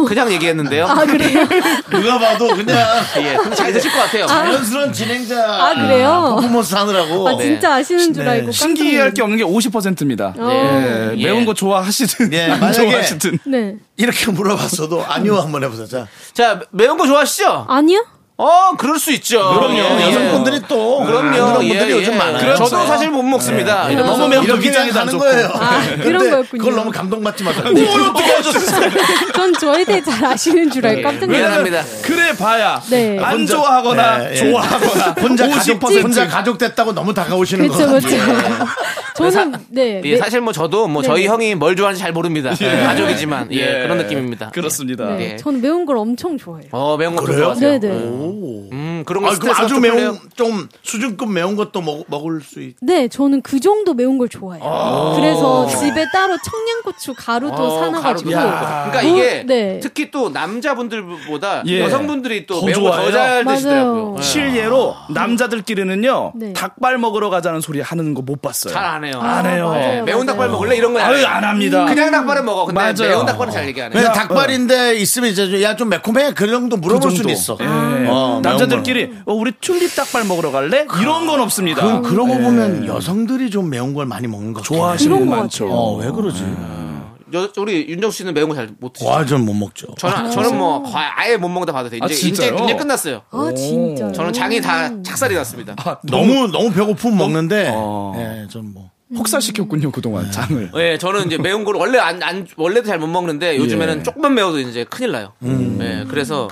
[SPEAKER 2] 그냥 얘기했는데요.
[SPEAKER 7] 아, 네. 그래요?
[SPEAKER 1] 누가 봐도 그냥 [laughs]
[SPEAKER 2] 예, 근데 잘 드실 것 같아요.
[SPEAKER 1] 자연스러운 진행자 뭐
[SPEAKER 7] 아, 그래요?
[SPEAKER 1] 퍼포먼스 하느라고 네.
[SPEAKER 7] 아, 진짜 아시는 줄 알고.
[SPEAKER 6] 신기할 게 없는 게 50%입니다
[SPEAKER 2] 네. 예.
[SPEAKER 6] 매운 거 좋아하시든
[SPEAKER 1] 예,
[SPEAKER 6] 안
[SPEAKER 1] 만약에-
[SPEAKER 6] 좋아하시든
[SPEAKER 7] 네.
[SPEAKER 1] 이렇게 물어봤어도 아니요 한번 해보자 자
[SPEAKER 2] 자, 매운 거 좋아하시죠?
[SPEAKER 7] 아니요?
[SPEAKER 2] 어, 그럴 수 있죠.
[SPEAKER 1] 그럼요.
[SPEAKER 2] 예, 예.
[SPEAKER 1] 여성분들이 또
[SPEAKER 2] 그럼요.
[SPEAKER 1] 그런 분들이
[SPEAKER 2] 예,
[SPEAKER 1] 요즘
[SPEAKER 2] 예.
[SPEAKER 1] 많아요.
[SPEAKER 2] 저도
[SPEAKER 1] 그렇죠.
[SPEAKER 2] 사실 못 먹습니다.
[SPEAKER 1] 예.
[SPEAKER 2] 이런
[SPEAKER 1] 너무 매운
[SPEAKER 2] 이런
[SPEAKER 1] 좀 위장에도 안
[SPEAKER 2] 하는
[SPEAKER 1] 좋고.
[SPEAKER 2] 거예요.
[SPEAKER 7] 아,
[SPEAKER 1] 네.
[SPEAKER 7] 그런
[SPEAKER 1] 근데
[SPEAKER 7] 거였군요.
[SPEAKER 1] 그걸 너무 감동받지 마세요. 뭘 어떻게 하셨어요?
[SPEAKER 7] 전 저에 대해 잘 아시는 줄 알고 깜짝 놀랐어요.
[SPEAKER 2] 미안합니다.
[SPEAKER 6] [laughs] 그래 봐야
[SPEAKER 7] 네.
[SPEAKER 6] 안 좋아하거나
[SPEAKER 1] 예, 예.
[SPEAKER 6] 좋아하거나
[SPEAKER 1] 혼자 가족,
[SPEAKER 6] 50%
[SPEAKER 1] 혼자 가족 됐다고 너무 다가오시는 거
[SPEAKER 7] 그렇죠,
[SPEAKER 1] 같아요.
[SPEAKER 7] 그렇죠. 저는 네,
[SPEAKER 2] 예,
[SPEAKER 7] 네,
[SPEAKER 2] 사실 뭐 저도 뭐
[SPEAKER 7] 네.
[SPEAKER 2] 저희 형이 뭘 좋아하는지 잘 모릅니다.
[SPEAKER 6] 예.
[SPEAKER 2] 가족이지만 예,
[SPEAKER 6] 예.
[SPEAKER 2] 그런 느낌입니다.
[SPEAKER 6] 그렇습니다.
[SPEAKER 7] 네,
[SPEAKER 2] 예.
[SPEAKER 7] 저는 매운 걸 엄청 좋아해요.
[SPEAKER 2] 어 매운 거
[SPEAKER 1] 그래요?
[SPEAKER 2] 좋아하세요?
[SPEAKER 7] 네네.
[SPEAKER 2] 음 그런 거
[SPEAKER 1] 아, 그
[SPEAKER 2] 스트레스
[SPEAKER 1] 아주
[SPEAKER 2] 좀
[SPEAKER 1] 매운
[SPEAKER 2] 풀려요?
[SPEAKER 1] 좀 수준급 매운 것도 먹, 먹을 수 있.
[SPEAKER 7] 네, 저는 그 정도 매운 걸 좋아해요. 그래서 집에 따로 청양고추 가루도
[SPEAKER 2] 어,
[SPEAKER 7] 사놔가지고.
[SPEAKER 2] 가루도 사고. 그러니까
[SPEAKER 7] 뭐,
[SPEAKER 2] 이게
[SPEAKER 7] 네.
[SPEAKER 2] 특히 또 남자분들보다
[SPEAKER 6] 예.
[SPEAKER 2] 여성분들이 또
[SPEAKER 6] 더
[SPEAKER 2] 매운 거
[SPEAKER 6] 좋아해요.
[SPEAKER 2] 더 잘 드시더라고요.
[SPEAKER 7] 맞아요.
[SPEAKER 6] 실례로 남자들끼리는요
[SPEAKER 7] 네.
[SPEAKER 6] 닭발 먹으러 가자는 소리 하는 거 못 봤어요.
[SPEAKER 2] 잘 안 해요.
[SPEAKER 7] 아,
[SPEAKER 6] 안 해요.
[SPEAKER 7] 맞아요,
[SPEAKER 6] 네,
[SPEAKER 2] 매운
[SPEAKER 7] 맞아요.
[SPEAKER 2] 닭발 먹을래 이런 거야.
[SPEAKER 6] 아유 안 합니다. 네.
[SPEAKER 1] 음.
[SPEAKER 2] 그냥 닭발은 먹어. 근데
[SPEAKER 6] 맞아요.
[SPEAKER 2] 매운 닭발은 잘 얘기 안 해요.
[SPEAKER 1] 왜냐 닭발인데 있으면 이제 야 좀 매콤해 그 정도 물어볼
[SPEAKER 6] 정도.
[SPEAKER 1] 어. 수는 있어.
[SPEAKER 6] 예.
[SPEAKER 1] 어,
[SPEAKER 6] 남자들끼리 어, 우리 튤립 닭발 먹으러 갈래? 이런 건 없습니다.
[SPEAKER 1] 그럼
[SPEAKER 7] 음,
[SPEAKER 1] 그런
[SPEAKER 7] 네.
[SPEAKER 1] 거 보면 여성들이 좀 매운 걸 많이 먹는 것 같긴 해요.
[SPEAKER 6] 좋아하시는
[SPEAKER 7] 그런
[SPEAKER 6] 분
[SPEAKER 7] 것
[SPEAKER 6] 많죠.
[SPEAKER 1] 어, 왜 그러지?
[SPEAKER 2] 네. 여- 우리 윤정수 씨는 매운 거 잘 못 드시죠?
[SPEAKER 1] 와, 전 못 먹죠.
[SPEAKER 2] 저는 저는 뭐 거의 아예 못 먹다 봐도 돼.
[SPEAKER 6] 아,
[SPEAKER 2] 이제 이제
[SPEAKER 6] 진짜요? 음.
[SPEAKER 2] 이제 끝났어요.
[SPEAKER 7] 아, 진짜.
[SPEAKER 2] 저는 장이 다 착살이 났습니다.
[SPEAKER 6] 아,
[SPEAKER 1] 너무 너무 배고프면 먹는데 예, 전 뭐.
[SPEAKER 6] 혹사시켰군요 그동안 장을.
[SPEAKER 2] 예, 저는 이제 매운 거를 원래 안, 안 원래도 잘 못 먹는데 요즘에는
[SPEAKER 6] 네. 예. 음.
[SPEAKER 2] 조금만 매워도 이제 큰일 나요. 예, 그래서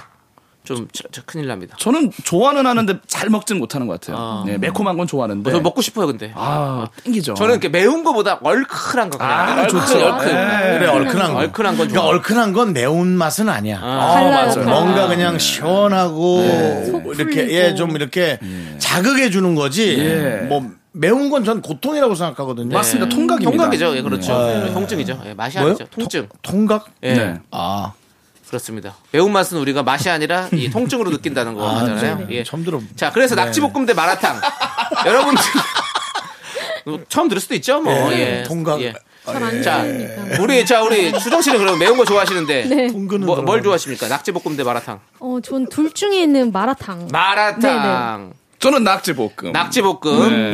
[SPEAKER 2] 좀 저- 저 큰일 납니다.
[SPEAKER 6] 저는 좋아는 하는데 잘 먹진 못하는 것 같아요.
[SPEAKER 2] 아.
[SPEAKER 6] 네, 매콤한 건 좋아하는데.
[SPEAKER 2] 저 먹고 싶어요, 근데.
[SPEAKER 6] 아 땡기죠.
[SPEAKER 2] 저는 이렇게 매운 거보다 얼큰한 거 아, 그냥.
[SPEAKER 6] 아,
[SPEAKER 2] 얼큰, 얼큰.
[SPEAKER 6] 네.
[SPEAKER 1] 그래 얼큰한 거.
[SPEAKER 2] 얼큰한 건
[SPEAKER 1] 그러니까
[SPEAKER 2] 좋아.
[SPEAKER 1] 얼큰한 건 매운 맛은 아니야.
[SPEAKER 7] 달라요,
[SPEAKER 6] 맞아요.
[SPEAKER 7] 달라요.
[SPEAKER 1] 뭔가 그냥 시원하고
[SPEAKER 7] 속
[SPEAKER 1] 이렇게
[SPEAKER 7] 풀리고.
[SPEAKER 1] 예 좀 이렇게 자극해 주는 거지.
[SPEAKER 6] 예.
[SPEAKER 1] 뭐 매운 건 전 고통이라고 생각하거든요.
[SPEAKER 6] 맞습니다. 통각입니다.
[SPEAKER 2] 통각이죠. 예, 그렇죠. 예, 통증이죠. 예, 맛이
[SPEAKER 1] 뭐요?
[SPEAKER 2] 아니죠. 통증.
[SPEAKER 1] 통각?
[SPEAKER 2] 예.
[SPEAKER 6] 네.
[SPEAKER 1] 아,
[SPEAKER 2] 그렇습니다. 매운맛은 우리가 맛이 아니라 이
[SPEAKER 6] [laughs]
[SPEAKER 2] 통증으로 느낀다는 거잖아요.
[SPEAKER 1] 저-
[SPEAKER 6] 네.
[SPEAKER 2] 예.
[SPEAKER 1] 처음 들어.
[SPEAKER 2] 자, 그래서 낙지볶음 대 마라탕. 여러분들. 뭐 처음 들을 수도 있죠, 뭐.
[SPEAKER 1] 예,
[SPEAKER 2] 예.
[SPEAKER 1] 통각.
[SPEAKER 2] 예.
[SPEAKER 7] 잘안
[SPEAKER 2] 자,
[SPEAKER 7] 좋아하니까.
[SPEAKER 2] 우리, 자, 우리 수정 씨는 그럼 매운 거 좋아하시는데.
[SPEAKER 7] 네.
[SPEAKER 1] 통근은
[SPEAKER 2] 뭐,
[SPEAKER 1] 들어가고.
[SPEAKER 2] 뭘 좋아하십니까? 낙지볶음 대 마라탕.
[SPEAKER 7] 어, 전 둘 중에 있는 마라탕. 네,
[SPEAKER 2] 마라탕.
[SPEAKER 6] 저는 낙지볶음.
[SPEAKER 2] 낙지볶음.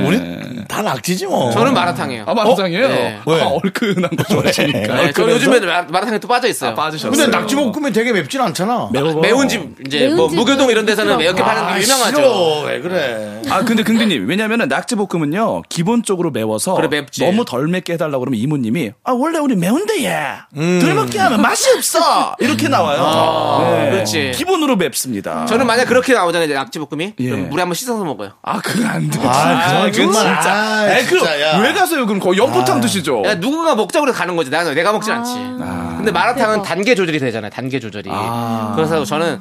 [SPEAKER 6] 네.
[SPEAKER 1] 우리 다 낙지지 뭐.
[SPEAKER 2] 저는 마라탕이에요.
[SPEAKER 6] 아 마라탕이에요.
[SPEAKER 2] 네.
[SPEAKER 1] 왜?
[SPEAKER 6] 아, 얼큰한 거 그러니까. 좋아하시니까.
[SPEAKER 2] 네, 저 요즘에 마- 마라탕에 또 빠져 있어요.
[SPEAKER 6] 아, 빠지셨어요.
[SPEAKER 1] 근데 낙지볶음이 되게 맵진 않잖아.
[SPEAKER 2] 매운 집 이제
[SPEAKER 7] 매운
[SPEAKER 2] 뭐
[SPEAKER 7] 집은
[SPEAKER 2] 무교동 이런 데서는
[SPEAKER 7] 그렇구나.
[SPEAKER 2] 매운게 파는
[SPEAKER 1] 아,
[SPEAKER 2] 게 유명하죠.
[SPEAKER 1] 싫어. 왜 그래?
[SPEAKER 6] 아 근데 긍디님 왜냐면은 낙지볶음은요 기본적으로 매워서
[SPEAKER 2] 그래, 맵지.
[SPEAKER 6] 너무 덜 맵게 해달라 고 그러면 이모님이 아 원래 우리 매운데 얘
[SPEAKER 2] 음.
[SPEAKER 6] 덜 맵게 하면 맛이 없어 이렇게 나와요. 네.
[SPEAKER 2] 아, 그렇지.
[SPEAKER 6] 기본으로 맵습니다.
[SPEAKER 2] 저는 만약 그렇게 나오잖아요, 이제 낙지볶음이.
[SPEAKER 6] 예.
[SPEAKER 2] 그럼 물에 한번 씻어서 먹어요.
[SPEAKER 6] 아 그건 안 돼.
[SPEAKER 1] 아, 그건 정말. 아,
[SPEAKER 6] 에이, 그럼
[SPEAKER 1] 진짜, 야.
[SPEAKER 6] 왜 가세요? 그럼 거의 연포탕 드시죠.
[SPEAKER 2] 야, 누군가 먹자고 해서 가는 거지. 나는 내가 먹진 않지.
[SPEAKER 6] 아.
[SPEAKER 2] 근데 마라탕은 단계 조절이 되잖아요. 단계 조절이. 그래서 저는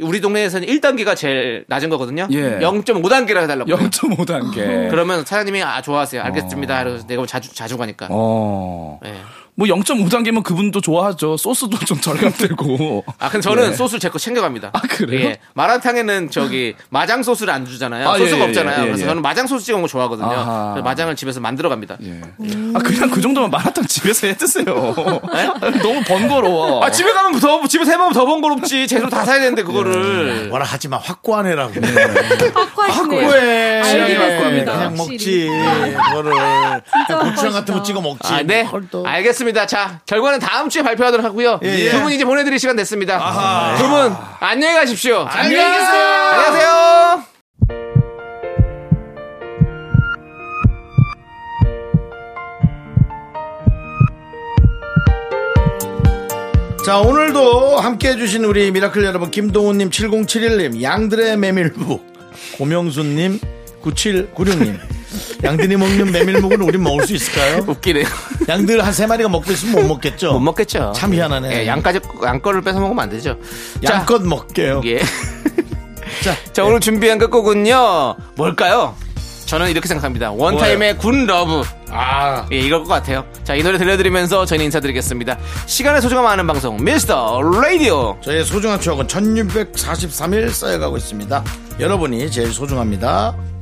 [SPEAKER 2] 우리 동네에서는 1단계가 제일 낮은 거거든요.
[SPEAKER 6] 예.
[SPEAKER 2] 0.5단계라 해달라고.
[SPEAKER 6] 0.5 단계.
[SPEAKER 2] 그러면 사장님이 아 좋아하세요. 알겠습니다. 그래서 내가 뭐 자주 자주 가니까.
[SPEAKER 6] 어.
[SPEAKER 2] 예.
[SPEAKER 6] 뭐 0.5 단계면 그분도 좋아하죠. 소스도 좀 절감되고.
[SPEAKER 2] 아, 근데 저는
[SPEAKER 6] 예.
[SPEAKER 2] 소스를 제 거 챙겨갑니다.
[SPEAKER 6] 아, 그래요?
[SPEAKER 2] 예. 마라탕에는 저기 마장 소스를 안 주잖아요.
[SPEAKER 6] 아, 예,
[SPEAKER 2] 소스가
[SPEAKER 6] 예,
[SPEAKER 2] 없잖아요.
[SPEAKER 6] 예, 예,
[SPEAKER 2] 그래서
[SPEAKER 6] 예.
[SPEAKER 2] 저는 마장 소스 찍어 먹은 거 좋아하거든요.
[SPEAKER 6] 아하.
[SPEAKER 2] 그래서 마장을 집에서 만들어 갑니다.
[SPEAKER 6] 예. 아 그냥 그 정도면 마라탕 집에서 해 드세요.
[SPEAKER 2] 네?
[SPEAKER 6] 너무 번거로워.
[SPEAKER 2] 아, 집에 가면 더, 집에서 해먹으면 더 번거롭지. 제대로 다 사야 되는데, 그거를.
[SPEAKER 1] 뭐라 하지 마. 확고한 애라고.
[SPEAKER 7] 확고하시네요.
[SPEAKER 1] 왜?
[SPEAKER 7] 알게 됐습니다.
[SPEAKER 1] 아, 예. 그냥 먹지.
[SPEAKER 7] 확실히.
[SPEAKER 1] 그거를
[SPEAKER 7] 진짜
[SPEAKER 1] 고추장 같은
[SPEAKER 7] 확고하시다.
[SPEAKER 1] 거 찍어 먹지.
[SPEAKER 2] 아, 네.
[SPEAKER 1] 그걸 또.
[SPEAKER 2] 알겠습니다. 자, 결과는 다음 주에 발표하도록 하고요.
[SPEAKER 1] 예, 예.
[SPEAKER 2] 두 분 이제 보내드릴 시간 됐습니다. 두 분, 안녕히 가십시오.
[SPEAKER 1] 안녕히 계세요.
[SPEAKER 2] 안녕하세요.
[SPEAKER 1] 자 오늘도 함께 해주신 우리 미라클 여러분 김동훈님 7071님 양들의 메밀묵 고명수님 9796님 양들이 먹는 메밀묵은 우린 먹을 수
[SPEAKER 6] 예.
[SPEAKER 1] 있을까요?
[SPEAKER 2] 웃기네요.
[SPEAKER 1] 양들 한 세 마리가 먹고 있으면 못 먹겠죠?
[SPEAKER 2] 못 먹겠죠.
[SPEAKER 1] 어. 참 희한하네.
[SPEAKER 2] 예, 양까지, 양거를 뺏어 먹으면 안 되죠. 자,
[SPEAKER 1] 양껏 먹게요.
[SPEAKER 2] 예.
[SPEAKER 1] 자,
[SPEAKER 2] [laughs]
[SPEAKER 1] 예.
[SPEAKER 2] 자, 오늘 준비한 끝곡은요. 뭘까요? 저는 이렇게 생각합니다. 원타임의 군 러브.
[SPEAKER 1] 아
[SPEAKER 2] 예, 이럴 것 같아요. 자, 이 노래 들려드리면서 저희는 인사드리겠습니다. 시간의 소중함 아는 방송, 미스터 라디오.
[SPEAKER 1] 저의 소중한 추억은 1643일 쌓여가고 있습니다. 여러분이 제일 소중합니다.